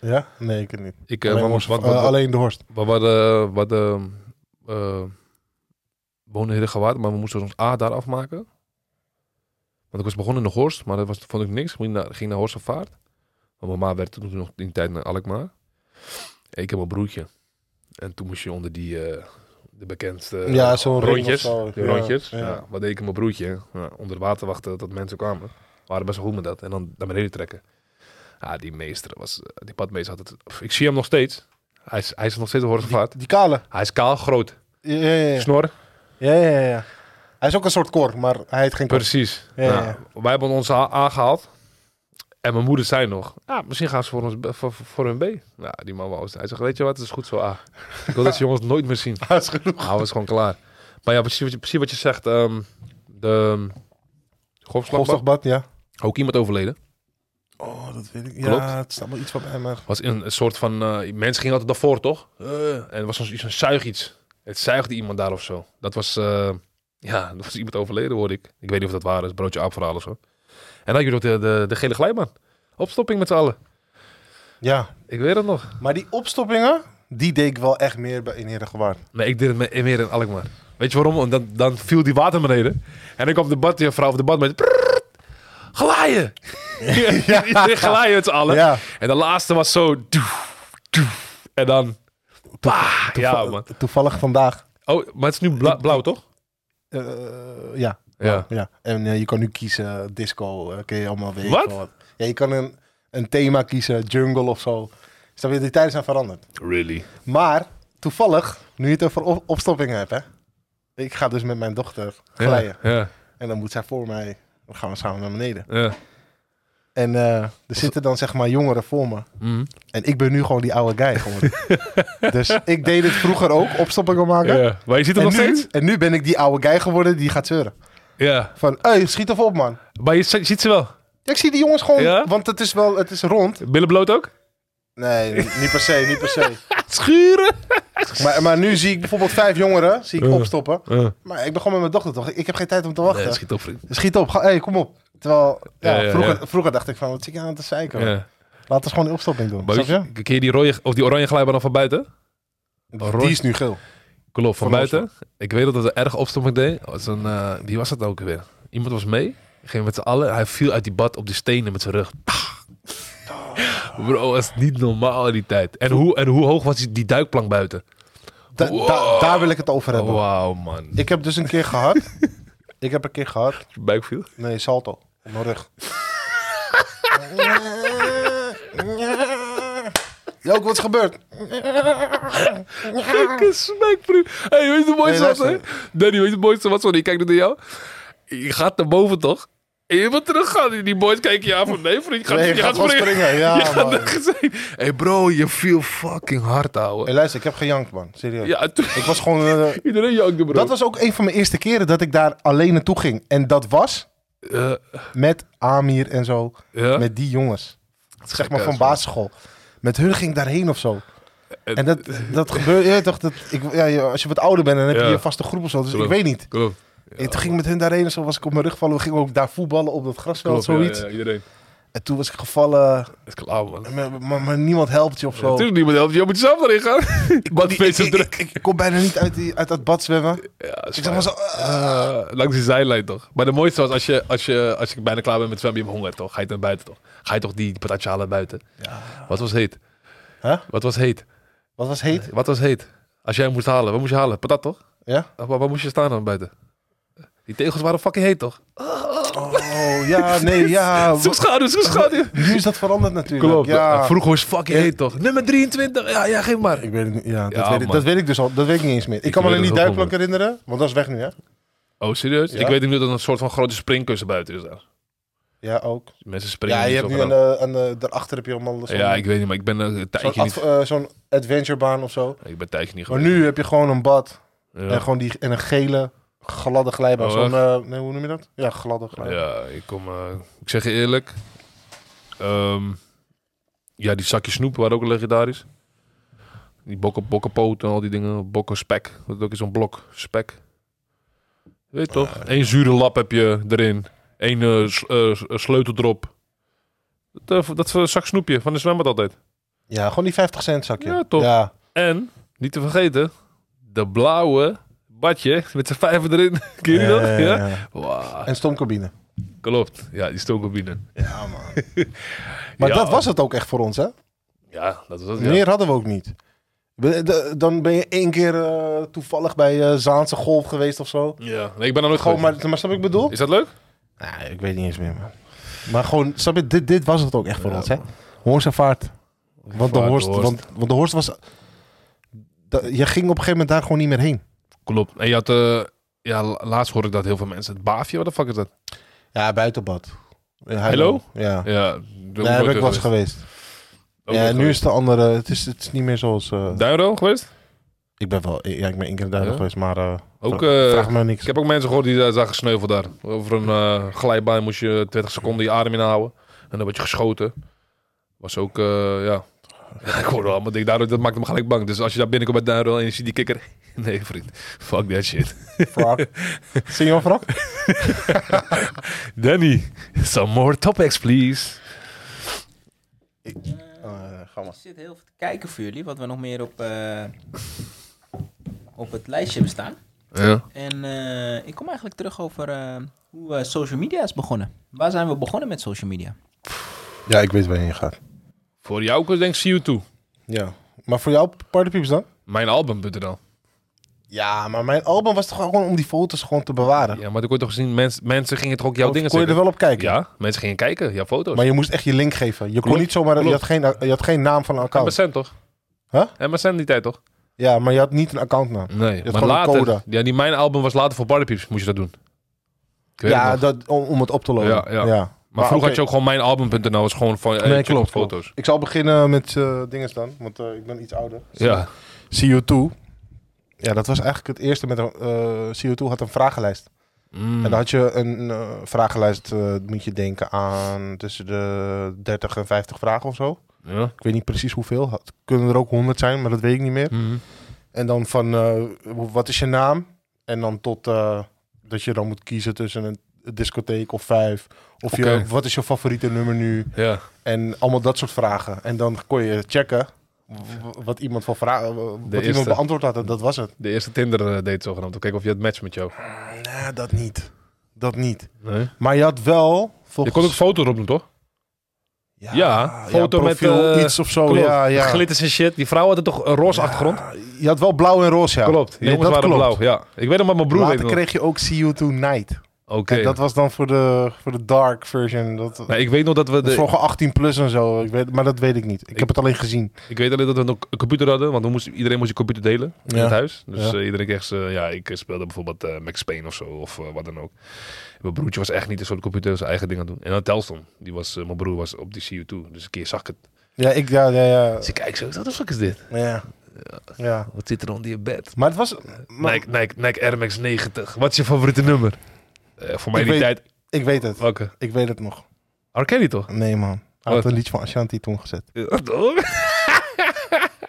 [SPEAKER 2] Ja? Nee, ik het niet.
[SPEAKER 1] Ik, eh,
[SPEAKER 2] Alleen,
[SPEAKER 1] want-
[SPEAKER 2] Horst-
[SPEAKER 1] want-
[SPEAKER 2] eh,
[SPEAKER 1] want-
[SPEAKER 2] alleen de horst.
[SPEAKER 1] Maar wat, eh wat eh, eh, wonen in Hiddegewaard, maar we moesten ons A daar afmaken. Want ik was begonnen in de Horst, maar dat was, vond ik niks. Ik ging naar, ging naar Horst en Vaart. Want mijn ma werd toen nog in die tijd naar Alkmaar. En ik heb een broertje. En toen moest je onder die eh, de bekendste
[SPEAKER 2] ja, zo'n ring of
[SPEAKER 1] rondjes.
[SPEAKER 2] zo.
[SPEAKER 1] die
[SPEAKER 2] Ja,
[SPEAKER 1] rondjes.
[SPEAKER 2] ja.
[SPEAKER 1] Ja. wat deed ik met mijn broertje? Ja, onder water wachten tot mensen kwamen. We waren best wel goed met dat. En dan naar beneden trekken. Ja, die meester was, eh, die padmeester had het. pff, Ik zie hem nog steeds. Hij is, hij is nog steeds een horse vaart.
[SPEAKER 2] Die kale.
[SPEAKER 1] Hij is kaal, groot,
[SPEAKER 2] Ja ja ja.
[SPEAKER 1] snor.
[SPEAKER 2] ja, ja, ja. Hij is ook een soort koor, maar hij heeft geen koor.
[SPEAKER 1] Precies.
[SPEAKER 2] Ja, ja.
[SPEAKER 1] Nou, wij hebben ons a- aangehaald. En mijn moeder zei nog, ja, misschien gaan ze voor, ons, b- voor, voor- voor hun B. Nou, die man wou. Hij zegt, weet je wat, het is goed zo A. Ik wil deze jongens nooit meer zien.
[SPEAKER 2] Dat is genoeg.
[SPEAKER 1] Hij was gewoon klaar. Maar ja, precies wat je, precies wat je zegt. ehm, de um, golfslag.
[SPEAKER 2] Golfslagbad, ja.
[SPEAKER 1] Ook iemand overleden.
[SPEAKER 2] Oh, dat weet ik. Ja,
[SPEAKER 1] Klopt.
[SPEAKER 2] het staat wel iets van mij, maar...
[SPEAKER 1] was in een soort van... eh, mensen gingen altijd daarvoor, toch? Eh, en er was zo'n zo'n zuig iets. Het zuigde iemand daar of zo. Dat was... eh, ja, dat was iemand overleden, hoorde ik. Ik weet niet of dat waar is. Broodje aap verhaal of zo. En dan had je nog de, de, de gele glijbaan. Opstopping met z'n allen.
[SPEAKER 2] Ja,
[SPEAKER 1] Ik weet het nog.
[SPEAKER 2] maar die opstoppingen, die deed ik wel echt meer bij in Herengewaard.
[SPEAKER 1] Nee, ik deed het me- meer in Alkmaar. Weet je waarom? Want dan, dan viel die water beneden. En dan kwam de badjuffrouw of de badmeid... prrrt, Glaaien! ja. Glaaien met z'n allen.
[SPEAKER 2] Ja.
[SPEAKER 1] En de laatste was zo... doef, doef, en dan... Bah, ja, man.
[SPEAKER 2] Toevallig vandaag.
[SPEAKER 1] Oh, maar het is nu bla- blauw, toch?
[SPEAKER 2] eh, ja,
[SPEAKER 1] Ja.
[SPEAKER 2] ja. En eh, je kan nu kiezen, disco, eh, kun je allemaal weten.
[SPEAKER 1] Wat?
[SPEAKER 2] Ja, je kan een, een thema kiezen, jungle of zo. Dus dan weer die tijden zijn veranderd.
[SPEAKER 1] Really?
[SPEAKER 2] Maar toevallig, nu je het over op- opstoppingen hebt, hè. Ik ga dus met mijn dochter glijden.
[SPEAKER 1] Ja, ja,
[SPEAKER 2] En dan moet zij voor mij. Dan gaan we samen naar beneden.
[SPEAKER 1] ja.
[SPEAKER 2] En eh, er zitten dan zeg maar jongeren voor me.
[SPEAKER 1] Mhm.
[SPEAKER 2] En ik ben nu gewoon die oude guy geworden. dus ik deed het vroeger ook, opstoppingen maken.
[SPEAKER 1] Ja. Maar je ziet
[SPEAKER 2] En
[SPEAKER 1] hem nog
[SPEAKER 2] nu,
[SPEAKER 1] steeds?
[SPEAKER 2] en nu ben ik die oude guy geworden die gaat zeuren.
[SPEAKER 1] Ja.
[SPEAKER 2] Van, hé, schiet even op man.
[SPEAKER 1] Maar je, z- ziet ze wel.
[SPEAKER 2] Ja, ik zie die jongens gewoon,
[SPEAKER 1] Ja?
[SPEAKER 2] want het is wel, het is rond.
[SPEAKER 1] Billen bloot ook?
[SPEAKER 2] Nee, niet per se, niet per se.
[SPEAKER 1] Schuren!
[SPEAKER 2] Ah, Maar, maar nu zie ik bijvoorbeeld vijf jongeren, zie ik
[SPEAKER 1] Ja.
[SPEAKER 2] opstoppen.
[SPEAKER 1] Ja.
[SPEAKER 2] Maar ik ben gewoon met mijn dochter toch, ik ik heb geen tijd om te wachten.
[SPEAKER 1] Nee, schiet op, vriend.
[SPEAKER 2] Schiet op, ga, hey, kom op. Terwijl, ja,
[SPEAKER 1] Ja, ja,
[SPEAKER 2] vroeger,
[SPEAKER 1] ja.
[SPEAKER 2] vroeger dacht ik van, wat zit je aan te zeiken? man?
[SPEAKER 1] Ja.
[SPEAKER 2] Laten we gewoon die opstopping doen,
[SPEAKER 1] Maar
[SPEAKER 2] snap
[SPEAKER 1] weet
[SPEAKER 2] je?
[SPEAKER 1] je, kun je die, rode, of die oranje glijbaan dan van buiten?
[SPEAKER 2] Die,
[SPEAKER 1] Roy-
[SPEAKER 2] is nu geel.
[SPEAKER 1] Klopt, van
[SPEAKER 2] Van
[SPEAKER 1] buiten. Ik weet dat het een erg opstopping deed. Was een, eh, wie was dat ook weer? Iemand was mee. Ging met z'n allen. Hij viel uit die bad op die stenen met zijn rug. Pah. Bro, was niet normaal in die tijd. En hoe, en hoe hoog was die, die duikplank buiten?
[SPEAKER 2] Da-
[SPEAKER 1] Wow.
[SPEAKER 2] da- daar wil ik het over hebben.
[SPEAKER 1] Wauw, man.
[SPEAKER 2] Ik heb dus een keer gehad. ik heb een keer gehad.
[SPEAKER 1] Je buik viel?
[SPEAKER 2] Nee, salto. Op mijn rug. Joke, wat is gebeurd?
[SPEAKER 1] Gekke smekbrief. Hé, hey, weet je het mooiste
[SPEAKER 2] Nee,
[SPEAKER 1] wat, hè? Danny, weet je het mooiste wat? Sorry, ik kijk nu naar jou. Je gaat naar boven, toch? En je wilt terug gaan. Die boys kijken je aan van... Nee, vriend, je gaat,
[SPEAKER 2] Nee,
[SPEAKER 1] je gaat
[SPEAKER 2] gewoon
[SPEAKER 1] springen.
[SPEAKER 2] Ja,
[SPEAKER 1] je gaat
[SPEAKER 2] man.
[SPEAKER 1] nergens heen. Hé, hey, bro, je viel fucking hard, ouwe.
[SPEAKER 2] Hey, luister, ik heb gejankt, man. Serieus.
[SPEAKER 1] Ja, toen...
[SPEAKER 2] Ik was gewoon... eh,
[SPEAKER 1] Iedereen jankte, bro.
[SPEAKER 2] dat was ook een van mijn eerste keren dat ik daar alleen naartoe ging. En dat was
[SPEAKER 1] Eh,
[SPEAKER 2] met Amir en zo.
[SPEAKER 1] ja?
[SPEAKER 2] Met die jongens. Zeg maar
[SPEAKER 1] Gekhuis,
[SPEAKER 2] van
[SPEAKER 1] man. Eh,
[SPEAKER 2] basisschool. Met hun ging ik daarheen of zo. En dat, dat gebeurde... Ja, toch, dat, ik, ja, je- als je wat ouder bent, dan heb je
[SPEAKER 1] Ja.
[SPEAKER 2] je vaste groep of zo. Dus ik
[SPEAKER 1] Klopt.
[SPEAKER 2] weet niet.
[SPEAKER 1] Klopt.
[SPEAKER 2] dus En toen ging ik met hun daarheen en zo was ik op mijn rug vallen. We gingen ook daar voetballen op dat grasveld,
[SPEAKER 1] Klopt, ja,
[SPEAKER 2] zoiets.
[SPEAKER 1] ja, iedereen.
[SPEAKER 2] En toen was ik gevallen,
[SPEAKER 1] is klaar, man.
[SPEAKER 2] maar- maar maar niemand helpt je of zo.
[SPEAKER 1] Natuurlijk niemand helpt. Je moet zelf erin gaan. Wat
[SPEAKER 2] Die-
[SPEAKER 1] feest
[SPEAKER 2] ik,
[SPEAKER 1] is
[SPEAKER 2] ik-
[SPEAKER 1] druk.
[SPEAKER 2] ik- ik kon bijna niet uit, die, uit dat bad zwemmen.
[SPEAKER 1] Ja, is
[SPEAKER 2] Ik zeg maar zo... eh.
[SPEAKER 1] Eh, langs die zijlijn toch. Maar de mooiste was, als je, als je, als je bijna klaar bent met zwemmen, je hebt honger toch? Ga je dan buiten toch? Ga je toch die patatje halen buiten? Wat was heet?
[SPEAKER 2] Huh?
[SPEAKER 1] Wat was heet?
[SPEAKER 2] Wat was heet?
[SPEAKER 1] Wat was heet? Als jij hem moest halen, wat moest je halen? Patat toch?
[SPEAKER 2] Ja?
[SPEAKER 1] Waar, waar moest je staan dan buiten? Die tegels waren fucking heet toch?
[SPEAKER 2] Oh, ja, nee, ja.
[SPEAKER 1] Zoek schaduw, zoek schaduw.
[SPEAKER 2] Nu is dat veranderd natuurlijk.
[SPEAKER 1] Klopt. Eh,
[SPEAKER 2] Ja.
[SPEAKER 1] Vroeger was het fucking heet toch? Nummer 23. Ja, ja, geef maar.
[SPEAKER 2] Ik weet het niet. Ja, dat,
[SPEAKER 1] Ja,
[SPEAKER 2] weet ik,
[SPEAKER 1] man.
[SPEAKER 2] dat weet ik dus al. Dat weet ik niet eens meer. Ik,
[SPEAKER 1] Ik
[SPEAKER 2] kan me
[SPEAKER 1] weet
[SPEAKER 2] alleen niet
[SPEAKER 1] het ook
[SPEAKER 2] duidelijk herinneren, want dat is weg nu, hè?
[SPEAKER 1] Oh, serieus?
[SPEAKER 2] Ja.
[SPEAKER 1] Ik weet niet of er een soort van grote springkussen buiten is daar.
[SPEAKER 2] Ja, ook.
[SPEAKER 1] Mensen springen
[SPEAKER 2] Ja, je
[SPEAKER 1] niet
[SPEAKER 2] hebt
[SPEAKER 1] zo
[SPEAKER 2] nu aan
[SPEAKER 1] graag.
[SPEAKER 2] de, aan de, eh, daarachter heb je allemaal zo'n
[SPEAKER 1] Ja, ik weet niet, maar ik ben eh, een
[SPEAKER 2] zo'n
[SPEAKER 1] tijdje
[SPEAKER 2] adv-
[SPEAKER 1] niet...
[SPEAKER 2] eh, zo'n adventurebaan of zo.
[SPEAKER 1] Ik ben een tijdje niet
[SPEAKER 2] Maar
[SPEAKER 1] geweest.
[SPEAKER 2] nu heb je gewoon een bad
[SPEAKER 1] Ja.
[SPEAKER 2] en gewoon die en een gele gladde glijbaan.
[SPEAKER 1] Oh,
[SPEAKER 2] zo'n,
[SPEAKER 1] echt?
[SPEAKER 2] eh, nee, hoe noem je dat? Ja, gladde glijbaan.
[SPEAKER 1] Ja, ik kom. eh, ik zeg je eerlijk. ehm, ja, die zakjes snoep waren ook legendarisch. Die bokken, bokkenpoot en al die dingen. Bokken spek. Dat is ook in zo'n blok. Spek. Je Weet toch? Eén zure lap heb je erin. Eén eh, s- eh, s- eh, sleuteldrop. Dat, eh, dat eh, zak snoepje van de zwembad altijd.
[SPEAKER 2] Ja. gewoon die 50 cent zakje.
[SPEAKER 1] Ja, toch.
[SPEAKER 2] Ja.
[SPEAKER 1] En, niet te vergeten, de blauwe badje met zijn vijver erin. Ken je die nog?
[SPEAKER 2] Eh,
[SPEAKER 1] Ja? Wauw,
[SPEAKER 2] En stomcabine.
[SPEAKER 1] klopt. Ja, die stoken binnen.
[SPEAKER 2] Ja, man. maar
[SPEAKER 1] Ja.
[SPEAKER 2] dat was het ook echt voor ons, hè?
[SPEAKER 1] Ja, dat was het. ja.
[SPEAKER 2] Meer hadden we ook niet. We- de- Dan ben je één keer eh, toevallig bij eh, Zaanse Golf geweest of zo.
[SPEAKER 1] Ja, nee, ik ben daar nooit
[SPEAKER 2] Gewoon,
[SPEAKER 1] geweest.
[SPEAKER 2] maar, maar snap ik wat ik bedoel?
[SPEAKER 1] Is dat leuk?
[SPEAKER 2] Nou, ik weet niet eens meer, man. Maar gewoon, snap je, dit, dit was het ook echt voor ons, hè? Horst en vaart. Want de
[SPEAKER 1] Vaart,
[SPEAKER 2] Horst,
[SPEAKER 1] Horst.
[SPEAKER 2] Want, want de Horst was... da- je ging op een gegeven moment daar gewoon niet meer heen.
[SPEAKER 1] Klopt. En je had, eh, ja, la- laatst hoorde ik dat heel veel mensen. Het baafje, wat de fuck is dat?
[SPEAKER 2] Ja, buitenbad. Ja,
[SPEAKER 1] Hallo?
[SPEAKER 2] Ja.
[SPEAKER 1] Ja, daar
[SPEAKER 2] Daar heb ik wel eens geweest. Ja, nu is de andere... Het is, het is niet meer zoals... eh,
[SPEAKER 1] Duinro geweest?
[SPEAKER 2] ik ben wel... Ja, ik ben één keer daar
[SPEAKER 1] Ja?
[SPEAKER 2] geweest, maar... eh,
[SPEAKER 1] Ook,
[SPEAKER 2] vra-
[SPEAKER 1] eh,
[SPEAKER 2] vraag me niks.
[SPEAKER 1] Ik heb ook mensen gehoord die daar zagen gesneuveld daar. Over een eh, glijbaan moest je 20 seconden je adem inhouden. En dan werd je geschoten. Was ook, eh, ja... ik hoorde allemaal dingen daardoor, dat maakte me gelijk bang. Dus als je daar binnenkomt bij Duinro en je ziet die kikker... Nee, vriend. Fuck that shit.
[SPEAKER 2] Frak. Zie je wel Frak?
[SPEAKER 1] Danny, some more topics, please. Eh,
[SPEAKER 2] ga maar.
[SPEAKER 3] Ik zit heel veel te kijken voor jullie, wat we nog meer op, eh, op het lijstje hebben staan.
[SPEAKER 1] Ja.
[SPEAKER 3] En eh, ik kom eigenlijk terug over eh, hoe eh, social media is begonnen. Waar zijn we begonnen met social media?
[SPEAKER 2] Ja, ik weet waar je heen gaat.
[SPEAKER 1] Voor jou ook, denk ik, CO2.
[SPEAKER 2] Ja. Maar voor jou, Partypieps dan?
[SPEAKER 1] Mijn album.nl.
[SPEAKER 2] Ja, maar mijn album was toch gewoon om die foto's gewoon te bewaren?
[SPEAKER 1] Ja, maar dan kon je toch zien, mens, mensen gingen toch ook jouw
[SPEAKER 2] Of
[SPEAKER 1] dingen
[SPEAKER 2] kon je er
[SPEAKER 1] zetten?
[SPEAKER 2] wel op kijken?
[SPEAKER 1] Ja, mensen gingen kijken, jouw foto's.
[SPEAKER 2] Maar je moest echt je link geven. Je kon
[SPEAKER 1] Klopt,
[SPEAKER 2] niet zomaar... Je
[SPEAKER 1] klopt.
[SPEAKER 2] had, geen, je had geen naam van een account.
[SPEAKER 1] MSN toch?
[SPEAKER 2] Huh?
[SPEAKER 1] MSN die tijd toch?
[SPEAKER 2] Ja, maar je had niet een accountnaam.
[SPEAKER 1] Nee,
[SPEAKER 2] hebt
[SPEAKER 1] maar
[SPEAKER 2] gewoon een
[SPEAKER 1] later.
[SPEAKER 2] code.
[SPEAKER 1] Ja, die mijn album was later voor Barbiepjes, moest je dat doen. Ik weet het
[SPEAKER 2] Ja,
[SPEAKER 1] nog.
[SPEAKER 2] dat, om, om het op te lopen.
[SPEAKER 1] Ja, ja. Maar, vroeger had je ook gewoon mijnalbum.nl, was gewoon van eh,
[SPEAKER 2] Nee,
[SPEAKER 1] check
[SPEAKER 2] klopt,
[SPEAKER 1] de foto's.
[SPEAKER 2] Ik zal beginnen met eh dingen dan, want eh, ik ben iets ouder.
[SPEAKER 1] Ja,
[SPEAKER 2] CO2. Ja, dat was eigenlijk het eerste met een... eh, CO2 had een vragenlijst.
[SPEAKER 1] Mm.
[SPEAKER 2] En dan had je een eh, vragenlijst, eh, moet je denken aan tussen de 30 en 50 vragen of zo.
[SPEAKER 1] ja.
[SPEAKER 2] Ik weet niet precies hoeveel. Het kunnen er ook 100 zijn, maar dat weet ik niet meer.
[SPEAKER 1] Mhm.
[SPEAKER 2] En dan van eh, hoe- wat is je naam? En dan tot eh, dat je dan moet kiezen tussen een discotheek of vijf. Of je,
[SPEAKER 1] Oké.
[SPEAKER 2] wat is je favoriete nummer nu?
[SPEAKER 1] ja.
[SPEAKER 2] En allemaal dat soort vragen. En dan kon je checken w- wat iemand van vragen, wat iemand
[SPEAKER 1] eerste.
[SPEAKER 2] beantwoord had. En Dat was het. Ah,
[SPEAKER 1] De eerste Tinder eh, date zogenaamd, om te kijken of je het matcht met jou.
[SPEAKER 2] Nee, dat niet. Dat niet.
[SPEAKER 1] Nee.
[SPEAKER 2] Maar je had wel.
[SPEAKER 1] Je kon ook foto's opdoen, toch?
[SPEAKER 2] Oh, Ja,
[SPEAKER 1] Ja, foto met,
[SPEAKER 2] profiel,
[SPEAKER 1] eh,
[SPEAKER 2] iets of zo.
[SPEAKER 1] Klopt.
[SPEAKER 2] Ja, ja.
[SPEAKER 1] Glitters en shit. Die vrouw had toch een roze achtergrond?
[SPEAKER 2] Je had wel blauw en roze, ja.
[SPEAKER 1] Klopt, die
[SPEAKER 2] Nee,
[SPEAKER 1] jongens
[SPEAKER 2] dat
[SPEAKER 1] waren
[SPEAKER 2] klopt.
[SPEAKER 1] blauw. Ja. Ik weet nog maar mijn broer weet
[SPEAKER 2] Later
[SPEAKER 1] nog.
[SPEAKER 2] kreeg je ook See You Tonight.
[SPEAKER 1] Oké.
[SPEAKER 2] En dat was dan voor de, voor de dark version. Dat,
[SPEAKER 1] Nee, ik weet nog dat we...
[SPEAKER 2] dat is
[SPEAKER 1] De,
[SPEAKER 2] voor 18 plus en zo. Ik weet, maar dat weet ik niet. Ik,
[SPEAKER 1] Ik-
[SPEAKER 2] heb het alleen gezien.
[SPEAKER 1] Ik weet alleen dat we nog een computer hadden, want we moesten, iedereen moest je computer delen in
[SPEAKER 2] Ja.
[SPEAKER 1] het huis. Dus
[SPEAKER 2] Ja.
[SPEAKER 1] eh, iedereen kreeg ze, ja, ik speelde bijvoorbeeld eh, Max Payne of zo, of eh, wat dan ook. Mijn broertje was echt niet een soort computer, zijn eigen dingen doen. En dan Telston, die was, eh, mijn broer was op die CU2, dus een keer zag ik het.
[SPEAKER 2] Ja, ik, ja, ja, ja.
[SPEAKER 1] Dus ik kijk zo, wat de fuck is dit?
[SPEAKER 2] ja. ja.
[SPEAKER 1] Wat zit er onder je bed?
[SPEAKER 2] Maar het was... maar-
[SPEAKER 1] Nike, Nike, Nike Air Max 90, wat is je favoriete nummer? Eh, voor mij
[SPEAKER 2] Ik
[SPEAKER 1] die
[SPEAKER 2] weet-
[SPEAKER 1] tijd,
[SPEAKER 2] Ik weet het.
[SPEAKER 1] welke?
[SPEAKER 2] Ik weet het nog.
[SPEAKER 1] R. Kelly toch?
[SPEAKER 2] Nee, man. Hij had
[SPEAKER 1] Wat?
[SPEAKER 2] een liedje van Ashanti toen gezet.
[SPEAKER 1] Ja, toch?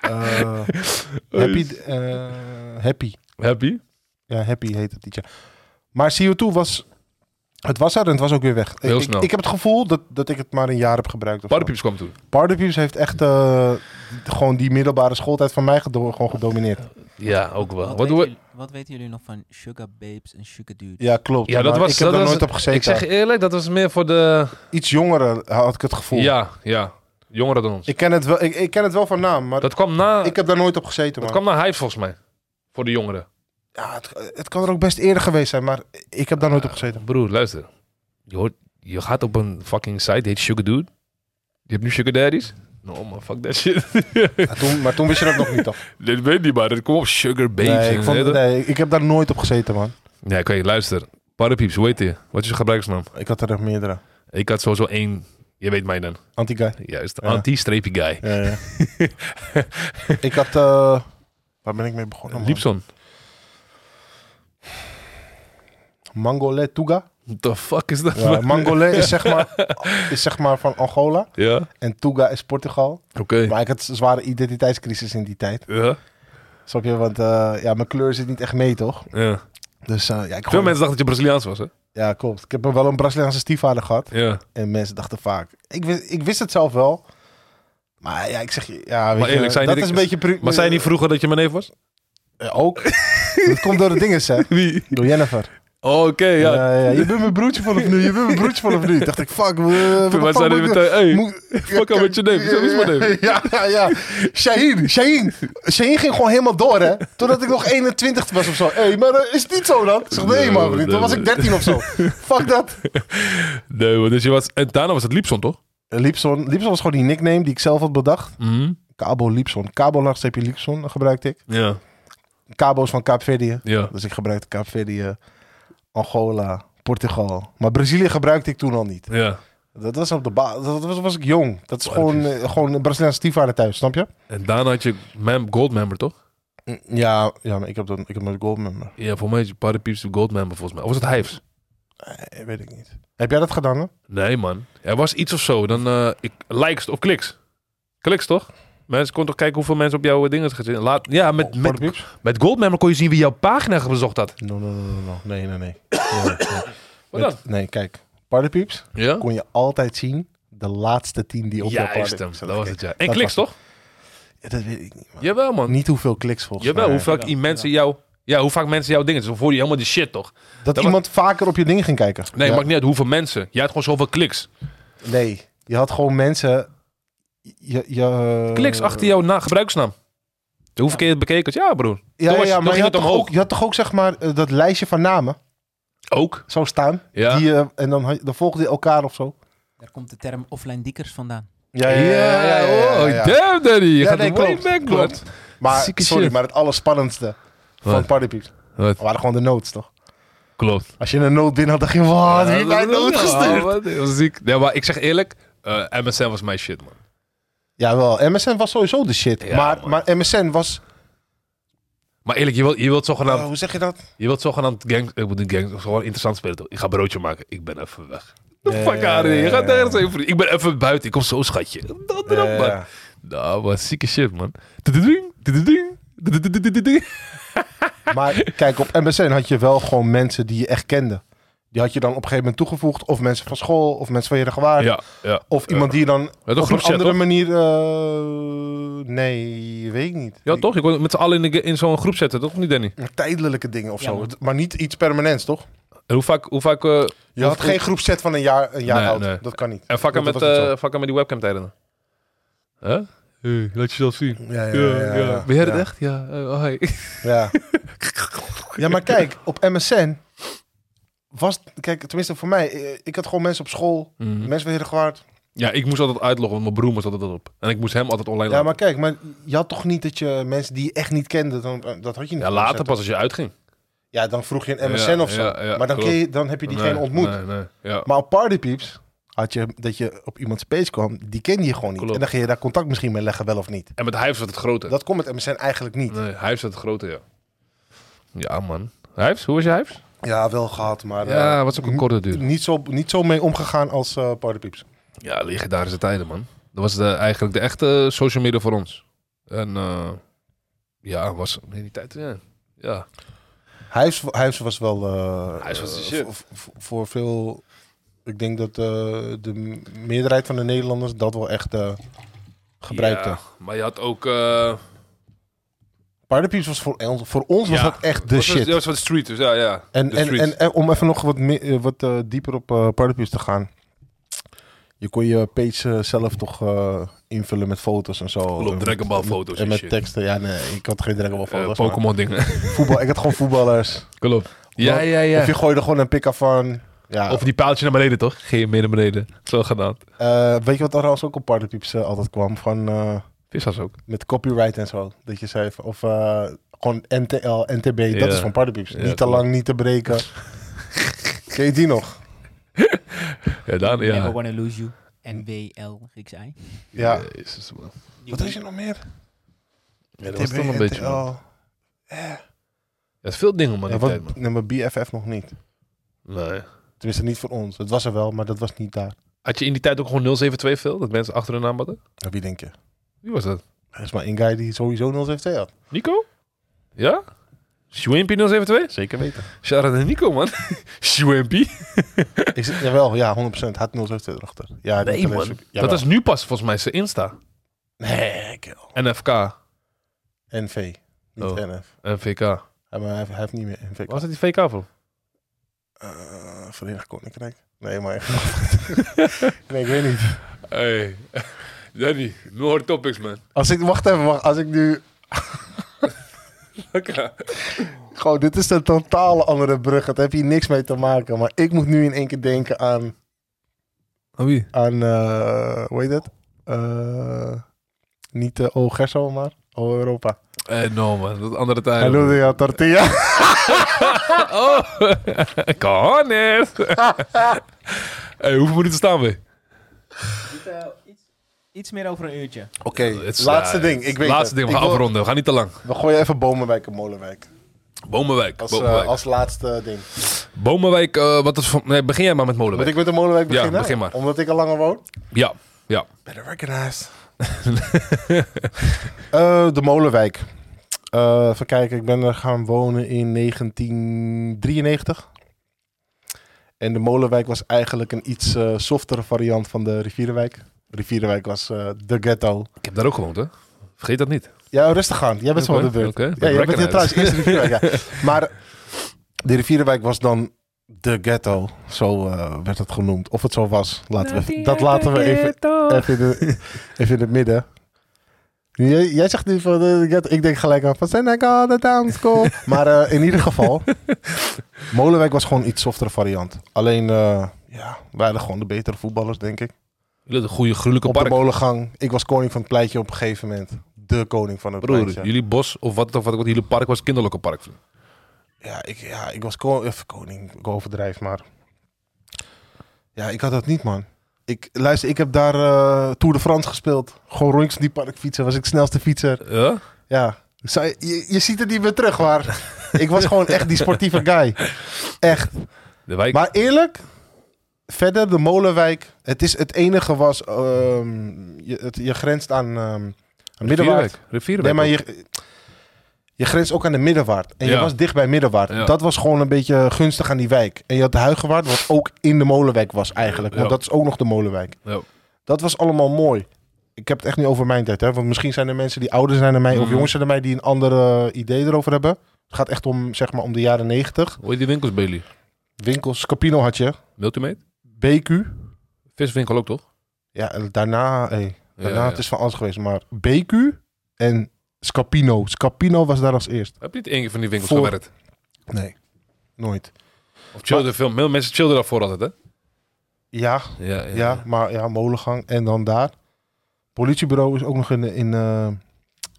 [SPEAKER 2] Eh, happy, eh, happy.
[SPEAKER 1] Happy?
[SPEAKER 2] Ja, Happy heet het liedje. Maar CO2 was Het was er en het was ook weer weg.
[SPEAKER 1] Heel
[SPEAKER 2] ik,
[SPEAKER 1] snel.
[SPEAKER 2] Ik heb het gevoel dat, dat ik het maar een jaar heb gebruikt. of zo.
[SPEAKER 1] Pardepiepjes kwam toen.
[SPEAKER 2] Pardepiepjes heeft echt eh, gewoon die middelbare schooltijd van mij gedo- gewoon gedomineerd.
[SPEAKER 1] Ja, ook wel.
[SPEAKER 4] Wat,
[SPEAKER 1] Wat
[SPEAKER 4] weten
[SPEAKER 1] doen we?
[SPEAKER 4] jullie, wat weten jullie nog van Sugar Babes en Sugar Dudes?
[SPEAKER 2] Ja, klopt.
[SPEAKER 1] Ja, dat
[SPEAKER 2] Maar
[SPEAKER 1] was,
[SPEAKER 2] ik heb
[SPEAKER 1] dat
[SPEAKER 2] daar
[SPEAKER 1] was-
[SPEAKER 2] nooit op gezeten.
[SPEAKER 1] Ik zeg je eerlijk, dat was meer voor de...
[SPEAKER 2] Iets jongeren had ik het gevoel.
[SPEAKER 1] Ja, ja. Jongeren dan ons.
[SPEAKER 2] Ik, ken het wel, ik, ik ken het wel van naam, maar
[SPEAKER 1] Dat kwam na,
[SPEAKER 2] ik heb daar nooit op gezeten.
[SPEAKER 1] dat
[SPEAKER 2] Man.
[SPEAKER 1] kwam na Hive volgens mij. Voor de jongeren.
[SPEAKER 2] Ja, het, het kan er ook best eerder geweest zijn, maar ik heb daar nooit op gezeten.
[SPEAKER 1] Broer, luister. Je, hoort, je gaat op een fucking site, die heet Sugar Dude. Je hebt nu Sugar Daddies. No man, fuck that shit.
[SPEAKER 2] Ja, toen, maar toen wist je dat nog niet, toch?
[SPEAKER 1] Dit weet niet, maar dat komt op Sugar Babes.
[SPEAKER 2] Nee, ik,
[SPEAKER 1] en-
[SPEAKER 2] vond, nee, ik heb daar nooit op gezeten, man.
[SPEAKER 1] Nee, oké, luister. Parapieps, hoe heet die? Wat is je gebruikersnaam?
[SPEAKER 2] Ik had er nog meerdere.
[SPEAKER 1] Ik had sowieso één... Je weet mij dan.
[SPEAKER 2] Anti-guy.
[SPEAKER 1] Juist,
[SPEAKER 2] Ja.
[SPEAKER 1] anti-streepie guy.
[SPEAKER 2] Ja, ja. ik had... eh, waar ben ik mee begonnen, man?
[SPEAKER 1] Liepson.
[SPEAKER 2] Mangole Tuga.
[SPEAKER 1] What the fuck is dat?
[SPEAKER 2] Ja, Mangole is zeg, maar, is zeg maar van Angola.
[SPEAKER 1] Ja,
[SPEAKER 2] En Tuga is Portugal.
[SPEAKER 1] oké.
[SPEAKER 2] Maar ik had een zware identiteitscrisis in die tijd.
[SPEAKER 1] Ja,
[SPEAKER 2] Snap je? Want eh, ja, mijn kleur zit niet echt mee, toch?
[SPEAKER 1] ja.
[SPEAKER 2] Dus eh, ja, ik
[SPEAKER 1] Veel
[SPEAKER 2] gooi-
[SPEAKER 1] mensen dachten dat je Braziliaans was, hè?
[SPEAKER 2] Ja, klopt. Ik heb wel een Braziliaanse stiefvader gehad.
[SPEAKER 1] Ja.
[SPEAKER 2] En mensen dachten vaak... Ik wist, ik wist het zelf wel. Maar ja, ik zeg je... Ja, weet
[SPEAKER 1] Maar eerlijk,
[SPEAKER 2] je,
[SPEAKER 1] zei je
[SPEAKER 2] dat
[SPEAKER 1] niet-
[SPEAKER 2] is een beetje... pri-
[SPEAKER 1] Maar zei je niet vroeger dat je mijn neef was?
[SPEAKER 2] Eh, ook. dat komt door de dingen, hè.
[SPEAKER 1] Wie?
[SPEAKER 2] Door Jennifer.
[SPEAKER 1] Oh, oké,
[SPEAKER 2] Ja.
[SPEAKER 1] ja.
[SPEAKER 2] ja, je bent mijn broertje vanaf nu. Je bent mijn broertje vanaf nu. Dacht ik, fuck. we
[SPEAKER 1] Toen wij zeiden meteen, hey, fuck al met je neef. Zo is mijn neef.
[SPEAKER 2] Ja, ja, ja. Shaheen, Shaheen. Shaheen ging gewoon helemaal door, hè. Totdat ik nog 21 was of zo. Hé, hey, maar eh, is het niet zo dan? Ik zeg, nee,
[SPEAKER 1] Nee,
[SPEAKER 2] man.
[SPEAKER 1] nee,
[SPEAKER 2] Toen was
[SPEAKER 1] nee.
[SPEAKER 2] ik 13 of zo. Fuck dat.
[SPEAKER 1] Nee, maar dus je was... En daarna was het Liepson, toch?
[SPEAKER 2] Eh, Liebson. Liebson was gewoon die nickname die ik zelf had bedacht.
[SPEAKER 1] Mhm.
[SPEAKER 2] Cabo Liebson. Cabo laagstreepje Liebson gebruikte ik.
[SPEAKER 1] Ja,
[SPEAKER 2] Cabo's van Kaapverdië.
[SPEAKER 1] ja.
[SPEAKER 2] Dus ik gebruikte Kaapverdië, Angola, Portugal. Maar Brazilië gebruikte ik toen al niet.
[SPEAKER 1] Ja.
[SPEAKER 2] Dat was op de ba Dat was, was ik jong. Dat is gewoon, eh, gewoon een Braziliaanse stiefvader thuis, snap je?
[SPEAKER 1] En daarna had je mem Goldmember, toch?
[SPEAKER 2] Mm, Ja, ja maar ik heb dan ik heb een goalmember.
[SPEAKER 1] Ja, voor mij is Parapieps Goldmember volgens mij. Of was het Hives?
[SPEAKER 2] Nee, weet ik niet. Heb jij dat gedaan? Hè?
[SPEAKER 1] Nee, man. Er was iets of zo. Dan eh, ik, likes of kliks. Kliks, toch? Mensen kon toch kijken hoeveel mensen op jouw eh, dingen gezien. Laat, ja, met,
[SPEAKER 2] Oh,
[SPEAKER 1] met,
[SPEAKER 2] Parapieps?
[SPEAKER 1] met Goldmember kon je zien wie jouw pagina bezocht had.
[SPEAKER 2] No, no, no, no, no. Nee, nee, nee. Nee, nee, nee.
[SPEAKER 1] Wat
[SPEAKER 2] Met- nee, kijk. Partypieps
[SPEAKER 1] Ja?
[SPEAKER 2] kon je altijd zien de laatste tien die op jouw
[SPEAKER 1] Juist hem, dat
[SPEAKER 2] Partypieps hadden
[SPEAKER 1] was het,
[SPEAKER 2] gekeken.
[SPEAKER 1] ja. En
[SPEAKER 2] Dat
[SPEAKER 1] kliks,
[SPEAKER 2] was
[SPEAKER 1] toch?
[SPEAKER 2] Ja, dat weet ik niet. man.
[SPEAKER 1] Jawel, man.
[SPEAKER 2] Niet hoeveel kliks volgens
[SPEAKER 1] Jawel,
[SPEAKER 2] mij.
[SPEAKER 1] hoe vaak
[SPEAKER 3] Ja,
[SPEAKER 1] i- mensen
[SPEAKER 3] ja.
[SPEAKER 1] jou... Ja, hoe vaak mensen jouw dingen... Dan voel je helemaal die shit, toch?
[SPEAKER 2] Dat,
[SPEAKER 1] Dat
[SPEAKER 2] iemand vaker op je dingen ging kijken.
[SPEAKER 1] Nee,
[SPEAKER 2] Ja.
[SPEAKER 1] maakt niet uit hoeveel mensen. Jij had gewoon zoveel kliks.
[SPEAKER 2] Nee, je had gewoon mensen. Je, je, eh,
[SPEAKER 1] Kliks achter jouw na gebruiksnaam. Hoeveel keer je het bekeken had? Ja, broer.
[SPEAKER 2] Ja,
[SPEAKER 1] Toen
[SPEAKER 2] ja,
[SPEAKER 1] was-
[SPEAKER 2] ja,
[SPEAKER 1] toen
[SPEAKER 2] maar je
[SPEAKER 1] ging
[SPEAKER 2] had,
[SPEAKER 1] het
[SPEAKER 2] toch
[SPEAKER 1] omhoog.
[SPEAKER 2] ook, je had toch ook zeg maar eh, dat lijstje van namen
[SPEAKER 1] Ook.
[SPEAKER 2] zo staan.
[SPEAKER 1] Ja.
[SPEAKER 2] Die, eh, en dan, had- dan volgden die elkaar of zo.
[SPEAKER 4] Daar komt de term offline dikkers vandaan.
[SPEAKER 2] Ja,
[SPEAKER 1] Oh, damn, daddy. Je
[SPEAKER 2] Ja,
[SPEAKER 1] gaat
[SPEAKER 2] nee,
[SPEAKER 1] er way
[SPEAKER 2] klopt,
[SPEAKER 1] back, man.
[SPEAKER 2] klopt. Maar
[SPEAKER 1] Zieke
[SPEAKER 2] sorry,
[SPEAKER 1] shit.
[SPEAKER 2] maar het allerspannendste van
[SPEAKER 1] Wat?
[SPEAKER 2] Partypieps
[SPEAKER 1] Wat?
[SPEAKER 2] waren gewoon de notes, toch?
[SPEAKER 1] Klopt.
[SPEAKER 2] Als je een noot binnen had, dacht je, wat, wie heeft mij een noot gestuurd?
[SPEAKER 1] Ja, dat was ziek. Nee, maar ik zeg eerlijk, eh, MSN was mijn shit, man.
[SPEAKER 2] Jawel, MSN was sowieso de shit.
[SPEAKER 1] Ja,
[SPEAKER 2] maar,
[SPEAKER 1] man.
[SPEAKER 2] maar MSN was,
[SPEAKER 1] Maar eerlijk, je wilt, je wilt
[SPEAKER 2] eh,
[SPEAKER 1] zogenaamd,
[SPEAKER 2] hoe zeg je dat?
[SPEAKER 1] je wilt zogenaamd gang, ik bedoel gang, gewoon interessant spelen. toch? Ik ga broodje maken, ik ben even weg. The
[SPEAKER 2] Ja,
[SPEAKER 1] fuck out
[SPEAKER 2] ja,
[SPEAKER 1] of here.
[SPEAKER 2] ja,
[SPEAKER 1] Je gaat
[SPEAKER 2] ja.
[SPEAKER 1] ergens even, vriend. ik ben even buiten, ik kom zo schatje. Dat erop,
[SPEAKER 2] Eh,
[SPEAKER 1] man. Nou, wat zieke shit, man. Tudududing, tudududing, tudududududududing.
[SPEAKER 2] Maar kijk, op MSN had je wel gewoon mensen die je echt kende. Die had je dan op een gegeven moment toegevoegd. Of mensen van school, of mensen van je gewaar.
[SPEAKER 1] Ja, ja.
[SPEAKER 2] Of iemand die je dan
[SPEAKER 1] een
[SPEAKER 2] op een
[SPEAKER 1] groepschat,
[SPEAKER 2] andere
[SPEAKER 1] toch?
[SPEAKER 2] manier... eh, nee, weet ik niet.
[SPEAKER 1] Ja, toch? Je kon het met z'n allen in, de- in zo'n groep zetten, toch? Of Niet, Danny?
[SPEAKER 2] Die- Tijdelijke dingen of
[SPEAKER 3] Ja,
[SPEAKER 2] zo.
[SPEAKER 3] man.
[SPEAKER 2] Maar niet iets permanents, toch?
[SPEAKER 1] En hoe vaak, hoe vaak, eh,
[SPEAKER 2] Je had
[SPEAKER 1] hoe-
[SPEAKER 2] geen groepset van een jaar, een jaar
[SPEAKER 1] Nee,
[SPEAKER 2] oud.
[SPEAKER 1] nee.
[SPEAKER 2] Dat kan niet.
[SPEAKER 1] En vakken
[SPEAKER 2] Dat
[SPEAKER 1] met,
[SPEAKER 2] was niet
[SPEAKER 1] eh,
[SPEAKER 2] zo.
[SPEAKER 1] vakken met die webcam tijdens. Huh? Hey, laat jezelf zien.
[SPEAKER 2] Ja, ja,
[SPEAKER 1] Ben jij dat
[SPEAKER 2] ja.
[SPEAKER 1] echt? Ja. eh, oh, hey.
[SPEAKER 2] Ja. ja, maar kijk, op MSN was... Kijk, tenminste voor mij, eh, ik had gewoon mensen op school.
[SPEAKER 1] Mhm.
[SPEAKER 2] Mensen van Herengewaard.
[SPEAKER 1] Ja, ik moest altijd uitloggen, want mijn broer was altijd op. En ik moest hem altijd online
[SPEAKER 2] Ja,
[SPEAKER 1] laten.
[SPEAKER 2] maar kijk, maar je had toch niet dat je mensen die je echt niet kende, dan, eh, dat had je niet.
[SPEAKER 1] Ja, later
[SPEAKER 2] gezet.
[SPEAKER 1] pas als je uitging.
[SPEAKER 2] Ja, dan vroeg je een MSN
[SPEAKER 1] Ja,
[SPEAKER 2] of zo.
[SPEAKER 1] ja, ja,
[SPEAKER 2] maar dan,
[SPEAKER 1] klopt.
[SPEAKER 2] ken je, dan heb je diegene
[SPEAKER 1] Nee,
[SPEAKER 2] ontmoet.
[SPEAKER 1] Nee, nee. Ja.
[SPEAKER 2] Maar op Partypeeps had je dat je op iemands page kwam, die kende je gewoon niet.
[SPEAKER 1] Klopt.
[SPEAKER 2] En dan ging je daar contact misschien mee leggen, wel of niet.
[SPEAKER 1] En met hij was het grote.
[SPEAKER 2] Dat komt met MSN eigenlijk niet.
[SPEAKER 1] Nee, hij was het grote, ja. Ja, man. Hijfs, hoe was je hijfs?
[SPEAKER 2] Ja, wel gehad, maar
[SPEAKER 1] Ja,
[SPEAKER 2] eh,
[SPEAKER 1] wat is ook een korte duur.
[SPEAKER 2] niet, zo, niet zo mee omgegaan als eh Partypeeps.
[SPEAKER 1] Ja, legendarische tijden, man. Dat was de, eigenlijk de echte social media voor ons. En eh, ja, was in die tijd, ja. ja.
[SPEAKER 2] Huis, Huis was wel... eh,
[SPEAKER 1] Huis was de
[SPEAKER 2] eh,
[SPEAKER 1] shit.
[SPEAKER 2] voor- voor- voor veel... Ik denk dat eh, de meerderheid van de Nederlanders dat wel echt eh, gebruikte.
[SPEAKER 1] Ja, maar je had ook... eh,
[SPEAKER 2] Paardenpies was voor, ons- voor ons was
[SPEAKER 1] Ja.
[SPEAKER 2] dat echt de
[SPEAKER 1] wat was-
[SPEAKER 2] shit.
[SPEAKER 1] Ja, was van de street, dus ja, ja.
[SPEAKER 2] En,
[SPEAKER 1] de
[SPEAKER 2] en,
[SPEAKER 1] street.
[SPEAKER 2] en, en om even nog wat, me- eh, wat eh, dieper op eh Pardepies te gaan. Je kon je page eh, zelf toch eh, invullen met foto's en zo.
[SPEAKER 1] Klopt,
[SPEAKER 2] En
[SPEAKER 1] Dragon Ball
[SPEAKER 2] met-
[SPEAKER 1] foto's
[SPEAKER 2] En
[SPEAKER 1] en
[SPEAKER 2] met
[SPEAKER 1] shit.
[SPEAKER 2] teksten. Ja, nee, ik had geen Dragon Ball
[SPEAKER 1] Eh,
[SPEAKER 2] foto's. maar
[SPEAKER 1] Pokémon dingen.
[SPEAKER 2] voetbal, ik had gewoon voetballers.
[SPEAKER 1] Klopt. Ja, ja, ja.
[SPEAKER 2] Of je gooide gewoon een pick-up van. Ja,
[SPEAKER 1] Of die paaltje naar beneden, toch? Geen meer naar beneden. Zo gedaan.
[SPEAKER 2] eh, weet je wat er trouwens ook op Pardepies eh, altijd kwam? Van, eh,
[SPEAKER 1] Vissas ook.
[SPEAKER 2] met copyright en zo. Dat je zei, van- of eh, gewoon NTL, NTB,
[SPEAKER 1] Ja.
[SPEAKER 2] dat is van Pardepies.
[SPEAKER 1] Ja,
[SPEAKER 2] niet te
[SPEAKER 1] klopt.
[SPEAKER 2] lang, niet te breken. Ken je die nog?
[SPEAKER 1] Ja, dan,
[SPEAKER 4] Never
[SPEAKER 1] ja.
[SPEAKER 4] wanna lose you. NWL, Grieks I.
[SPEAKER 2] Ja.
[SPEAKER 1] Eh, Jezus, man.
[SPEAKER 2] Wat is er nog meer?
[SPEAKER 1] Ja, dat was toch een beetje,
[SPEAKER 2] oh.
[SPEAKER 1] man. Ja, veel dingen, man.
[SPEAKER 2] Ja,
[SPEAKER 1] die
[SPEAKER 2] wat,
[SPEAKER 1] tijd, man.
[SPEAKER 2] nee, maar BFF nog niet.
[SPEAKER 1] Nee.
[SPEAKER 2] Tenminste, niet voor ons. Het was er wel, maar dat was niet daar.
[SPEAKER 1] Had je in die tijd ook gewoon 072 veel? Dat mensen achter hun naam hadden?
[SPEAKER 2] Ja, Nou, wie denk je?
[SPEAKER 1] Wie was dat?
[SPEAKER 2] Er is maar één guy die sowieso 072 had.
[SPEAKER 1] Nico? Ja? Schwimpy 072?
[SPEAKER 2] Zeker weten.
[SPEAKER 1] Shout out naar Nico, man. Schwimpy.
[SPEAKER 2] Ik, zeg- jawel, ja, 100%. Had 072 erachter. Ja, die
[SPEAKER 1] Nee, man.
[SPEAKER 2] televisie-
[SPEAKER 1] Dat
[SPEAKER 2] jawel.
[SPEAKER 1] is nu pas volgens mij zijn Insta.
[SPEAKER 2] Nee, kill.
[SPEAKER 1] NFK.
[SPEAKER 2] NV. Niet
[SPEAKER 1] Oh.
[SPEAKER 2] NF.
[SPEAKER 1] NVK.
[SPEAKER 2] Ja, maar hij, heeft- hij heeft niet meer NV.
[SPEAKER 1] Waar zit die VK voor?
[SPEAKER 2] Eh, Verenigd Koninkrijk? Nee, maar... nee, ik weet niet.
[SPEAKER 1] Hey. Danny, no hard topics, man.
[SPEAKER 2] Als ik... Wacht even, wacht. Als ik nu... Gewoon, dit is een totale andere brug. Het heeft hier niks mee te maken. Maar ik moet nu in één keer denken aan...
[SPEAKER 1] Oh, wie?
[SPEAKER 2] aan, eh, hoe heet het? Eh, niet eh O Gerso, maar O Europa.
[SPEAKER 1] Eh, no, man. Dat andere
[SPEAKER 2] Hij
[SPEAKER 1] tijd.
[SPEAKER 2] noemde jou tortilla.
[SPEAKER 1] Oh, Cornet. hey, hoeveel minuten staan we?
[SPEAKER 3] eh, iets, iets meer over een uurtje.
[SPEAKER 2] Oké, laatste ding. Ik weet
[SPEAKER 1] uh, Laatste
[SPEAKER 2] het.
[SPEAKER 1] ding, we
[SPEAKER 2] Ik
[SPEAKER 1] gaan
[SPEAKER 2] wil-
[SPEAKER 1] afronden. We gaan niet te lang.
[SPEAKER 2] We gooien even Bomenwijk en Molenwijk.
[SPEAKER 1] Bomenwijk.
[SPEAKER 2] Als, eh,
[SPEAKER 1] Bomenwijk,
[SPEAKER 2] als laatste ding.
[SPEAKER 1] Bomenwijk eh, wat is van... Nee, begin jij maar met
[SPEAKER 2] Moet
[SPEAKER 1] Molenwijk.
[SPEAKER 2] ik met de Molenwijk
[SPEAKER 1] Ja,
[SPEAKER 2] beginnen?
[SPEAKER 1] begin maar.
[SPEAKER 2] Omdat ik al langer woon?
[SPEAKER 1] Ja, ja.
[SPEAKER 2] Better recognized. de Molenwijk. Eh, even kijken, ik ben er gaan wonen in 1993. En de Molenwijk was eigenlijk een iets eh, softere variant van de Rivierenwijk. Rivierenwijk was eh, de ghetto.
[SPEAKER 1] Ik heb daar ook gewoond, hè. Vergeet dat niet.
[SPEAKER 2] Ja, rustig aan. Jij bent zo aan de beurt.
[SPEAKER 1] Oké, oké.
[SPEAKER 2] Ja, jij bent hier trouwens
[SPEAKER 1] Recognized.
[SPEAKER 2] eerst de Rivierenwijk. ja. Maar de Rivierenwijk was dan de ghetto. Zo eh, werd het genoemd. Of het zo was, laten we even- dat laten we even, eh, even, in, de- even in het midden. Jij, jij zegt nu van de ghetto. eh, Ik denk gelijk aan van Senegal, de townschool. maar eh, in ieder geval, Molenwijk was gewoon een iets softere variant. Alleen, eh ja, wij hadden gewoon de betere voetballers, denk ik.
[SPEAKER 1] Jullie hadden een goede gruwelijke
[SPEAKER 2] Op de
[SPEAKER 1] park.
[SPEAKER 2] molengang. Ik was koning van het pleitje op een gegeven moment. De koning van het
[SPEAKER 1] Broer,
[SPEAKER 2] pleitje.
[SPEAKER 1] jullie bos of wat, of wat, wat jullie park was, kinderlijke park. vriend.
[SPEAKER 2] Ja, ik, ja, ik was ko- even koning, ik overdrijf, maar... Ja, ik had dat niet, man. Ik, luister, ik heb daar eh, Tour de France gespeeld. Gewoon rondjes in die park fietsen, was ik snelste fietser.
[SPEAKER 1] Ja?
[SPEAKER 2] Ja, Zou je, je, je ziet het niet meer terug, maar... ik was gewoon echt die sportieve guy. Echt.
[SPEAKER 1] De wijk.
[SPEAKER 2] Maar eerlijk, verder de Molenwijk. Het, is, het enige was, ehm, je, het, je grenst aan, ehm aan Middenwaard.
[SPEAKER 1] Rivierenwijk. Rivierenwijk.
[SPEAKER 2] Nee, maar je, je grenst ook aan de Middenwaard. En je
[SPEAKER 1] Ja.
[SPEAKER 2] was dicht bij Middenwaard.
[SPEAKER 1] Ja.
[SPEAKER 2] Dat was gewoon een beetje gunstig aan die wijk. En je had de Huigewaard, wat ook in de Molenwijk was eigenlijk. Want
[SPEAKER 1] Ja.
[SPEAKER 2] dat is ook nog de Molenwijk.
[SPEAKER 1] Ja.
[SPEAKER 2] Dat was allemaal mooi. Ik heb het echt niet over mijn tijd. Hè? Want misschien zijn er mensen die ouder zijn dan mij... of
[SPEAKER 1] Mhm.
[SPEAKER 2] jonger zijn dan mij die een ander idee erover hebben. Het gaat echt om, zeg maar, om de jaren 90.
[SPEAKER 1] Hoe heet die winkels bij jullie?
[SPEAKER 2] Winkels, Capino had je.
[SPEAKER 1] Multimate?
[SPEAKER 2] BQ.
[SPEAKER 1] Viswinkel ook, toch?
[SPEAKER 2] Ja, en daarna... Hey, daarna
[SPEAKER 1] Ja, ja.
[SPEAKER 2] nou, het is van alles geweest. Maar BQ en Scapino. Scapino was daar als eerst.
[SPEAKER 1] Heb je niet één keer van die winkels
[SPEAKER 2] Voor-
[SPEAKER 1] gewerkt?
[SPEAKER 2] Nee. Nooit.
[SPEAKER 1] Of chillde veel. Veel mensen chillden daarvoor altijd, hè?
[SPEAKER 2] Ja,
[SPEAKER 1] Ja, ja.
[SPEAKER 2] ja, maar ja, molengang en dan daar. Politiebureau is ook nog in de, in, eh,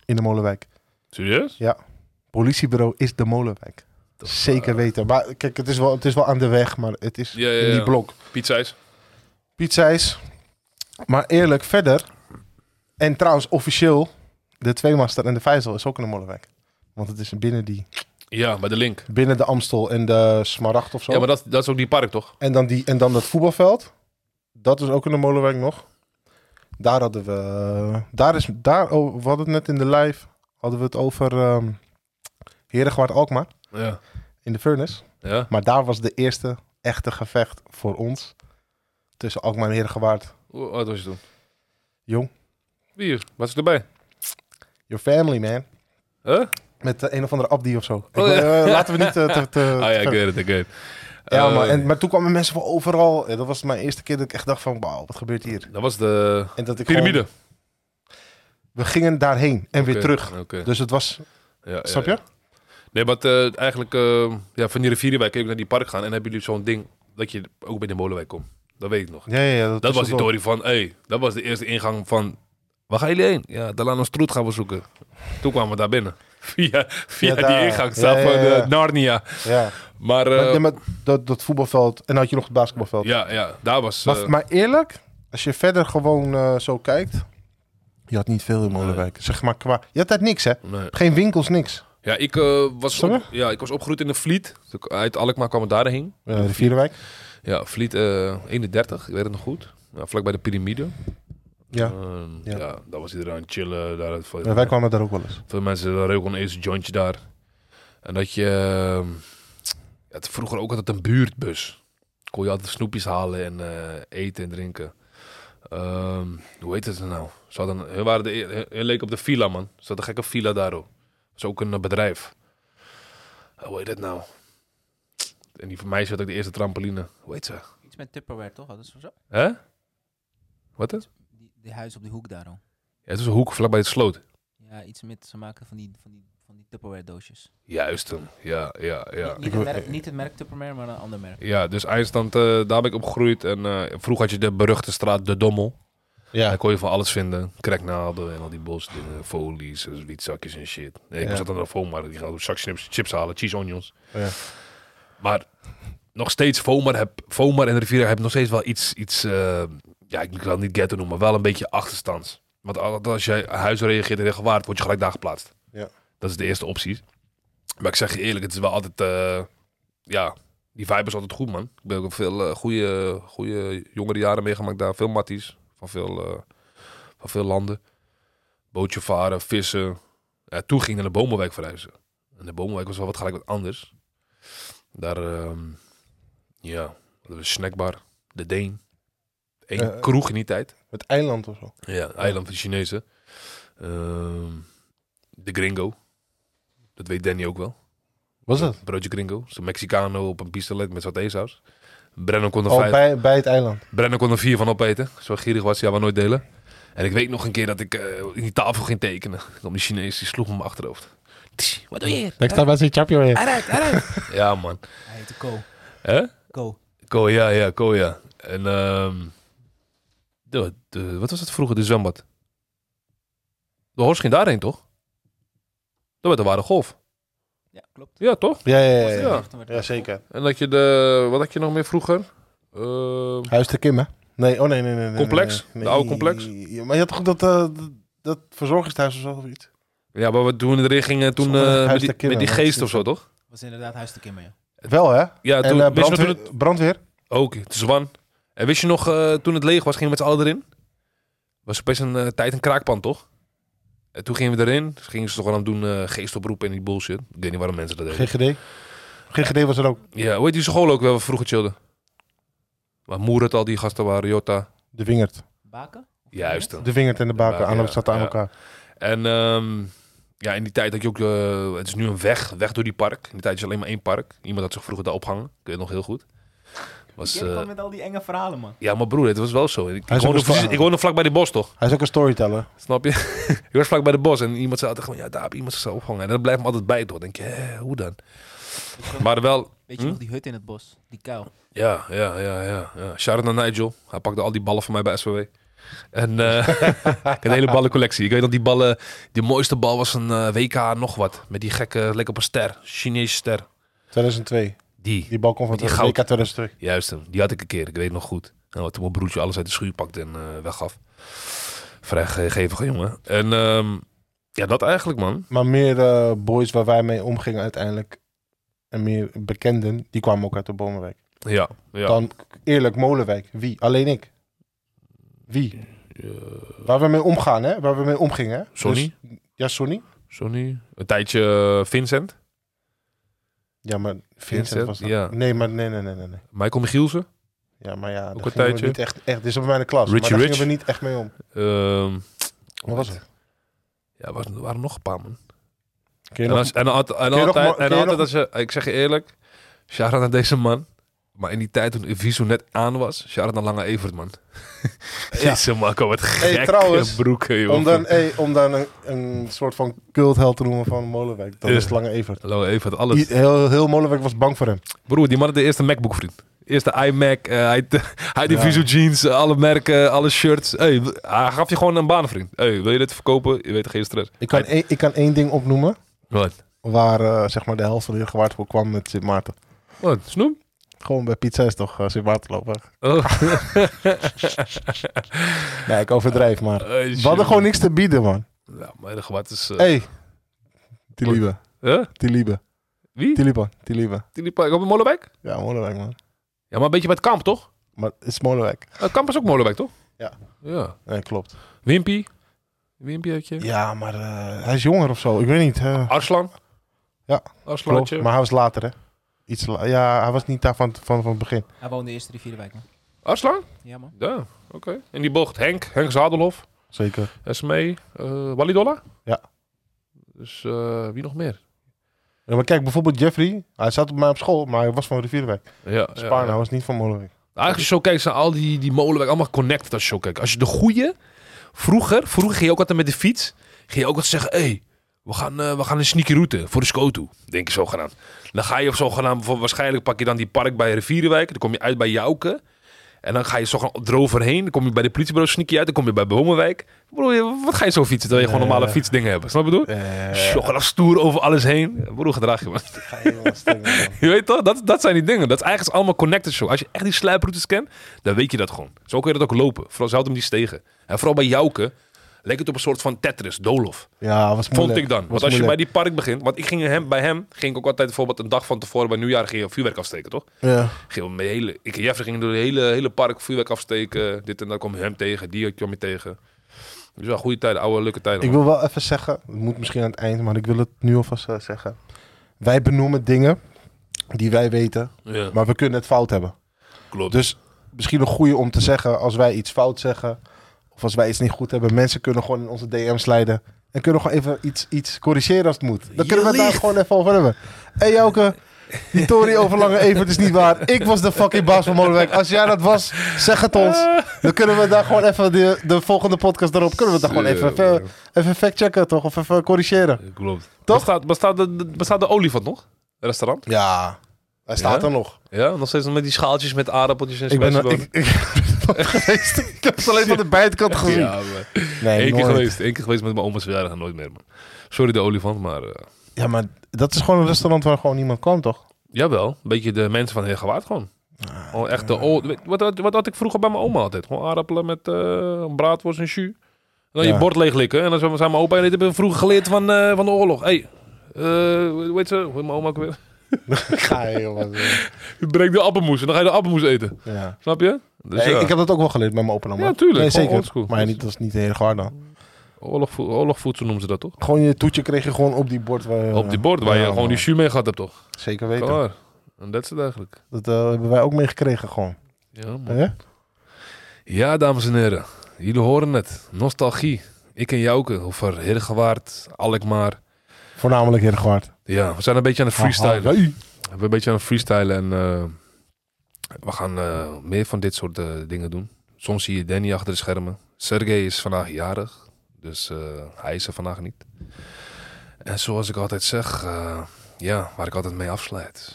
[SPEAKER 2] in de Molenwijk.
[SPEAKER 1] Serieus?
[SPEAKER 2] Politiebureau is de Molenwijk. Zeker weten. Maar kijk, het is wel, het is wel aan de weg, maar het is
[SPEAKER 1] Ja, ja,
[SPEAKER 2] in
[SPEAKER 1] ja.
[SPEAKER 2] die blok.
[SPEAKER 1] Pizza's.
[SPEAKER 2] Pietseis. Maar eerlijk, verder. En trouwens, officieel, de Tweemaster en de Vijzel is ook in de Molenwijk. Want het is binnen, die,
[SPEAKER 1] Ja, bij de link.
[SPEAKER 2] binnen de Amstel en de Smaragd of zo.
[SPEAKER 1] Ja, maar dat, dat is ook die park, toch?
[SPEAKER 2] En dan, die, en dan dat voetbalveld. Dat is ook in de Molenwijk nog. Daar hadden we... eh, Daar is, daar, oh, we hadden het net in de live. Hadden we het over ehm Herengewaard Alkmaar.
[SPEAKER 1] Ja.
[SPEAKER 2] En in de furnace.
[SPEAKER 1] Ja?
[SPEAKER 2] Maar daar was de eerste echte gevecht voor ons. Tussen Alkmaar en Heergewaard.
[SPEAKER 1] Hoe oud was je toen?
[SPEAKER 2] Jong.
[SPEAKER 1] Wie? Wat is erbij?
[SPEAKER 2] Your family, man.
[SPEAKER 1] Huh?
[SPEAKER 2] Met eh, een of andere Abdi of zo. Ik
[SPEAKER 1] Oh,
[SPEAKER 2] wil-
[SPEAKER 1] ja.
[SPEAKER 2] eh, laten we niet... eh, te, te,
[SPEAKER 1] Ah ja,
[SPEAKER 2] te-
[SPEAKER 1] ik weet het, ik weet het.
[SPEAKER 2] Ja,
[SPEAKER 1] Eh,
[SPEAKER 2] maar, en, maar toen kwamen mensen van overal. En dat was mijn eerste keer dat ik echt dacht van... Wauw, wat gebeurt hier?
[SPEAKER 1] Dat was de
[SPEAKER 2] En dat ik
[SPEAKER 1] piramide.
[SPEAKER 2] gewoon- we gingen daarheen en weer
[SPEAKER 1] Oké,
[SPEAKER 2] terug.
[SPEAKER 1] Oké.
[SPEAKER 2] Dus het was...
[SPEAKER 1] Ja, ja,
[SPEAKER 2] Snap je?
[SPEAKER 1] ja. Nee, maar eh, eigenlijk eh, ja, van die rivierenwijk kun je ook naar die park gaan. En hebben jullie zo'n ding dat je ook bij de molenwijk komt. Dat weet ik nog.
[SPEAKER 2] Ja, ja, ja,
[SPEAKER 1] Dat was
[SPEAKER 2] het
[SPEAKER 1] die
[SPEAKER 2] wel.
[SPEAKER 1] dory van, hey, dat was de eerste ingang van... Waar gaan jullie heen? Ja, Delano Stroet gaan we zoeken. Toen kwamen we daar binnen. Via, via
[SPEAKER 2] Ja,
[SPEAKER 1] die
[SPEAKER 2] daar.
[SPEAKER 1] ingang staat
[SPEAKER 2] Ja, ja,
[SPEAKER 1] van
[SPEAKER 2] ja.
[SPEAKER 1] eh, Narnia.
[SPEAKER 2] Ja.
[SPEAKER 1] Maar, eh,
[SPEAKER 2] Maar, nee, maar dat, dat voetbalveld. En dan had je nog het basketbalveld.
[SPEAKER 1] ja, ja, daar was... eh,
[SPEAKER 2] maar, maar eerlijk, als je verder gewoon eh, zo kijkt... Je had niet veel in Molenwijk. Zeg maar qua... Je had daar niks, hè?
[SPEAKER 1] nee.
[SPEAKER 2] Geen winkels, niks.
[SPEAKER 1] Ja, ik, eh, was
[SPEAKER 2] Sorry?
[SPEAKER 1] op- ja, ik was opgegroeid in de Vliet. Toen ik Uit Alkmaar kwam ik daarheen.
[SPEAKER 2] Eh Rivierenwijk.
[SPEAKER 1] Ja, Vliet eh, 31, ik weet het nog goed. Ja, vlak bij de piramide.
[SPEAKER 2] Ja.
[SPEAKER 1] Ehm, ja.
[SPEAKER 2] Ja.
[SPEAKER 1] daar was iedereen aan het chillen. Daar, had veel-
[SPEAKER 2] Ja, wij kwamen daar ook wel eens.
[SPEAKER 1] Veel mensen roken eens een jointje daar. En dat je... ehm, ja, het- vroeger ook altijd een buurtbus. Kon je altijd snoepjes halen en eh, eten en drinken. Ehm, hoe heet het nou? Ze hadden, hun, waren de, e- hun, hun leken op de villa, man. Ze hadden een gekke villa daarop. Dat is ook een eh, bedrijf. Eh, hoe heet dat nou? En die van mij zat ook de eerste trampoline. Hoe heet ze?
[SPEAKER 4] Iets met Tupperware, toch? Dat is zo.
[SPEAKER 1] Hè? Wat is?
[SPEAKER 4] Die, die huis op de hoek daar al.
[SPEAKER 1] Ja, het is een hoek vlakbij het sloot.
[SPEAKER 4] Ja, iets met ze maken van die, van die, van die Tupperware doosjes.
[SPEAKER 1] Juist hem. Ja, ja, ja.
[SPEAKER 4] Niet, niet, het merk, niet het merk Tupperware, maar een ander merk.
[SPEAKER 1] Ja, dus eindstand, eh, daar ben ik opgegroeid. En eh, vroeger had je de beruchte straat De Dommel.
[SPEAKER 2] Ja.
[SPEAKER 1] Daar kon je van alles vinden. Kreknaalden en al die bosdingen, folies, en wietzakjes en shit. Nee, ik
[SPEAKER 2] Ja. Oh,
[SPEAKER 1] zat aan de Vomar, die gaat een zak chips, chips halen, cheese onions.
[SPEAKER 2] Ja.
[SPEAKER 1] Maar nog steeds, Vomar, heb, Vomar en Riviera hebben nog steeds wel iets, iets eh, ja, ik wil het niet ghetto noemen, maar wel een beetje achterstands. Want altijd als je huis reageert en gewaard, word je gelijk daar geplaatst.
[SPEAKER 2] Ja.
[SPEAKER 1] Dat is de eerste optie. Maar ik zeg je eerlijk, het is wel altijd, eh, ja, die vibe is altijd goed, man. Ik ben ook veel eh, goede, goede jongere jaren meegemaakt daar. Veel matties van veel, eh, van veel landen. Bootje varen, vissen. Ja, toen ging ik naar de Bomenwijk verhuizen. En de Bomenwijk was wel wat gelijk wat anders. Daar, ehm, ja, hadden we een snackbar. De Deen. Eén
[SPEAKER 2] Eh, eh.
[SPEAKER 1] kroeg in die tijd.
[SPEAKER 2] Het eiland of zo.
[SPEAKER 1] Ja, eiland van de Chinezen. Ehm, de Gringo. Dat weet Danny ook wel.
[SPEAKER 2] Was het?
[SPEAKER 1] Broodje Gringo. Zo'n Mexicano op een pistolet met satésaus. Brennan kon er
[SPEAKER 2] Oh,
[SPEAKER 1] vijf-
[SPEAKER 2] bij, bij het eiland.
[SPEAKER 1] Brennan kon er vier van opeten. Zo gierig was hij, ja, maar nooit delen. En ik weet nog een keer dat ik eh, in die tafel ging tekenen. Om die Chinees, die sloeg me in mijn achterhoofd. Tss, Wat doe je hier?
[SPEAKER 2] Next time I see Chapio here.
[SPEAKER 4] Eruit, eruit!
[SPEAKER 1] Ja, man.
[SPEAKER 4] Hij heette Ko.
[SPEAKER 1] Hè?
[SPEAKER 4] Ko.
[SPEAKER 1] Ko, ja, ja, ko, ja. En ehm de, de- wat was dat vroeger, de zwembad? De horst ging daarheen, toch? Dat werd de ware golf.
[SPEAKER 4] Ja, klopt.
[SPEAKER 1] Ja, toch?
[SPEAKER 2] Ja, ja, ja, ja.
[SPEAKER 1] Ja.
[SPEAKER 2] Ja, zeker.
[SPEAKER 1] En dat je de... Wat had je nog meer vroeger? Ehm,
[SPEAKER 2] Huis te Kim, hè? Nee, oh nee, nee, nee. nee,
[SPEAKER 1] Complex?
[SPEAKER 2] nee, nee.
[SPEAKER 1] De oude complex?
[SPEAKER 2] Ja, maar je had toch ook dat, eh, dat, dat verzorgingshuis of zo of iets?
[SPEAKER 1] ja, maar we toen erin gingen, toen...
[SPEAKER 2] Zonder
[SPEAKER 1] eh, met,
[SPEAKER 2] huis te
[SPEAKER 1] die,
[SPEAKER 2] killen,
[SPEAKER 1] met die
[SPEAKER 2] man.
[SPEAKER 1] geest of zo, toch?
[SPEAKER 4] was inderdaad Huis de Kimmer, ja.
[SPEAKER 2] Wel, hè?
[SPEAKER 1] Ja,
[SPEAKER 2] en
[SPEAKER 1] toen...
[SPEAKER 2] eh,
[SPEAKER 1] wist je nog toen
[SPEAKER 2] brandweer,
[SPEAKER 1] het-
[SPEAKER 2] brandweer.
[SPEAKER 1] Ook, de Zwan. En wist je nog, eh, toen het leeg was, gingen we met z'n allen erin? Was opeens een eh, tijd een kraakpand, toch? En toen gingen we erin. Ze gingen ze toch wel aan doen eh geestoproepen en die bullshit. Ik weet niet waarom mensen dat deden.
[SPEAKER 2] GGD. GGD was er ook.
[SPEAKER 1] Ja, hoe heet die school ook wel waar we vroeger chillden? Waar Moerat al die gasten waren, Jota.
[SPEAKER 2] De Wingert.
[SPEAKER 4] Baken? Of
[SPEAKER 1] Juist
[SPEAKER 4] Kimmer?
[SPEAKER 1] dan.
[SPEAKER 2] De Wingert en de Baken
[SPEAKER 1] Baken,
[SPEAKER 2] aan,
[SPEAKER 1] ja,
[SPEAKER 2] zaten aan
[SPEAKER 1] ja.
[SPEAKER 2] elkaar.
[SPEAKER 1] En ehm, ja, in die tijd had je ook... eh, het is nu een weg, weg door die park. In die tijd is alleen maar één park. Iemand had zich vroeger daar opgehangen. Ik weet het nog heel goed. Was,
[SPEAKER 4] Die ken ik
[SPEAKER 1] eh,
[SPEAKER 4] wel met al die enge verhalen, man.
[SPEAKER 1] ja, maar broer, het was wel zo. Ik, ik,
[SPEAKER 2] Hij is
[SPEAKER 1] woonde,
[SPEAKER 2] ook een
[SPEAKER 1] precies- ik woonde vlak bij die bos, toch?
[SPEAKER 2] Hij is ook een storyteller.
[SPEAKER 1] Snap je? ik was vlak bij de bos en iemand zei altijd gewoon, ja, daar heb iemand zichzelf ophangen. En dat blijft me altijd bij, toch? Dan denk je, hè, hoe dan?
[SPEAKER 4] Weet je, nog-
[SPEAKER 1] Maar wel,
[SPEAKER 4] weet je
[SPEAKER 1] Hm?
[SPEAKER 4] nog die hut in het bos? Die kuil.
[SPEAKER 1] ja, ja, ja, ja. ja. Shout-out naar Nigel. Hij pakte al die ballen van mij bij SWW. En eh ik had een hele ballencollectie. Ik weet dat die ballen, die mooiste bal was een eh, WK nog wat. Met die gekke, lekker op een ster. Chinese ster.
[SPEAKER 2] 2002.
[SPEAKER 1] Die.
[SPEAKER 2] Die balkon van
[SPEAKER 1] Die
[SPEAKER 2] het
[SPEAKER 1] goud.
[SPEAKER 2] WK 2002.
[SPEAKER 1] Juist hem. Die had ik een keer, ik weet het nog goed. En wat toen mijn broertje alles uit de schuur pakte en eh, weggaf. Vrij gegevige jongen. En ehm, ja, dat eigenlijk, man.
[SPEAKER 2] Maar meer eh, boys waar wij mee omgingen uiteindelijk. En meer bekenden, die kwamen ook uit de Bomenwijk.
[SPEAKER 1] Ja, ja.
[SPEAKER 2] Dan eerlijk, Molenwijk. Wie? Alleen ik. Wie?
[SPEAKER 1] Eh,
[SPEAKER 2] Waar we mee omgaan, hè? Waar we mee omgingen, hè?
[SPEAKER 1] Sonny?
[SPEAKER 2] Dus- ja, Sonny.
[SPEAKER 1] Sonny. Een tijdje eh, Vincent.
[SPEAKER 2] Ja, maar Vincent
[SPEAKER 1] Vincent,
[SPEAKER 2] was dat.
[SPEAKER 1] ja.
[SPEAKER 2] Nee, maar nee, nee, nee, nee. nee.
[SPEAKER 1] Michael Michielsen.
[SPEAKER 2] Ja, maar ja, daar
[SPEAKER 1] een
[SPEAKER 2] gingen we
[SPEAKER 1] tijdje.
[SPEAKER 2] Niet echt, echt, dit is bij mijn klas.
[SPEAKER 1] Richie
[SPEAKER 2] maar daar
[SPEAKER 1] Rich.
[SPEAKER 2] gingen we niet echt mee om.
[SPEAKER 1] ehm,
[SPEAKER 2] Wat was het?
[SPEAKER 1] ja, was, er waren nog een paar, man.
[SPEAKER 2] Kun je
[SPEAKER 1] En,
[SPEAKER 2] nog-
[SPEAKER 1] als, en, altijd- en
[SPEAKER 2] nog
[SPEAKER 1] altijd,
[SPEAKER 2] maar-
[SPEAKER 1] en
[SPEAKER 2] kun je
[SPEAKER 1] altijd
[SPEAKER 2] nog-
[SPEAKER 1] als je, ik zeg je eerlijk, shout aan deze man. Maar in die tijd toen Eviso net aan was, shout aan Lange Evert, man.
[SPEAKER 2] Ja.
[SPEAKER 1] Jezus, Marco, wat
[SPEAKER 2] Hey,
[SPEAKER 1] gekke
[SPEAKER 2] trouwens,
[SPEAKER 1] broeken, joh.
[SPEAKER 2] om dan, hey, om dan een, een soort van cultheld te noemen van Molenwijk. Dat
[SPEAKER 1] Ja.
[SPEAKER 2] is het Lange Evert.
[SPEAKER 1] Lange Evert, alles.
[SPEAKER 2] I- heel, heel Molenwijk was bang voor hem.
[SPEAKER 1] Broer, die man had de eerste MacBook, vriend. Eerste iMac, eh, hij, hij die
[SPEAKER 2] Ja.
[SPEAKER 1] Visu jeans, eh, alle merken, alle shirts. Hey, w- hij gaf je gewoon een baan, vriend. Hey, wil je dit verkopen? Je weet geen stress.
[SPEAKER 2] Ik kan, één- ik kan één ding opnoemen
[SPEAKER 1] Wat?
[SPEAKER 2] waar eh, zeg maar de helft van de gewaard voor kwam met Sint Maarten.
[SPEAKER 1] Wat? Snoep?
[SPEAKER 2] Gewoon bij Pizza is toch eh, Sint Maarten lopen.
[SPEAKER 1] Oh.
[SPEAKER 2] Nee, ik overdrijf maar.
[SPEAKER 1] Hey,
[SPEAKER 2] We hadden
[SPEAKER 1] shit.
[SPEAKER 2] gewoon niks te bieden, man.
[SPEAKER 1] Ja, maar de gewaad is... eh,
[SPEAKER 2] Hé. Hey. Tilibe.
[SPEAKER 1] huh?
[SPEAKER 2] Tilibe.
[SPEAKER 1] Wie?
[SPEAKER 2] Tilibe. Tilibe.
[SPEAKER 1] Die liep op Molenbeek?
[SPEAKER 2] Ja, Molenwijk, man.
[SPEAKER 1] Ja, maar een beetje bij het kamp, toch?
[SPEAKER 2] Maar het is Molenwijk.
[SPEAKER 1] Eh, kamp is ook Molenbeek, toch?
[SPEAKER 2] Ja.
[SPEAKER 1] Ja.
[SPEAKER 2] Nee, klopt.
[SPEAKER 1] Wimpy? Wimpy had je?
[SPEAKER 2] Ja, maar eh, hij is jonger of zo. Ik weet niet. eh,
[SPEAKER 1] Arslan?
[SPEAKER 2] Ja,
[SPEAKER 1] Arslan had
[SPEAKER 2] klopt.
[SPEAKER 1] je?
[SPEAKER 2] Maar hij was later, hè. Iets la- ja, hij was niet daar van, van, van het begin.
[SPEAKER 4] Hij woonde eerst in Rivierenwijk, man.
[SPEAKER 1] Arslan?
[SPEAKER 4] Ja, man.
[SPEAKER 1] Ja, oké. En die bocht Henk, Henk Zadelhof,
[SPEAKER 2] Zeker.
[SPEAKER 1] Esmee, eh Walidolla?
[SPEAKER 2] Ja.
[SPEAKER 1] Dus eh, wie nog meer?
[SPEAKER 2] Ja, maar kijk, bijvoorbeeld Jeffrey. Hij zat op mij op school, maar hij was van Rivierenwijk.
[SPEAKER 1] Ja,
[SPEAKER 2] Spaarne, hij was niet van Molenwijk.
[SPEAKER 1] Eigenlijk zo kijken zijn al die, die molenwijk allemaal connected als je zo kijkt. Als je de goede, vroeger, vroeger ging je ook altijd met de fiets, ging je ook altijd zeggen, hé, hey, we, gaan, eh, we gaan een sneaky route voor de Skotu, denk je zogenaamd. Dan ga je op zogenaamd, bijvoorbeeld, waarschijnlijk pak je dan die park bij Rivierenwijk, dan kom je uit bij Jouke. En dan ga je zogenaamd eroverheen, dan kom je bij de politiebureau sneaky uit, dan kom je bij Bomenwijk. Ik bedoel, wat ga je zo fietsen, terwijl je gewoon normale
[SPEAKER 2] Eh.
[SPEAKER 1] fietsdingen hebt, snap je wat ik bedoel? Zogenaamd stoer over alles heen. Broer, gedraag je man. Je weet toch, dat, dat zijn die dingen. Dat is eigenlijk allemaal connected show. Als je echt die sluiproutes kent, dan weet je dat gewoon. Zo kun je dat ook lopen. Vooral ze houdt hem die stegen. En vooral bij Jouke leek het op een soort van Tetris, Dolof.
[SPEAKER 2] ja, was moeilijk.
[SPEAKER 1] Vond ik dan.
[SPEAKER 2] Was
[SPEAKER 1] Want als je bij
[SPEAKER 2] moeilijk.
[SPEAKER 1] die park begint, want ik ging hem, bij hem ging ik ook altijd bijvoorbeeld een dag van tevoren bij nieuwjaar ging je vuurwerk afsteken, toch?
[SPEAKER 2] Ja.
[SPEAKER 1] Ging om de hele, ik en Jeffrey gingen door het hele, hele park vuurwerk afsteken. Dit en dat kwam je hem tegen, die kwam je tegen. Dus wel goede tijden, oude leuke tijden.
[SPEAKER 2] Ik
[SPEAKER 1] man.
[SPEAKER 2] wil wel even zeggen, het moet misschien aan het eind, maar ik wil het nu alvast eh, zeggen. Wij benoemen dingen die wij weten,
[SPEAKER 1] Ja,
[SPEAKER 2] maar we kunnen het fout hebben.
[SPEAKER 1] klopt.
[SPEAKER 2] Dus misschien een goede om te zeggen als wij iets fout zeggen, of als wij iets niet goed hebben. Mensen kunnen gewoon in onze DM's leiden en kunnen gewoon even iets, iets corrigeren als het moet. Dan kunnen we het daar
[SPEAKER 4] Wellicht.
[SPEAKER 2] gewoon even over hebben. Hé hey, Jouke, die Tory overlange Evert is niet waar. Ik was de fucking baas van Molenwijk. Als jij dat was, zeg het ons. Dan kunnen we daar gewoon even de, de volgende podcast erop, kunnen we daar gewoon even,
[SPEAKER 1] Zo,
[SPEAKER 2] even, even factchecken toch? Of even corrigeren.
[SPEAKER 1] man. Klopt.
[SPEAKER 2] Toch?
[SPEAKER 1] Bestaat, bestaat, de, bestaat de olifant nog? Restaurant?
[SPEAKER 2] Ja, hij staat
[SPEAKER 1] Ja?
[SPEAKER 2] er nog.
[SPEAKER 1] Ja, nog steeds met die schaaltjes met aardappeltjes en
[SPEAKER 2] Ik ben er-
[SPEAKER 1] spijsbonen.
[SPEAKER 2] ik, ik, geweest. Ik heb het alleen van de buitenkant gezien.
[SPEAKER 1] Ja, maar-
[SPEAKER 2] Nee,
[SPEAKER 1] Eén keer
[SPEAKER 2] nooit.
[SPEAKER 1] geweest. Eén keer geweest met mijn oma's verjaardag en nooit meer, man. Sorry de olifant, maar... eh,
[SPEAKER 2] Ja, maar dat is gewoon een restaurant waar gewoon niemand kwam, toch?
[SPEAKER 1] jawel, een beetje de mensen van Heergewaard gewoon.
[SPEAKER 2] Ah,
[SPEAKER 1] Gewoon echt de... old- weet- wat, wat, wat had ik vroeger bij mijn oma altijd? Gewoon aardappelen met eh, een braadworst en jus. En dan
[SPEAKER 2] Ja.
[SPEAKER 1] je bord leeglikken. En dan zijn we- zijn mijn opa en dit hebben we vroeger geleerd van, eh, van de oorlog. Hé, hey, eh, hoe heet ze? Hoe heet mijn oma ook weer?
[SPEAKER 2] Ga je, jongen.
[SPEAKER 1] Je breekt de appelmoes en dan ga je de appelmoes eten.
[SPEAKER 2] Ja.
[SPEAKER 1] Snap je? Dus
[SPEAKER 2] Nee,
[SPEAKER 1] ja,
[SPEAKER 2] ik, ik heb dat ook wel geleerd bij mijn opa en oma.
[SPEAKER 1] Ja, tuurlijk.
[SPEAKER 2] Nee,
[SPEAKER 1] Gewoon
[SPEAKER 2] zeker.
[SPEAKER 1] oldschool.
[SPEAKER 2] Maar niet, dat is niet de hele gaar dan.
[SPEAKER 1] oorlogvo- oorlogvoedsel noemen ze dat toch?
[SPEAKER 2] Gewoon je toetje kreeg je gewoon op die bord. Waar, je-
[SPEAKER 1] Op die bord waar je
[SPEAKER 2] Ja,
[SPEAKER 1] gewoon
[SPEAKER 2] man.
[SPEAKER 1] die jus mee gehad hebt, toch?
[SPEAKER 2] Zeker weten.
[SPEAKER 1] Klaar. En dat is het eigenlijk.
[SPEAKER 2] Dat eh, hebben wij ook meegekregen gewoon.
[SPEAKER 1] Ja, man.
[SPEAKER 2] Hè?
[SPEAKER 1] Ja, dames en heren. Jullie horen het. Nostalgie. Ik en Jouke over Heergewaard, Alkmaar.
[SPEAKER 2] Voornamelijk Heergewaard.
[SPEAKER 1] Ja, we zijn een beetje aan het freestylen.
[SPEAKER 2] Ah,
[SPEAKER 1] We
[SPEAKER 2] ah,
[SPEAKER 1] zijn een beetje aan het freestylen en eh, we gaan eh, meer van dit soort eh, dingen doen. Soms zie je Danny achter de schermen. Sergej is vandaag jarig, dus eh, hij is er vandaag niet. En zoals ik altijd zeg, eh, ja, waar ik altijd mee afsluit.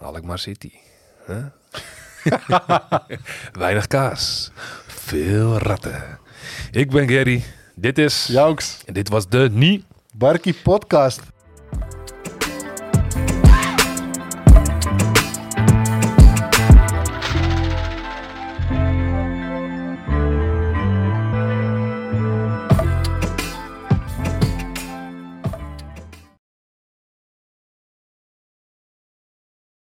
[SPEAKER 1] Alkmaar City. hè? Weinig kaas, veel ratten. Ik ben Gerry, dit is...
[SPEAKER 2] Jouks.
[SPEAKER 1] En dit was de Nie
[SPEAKER 2] Barkie Podcast.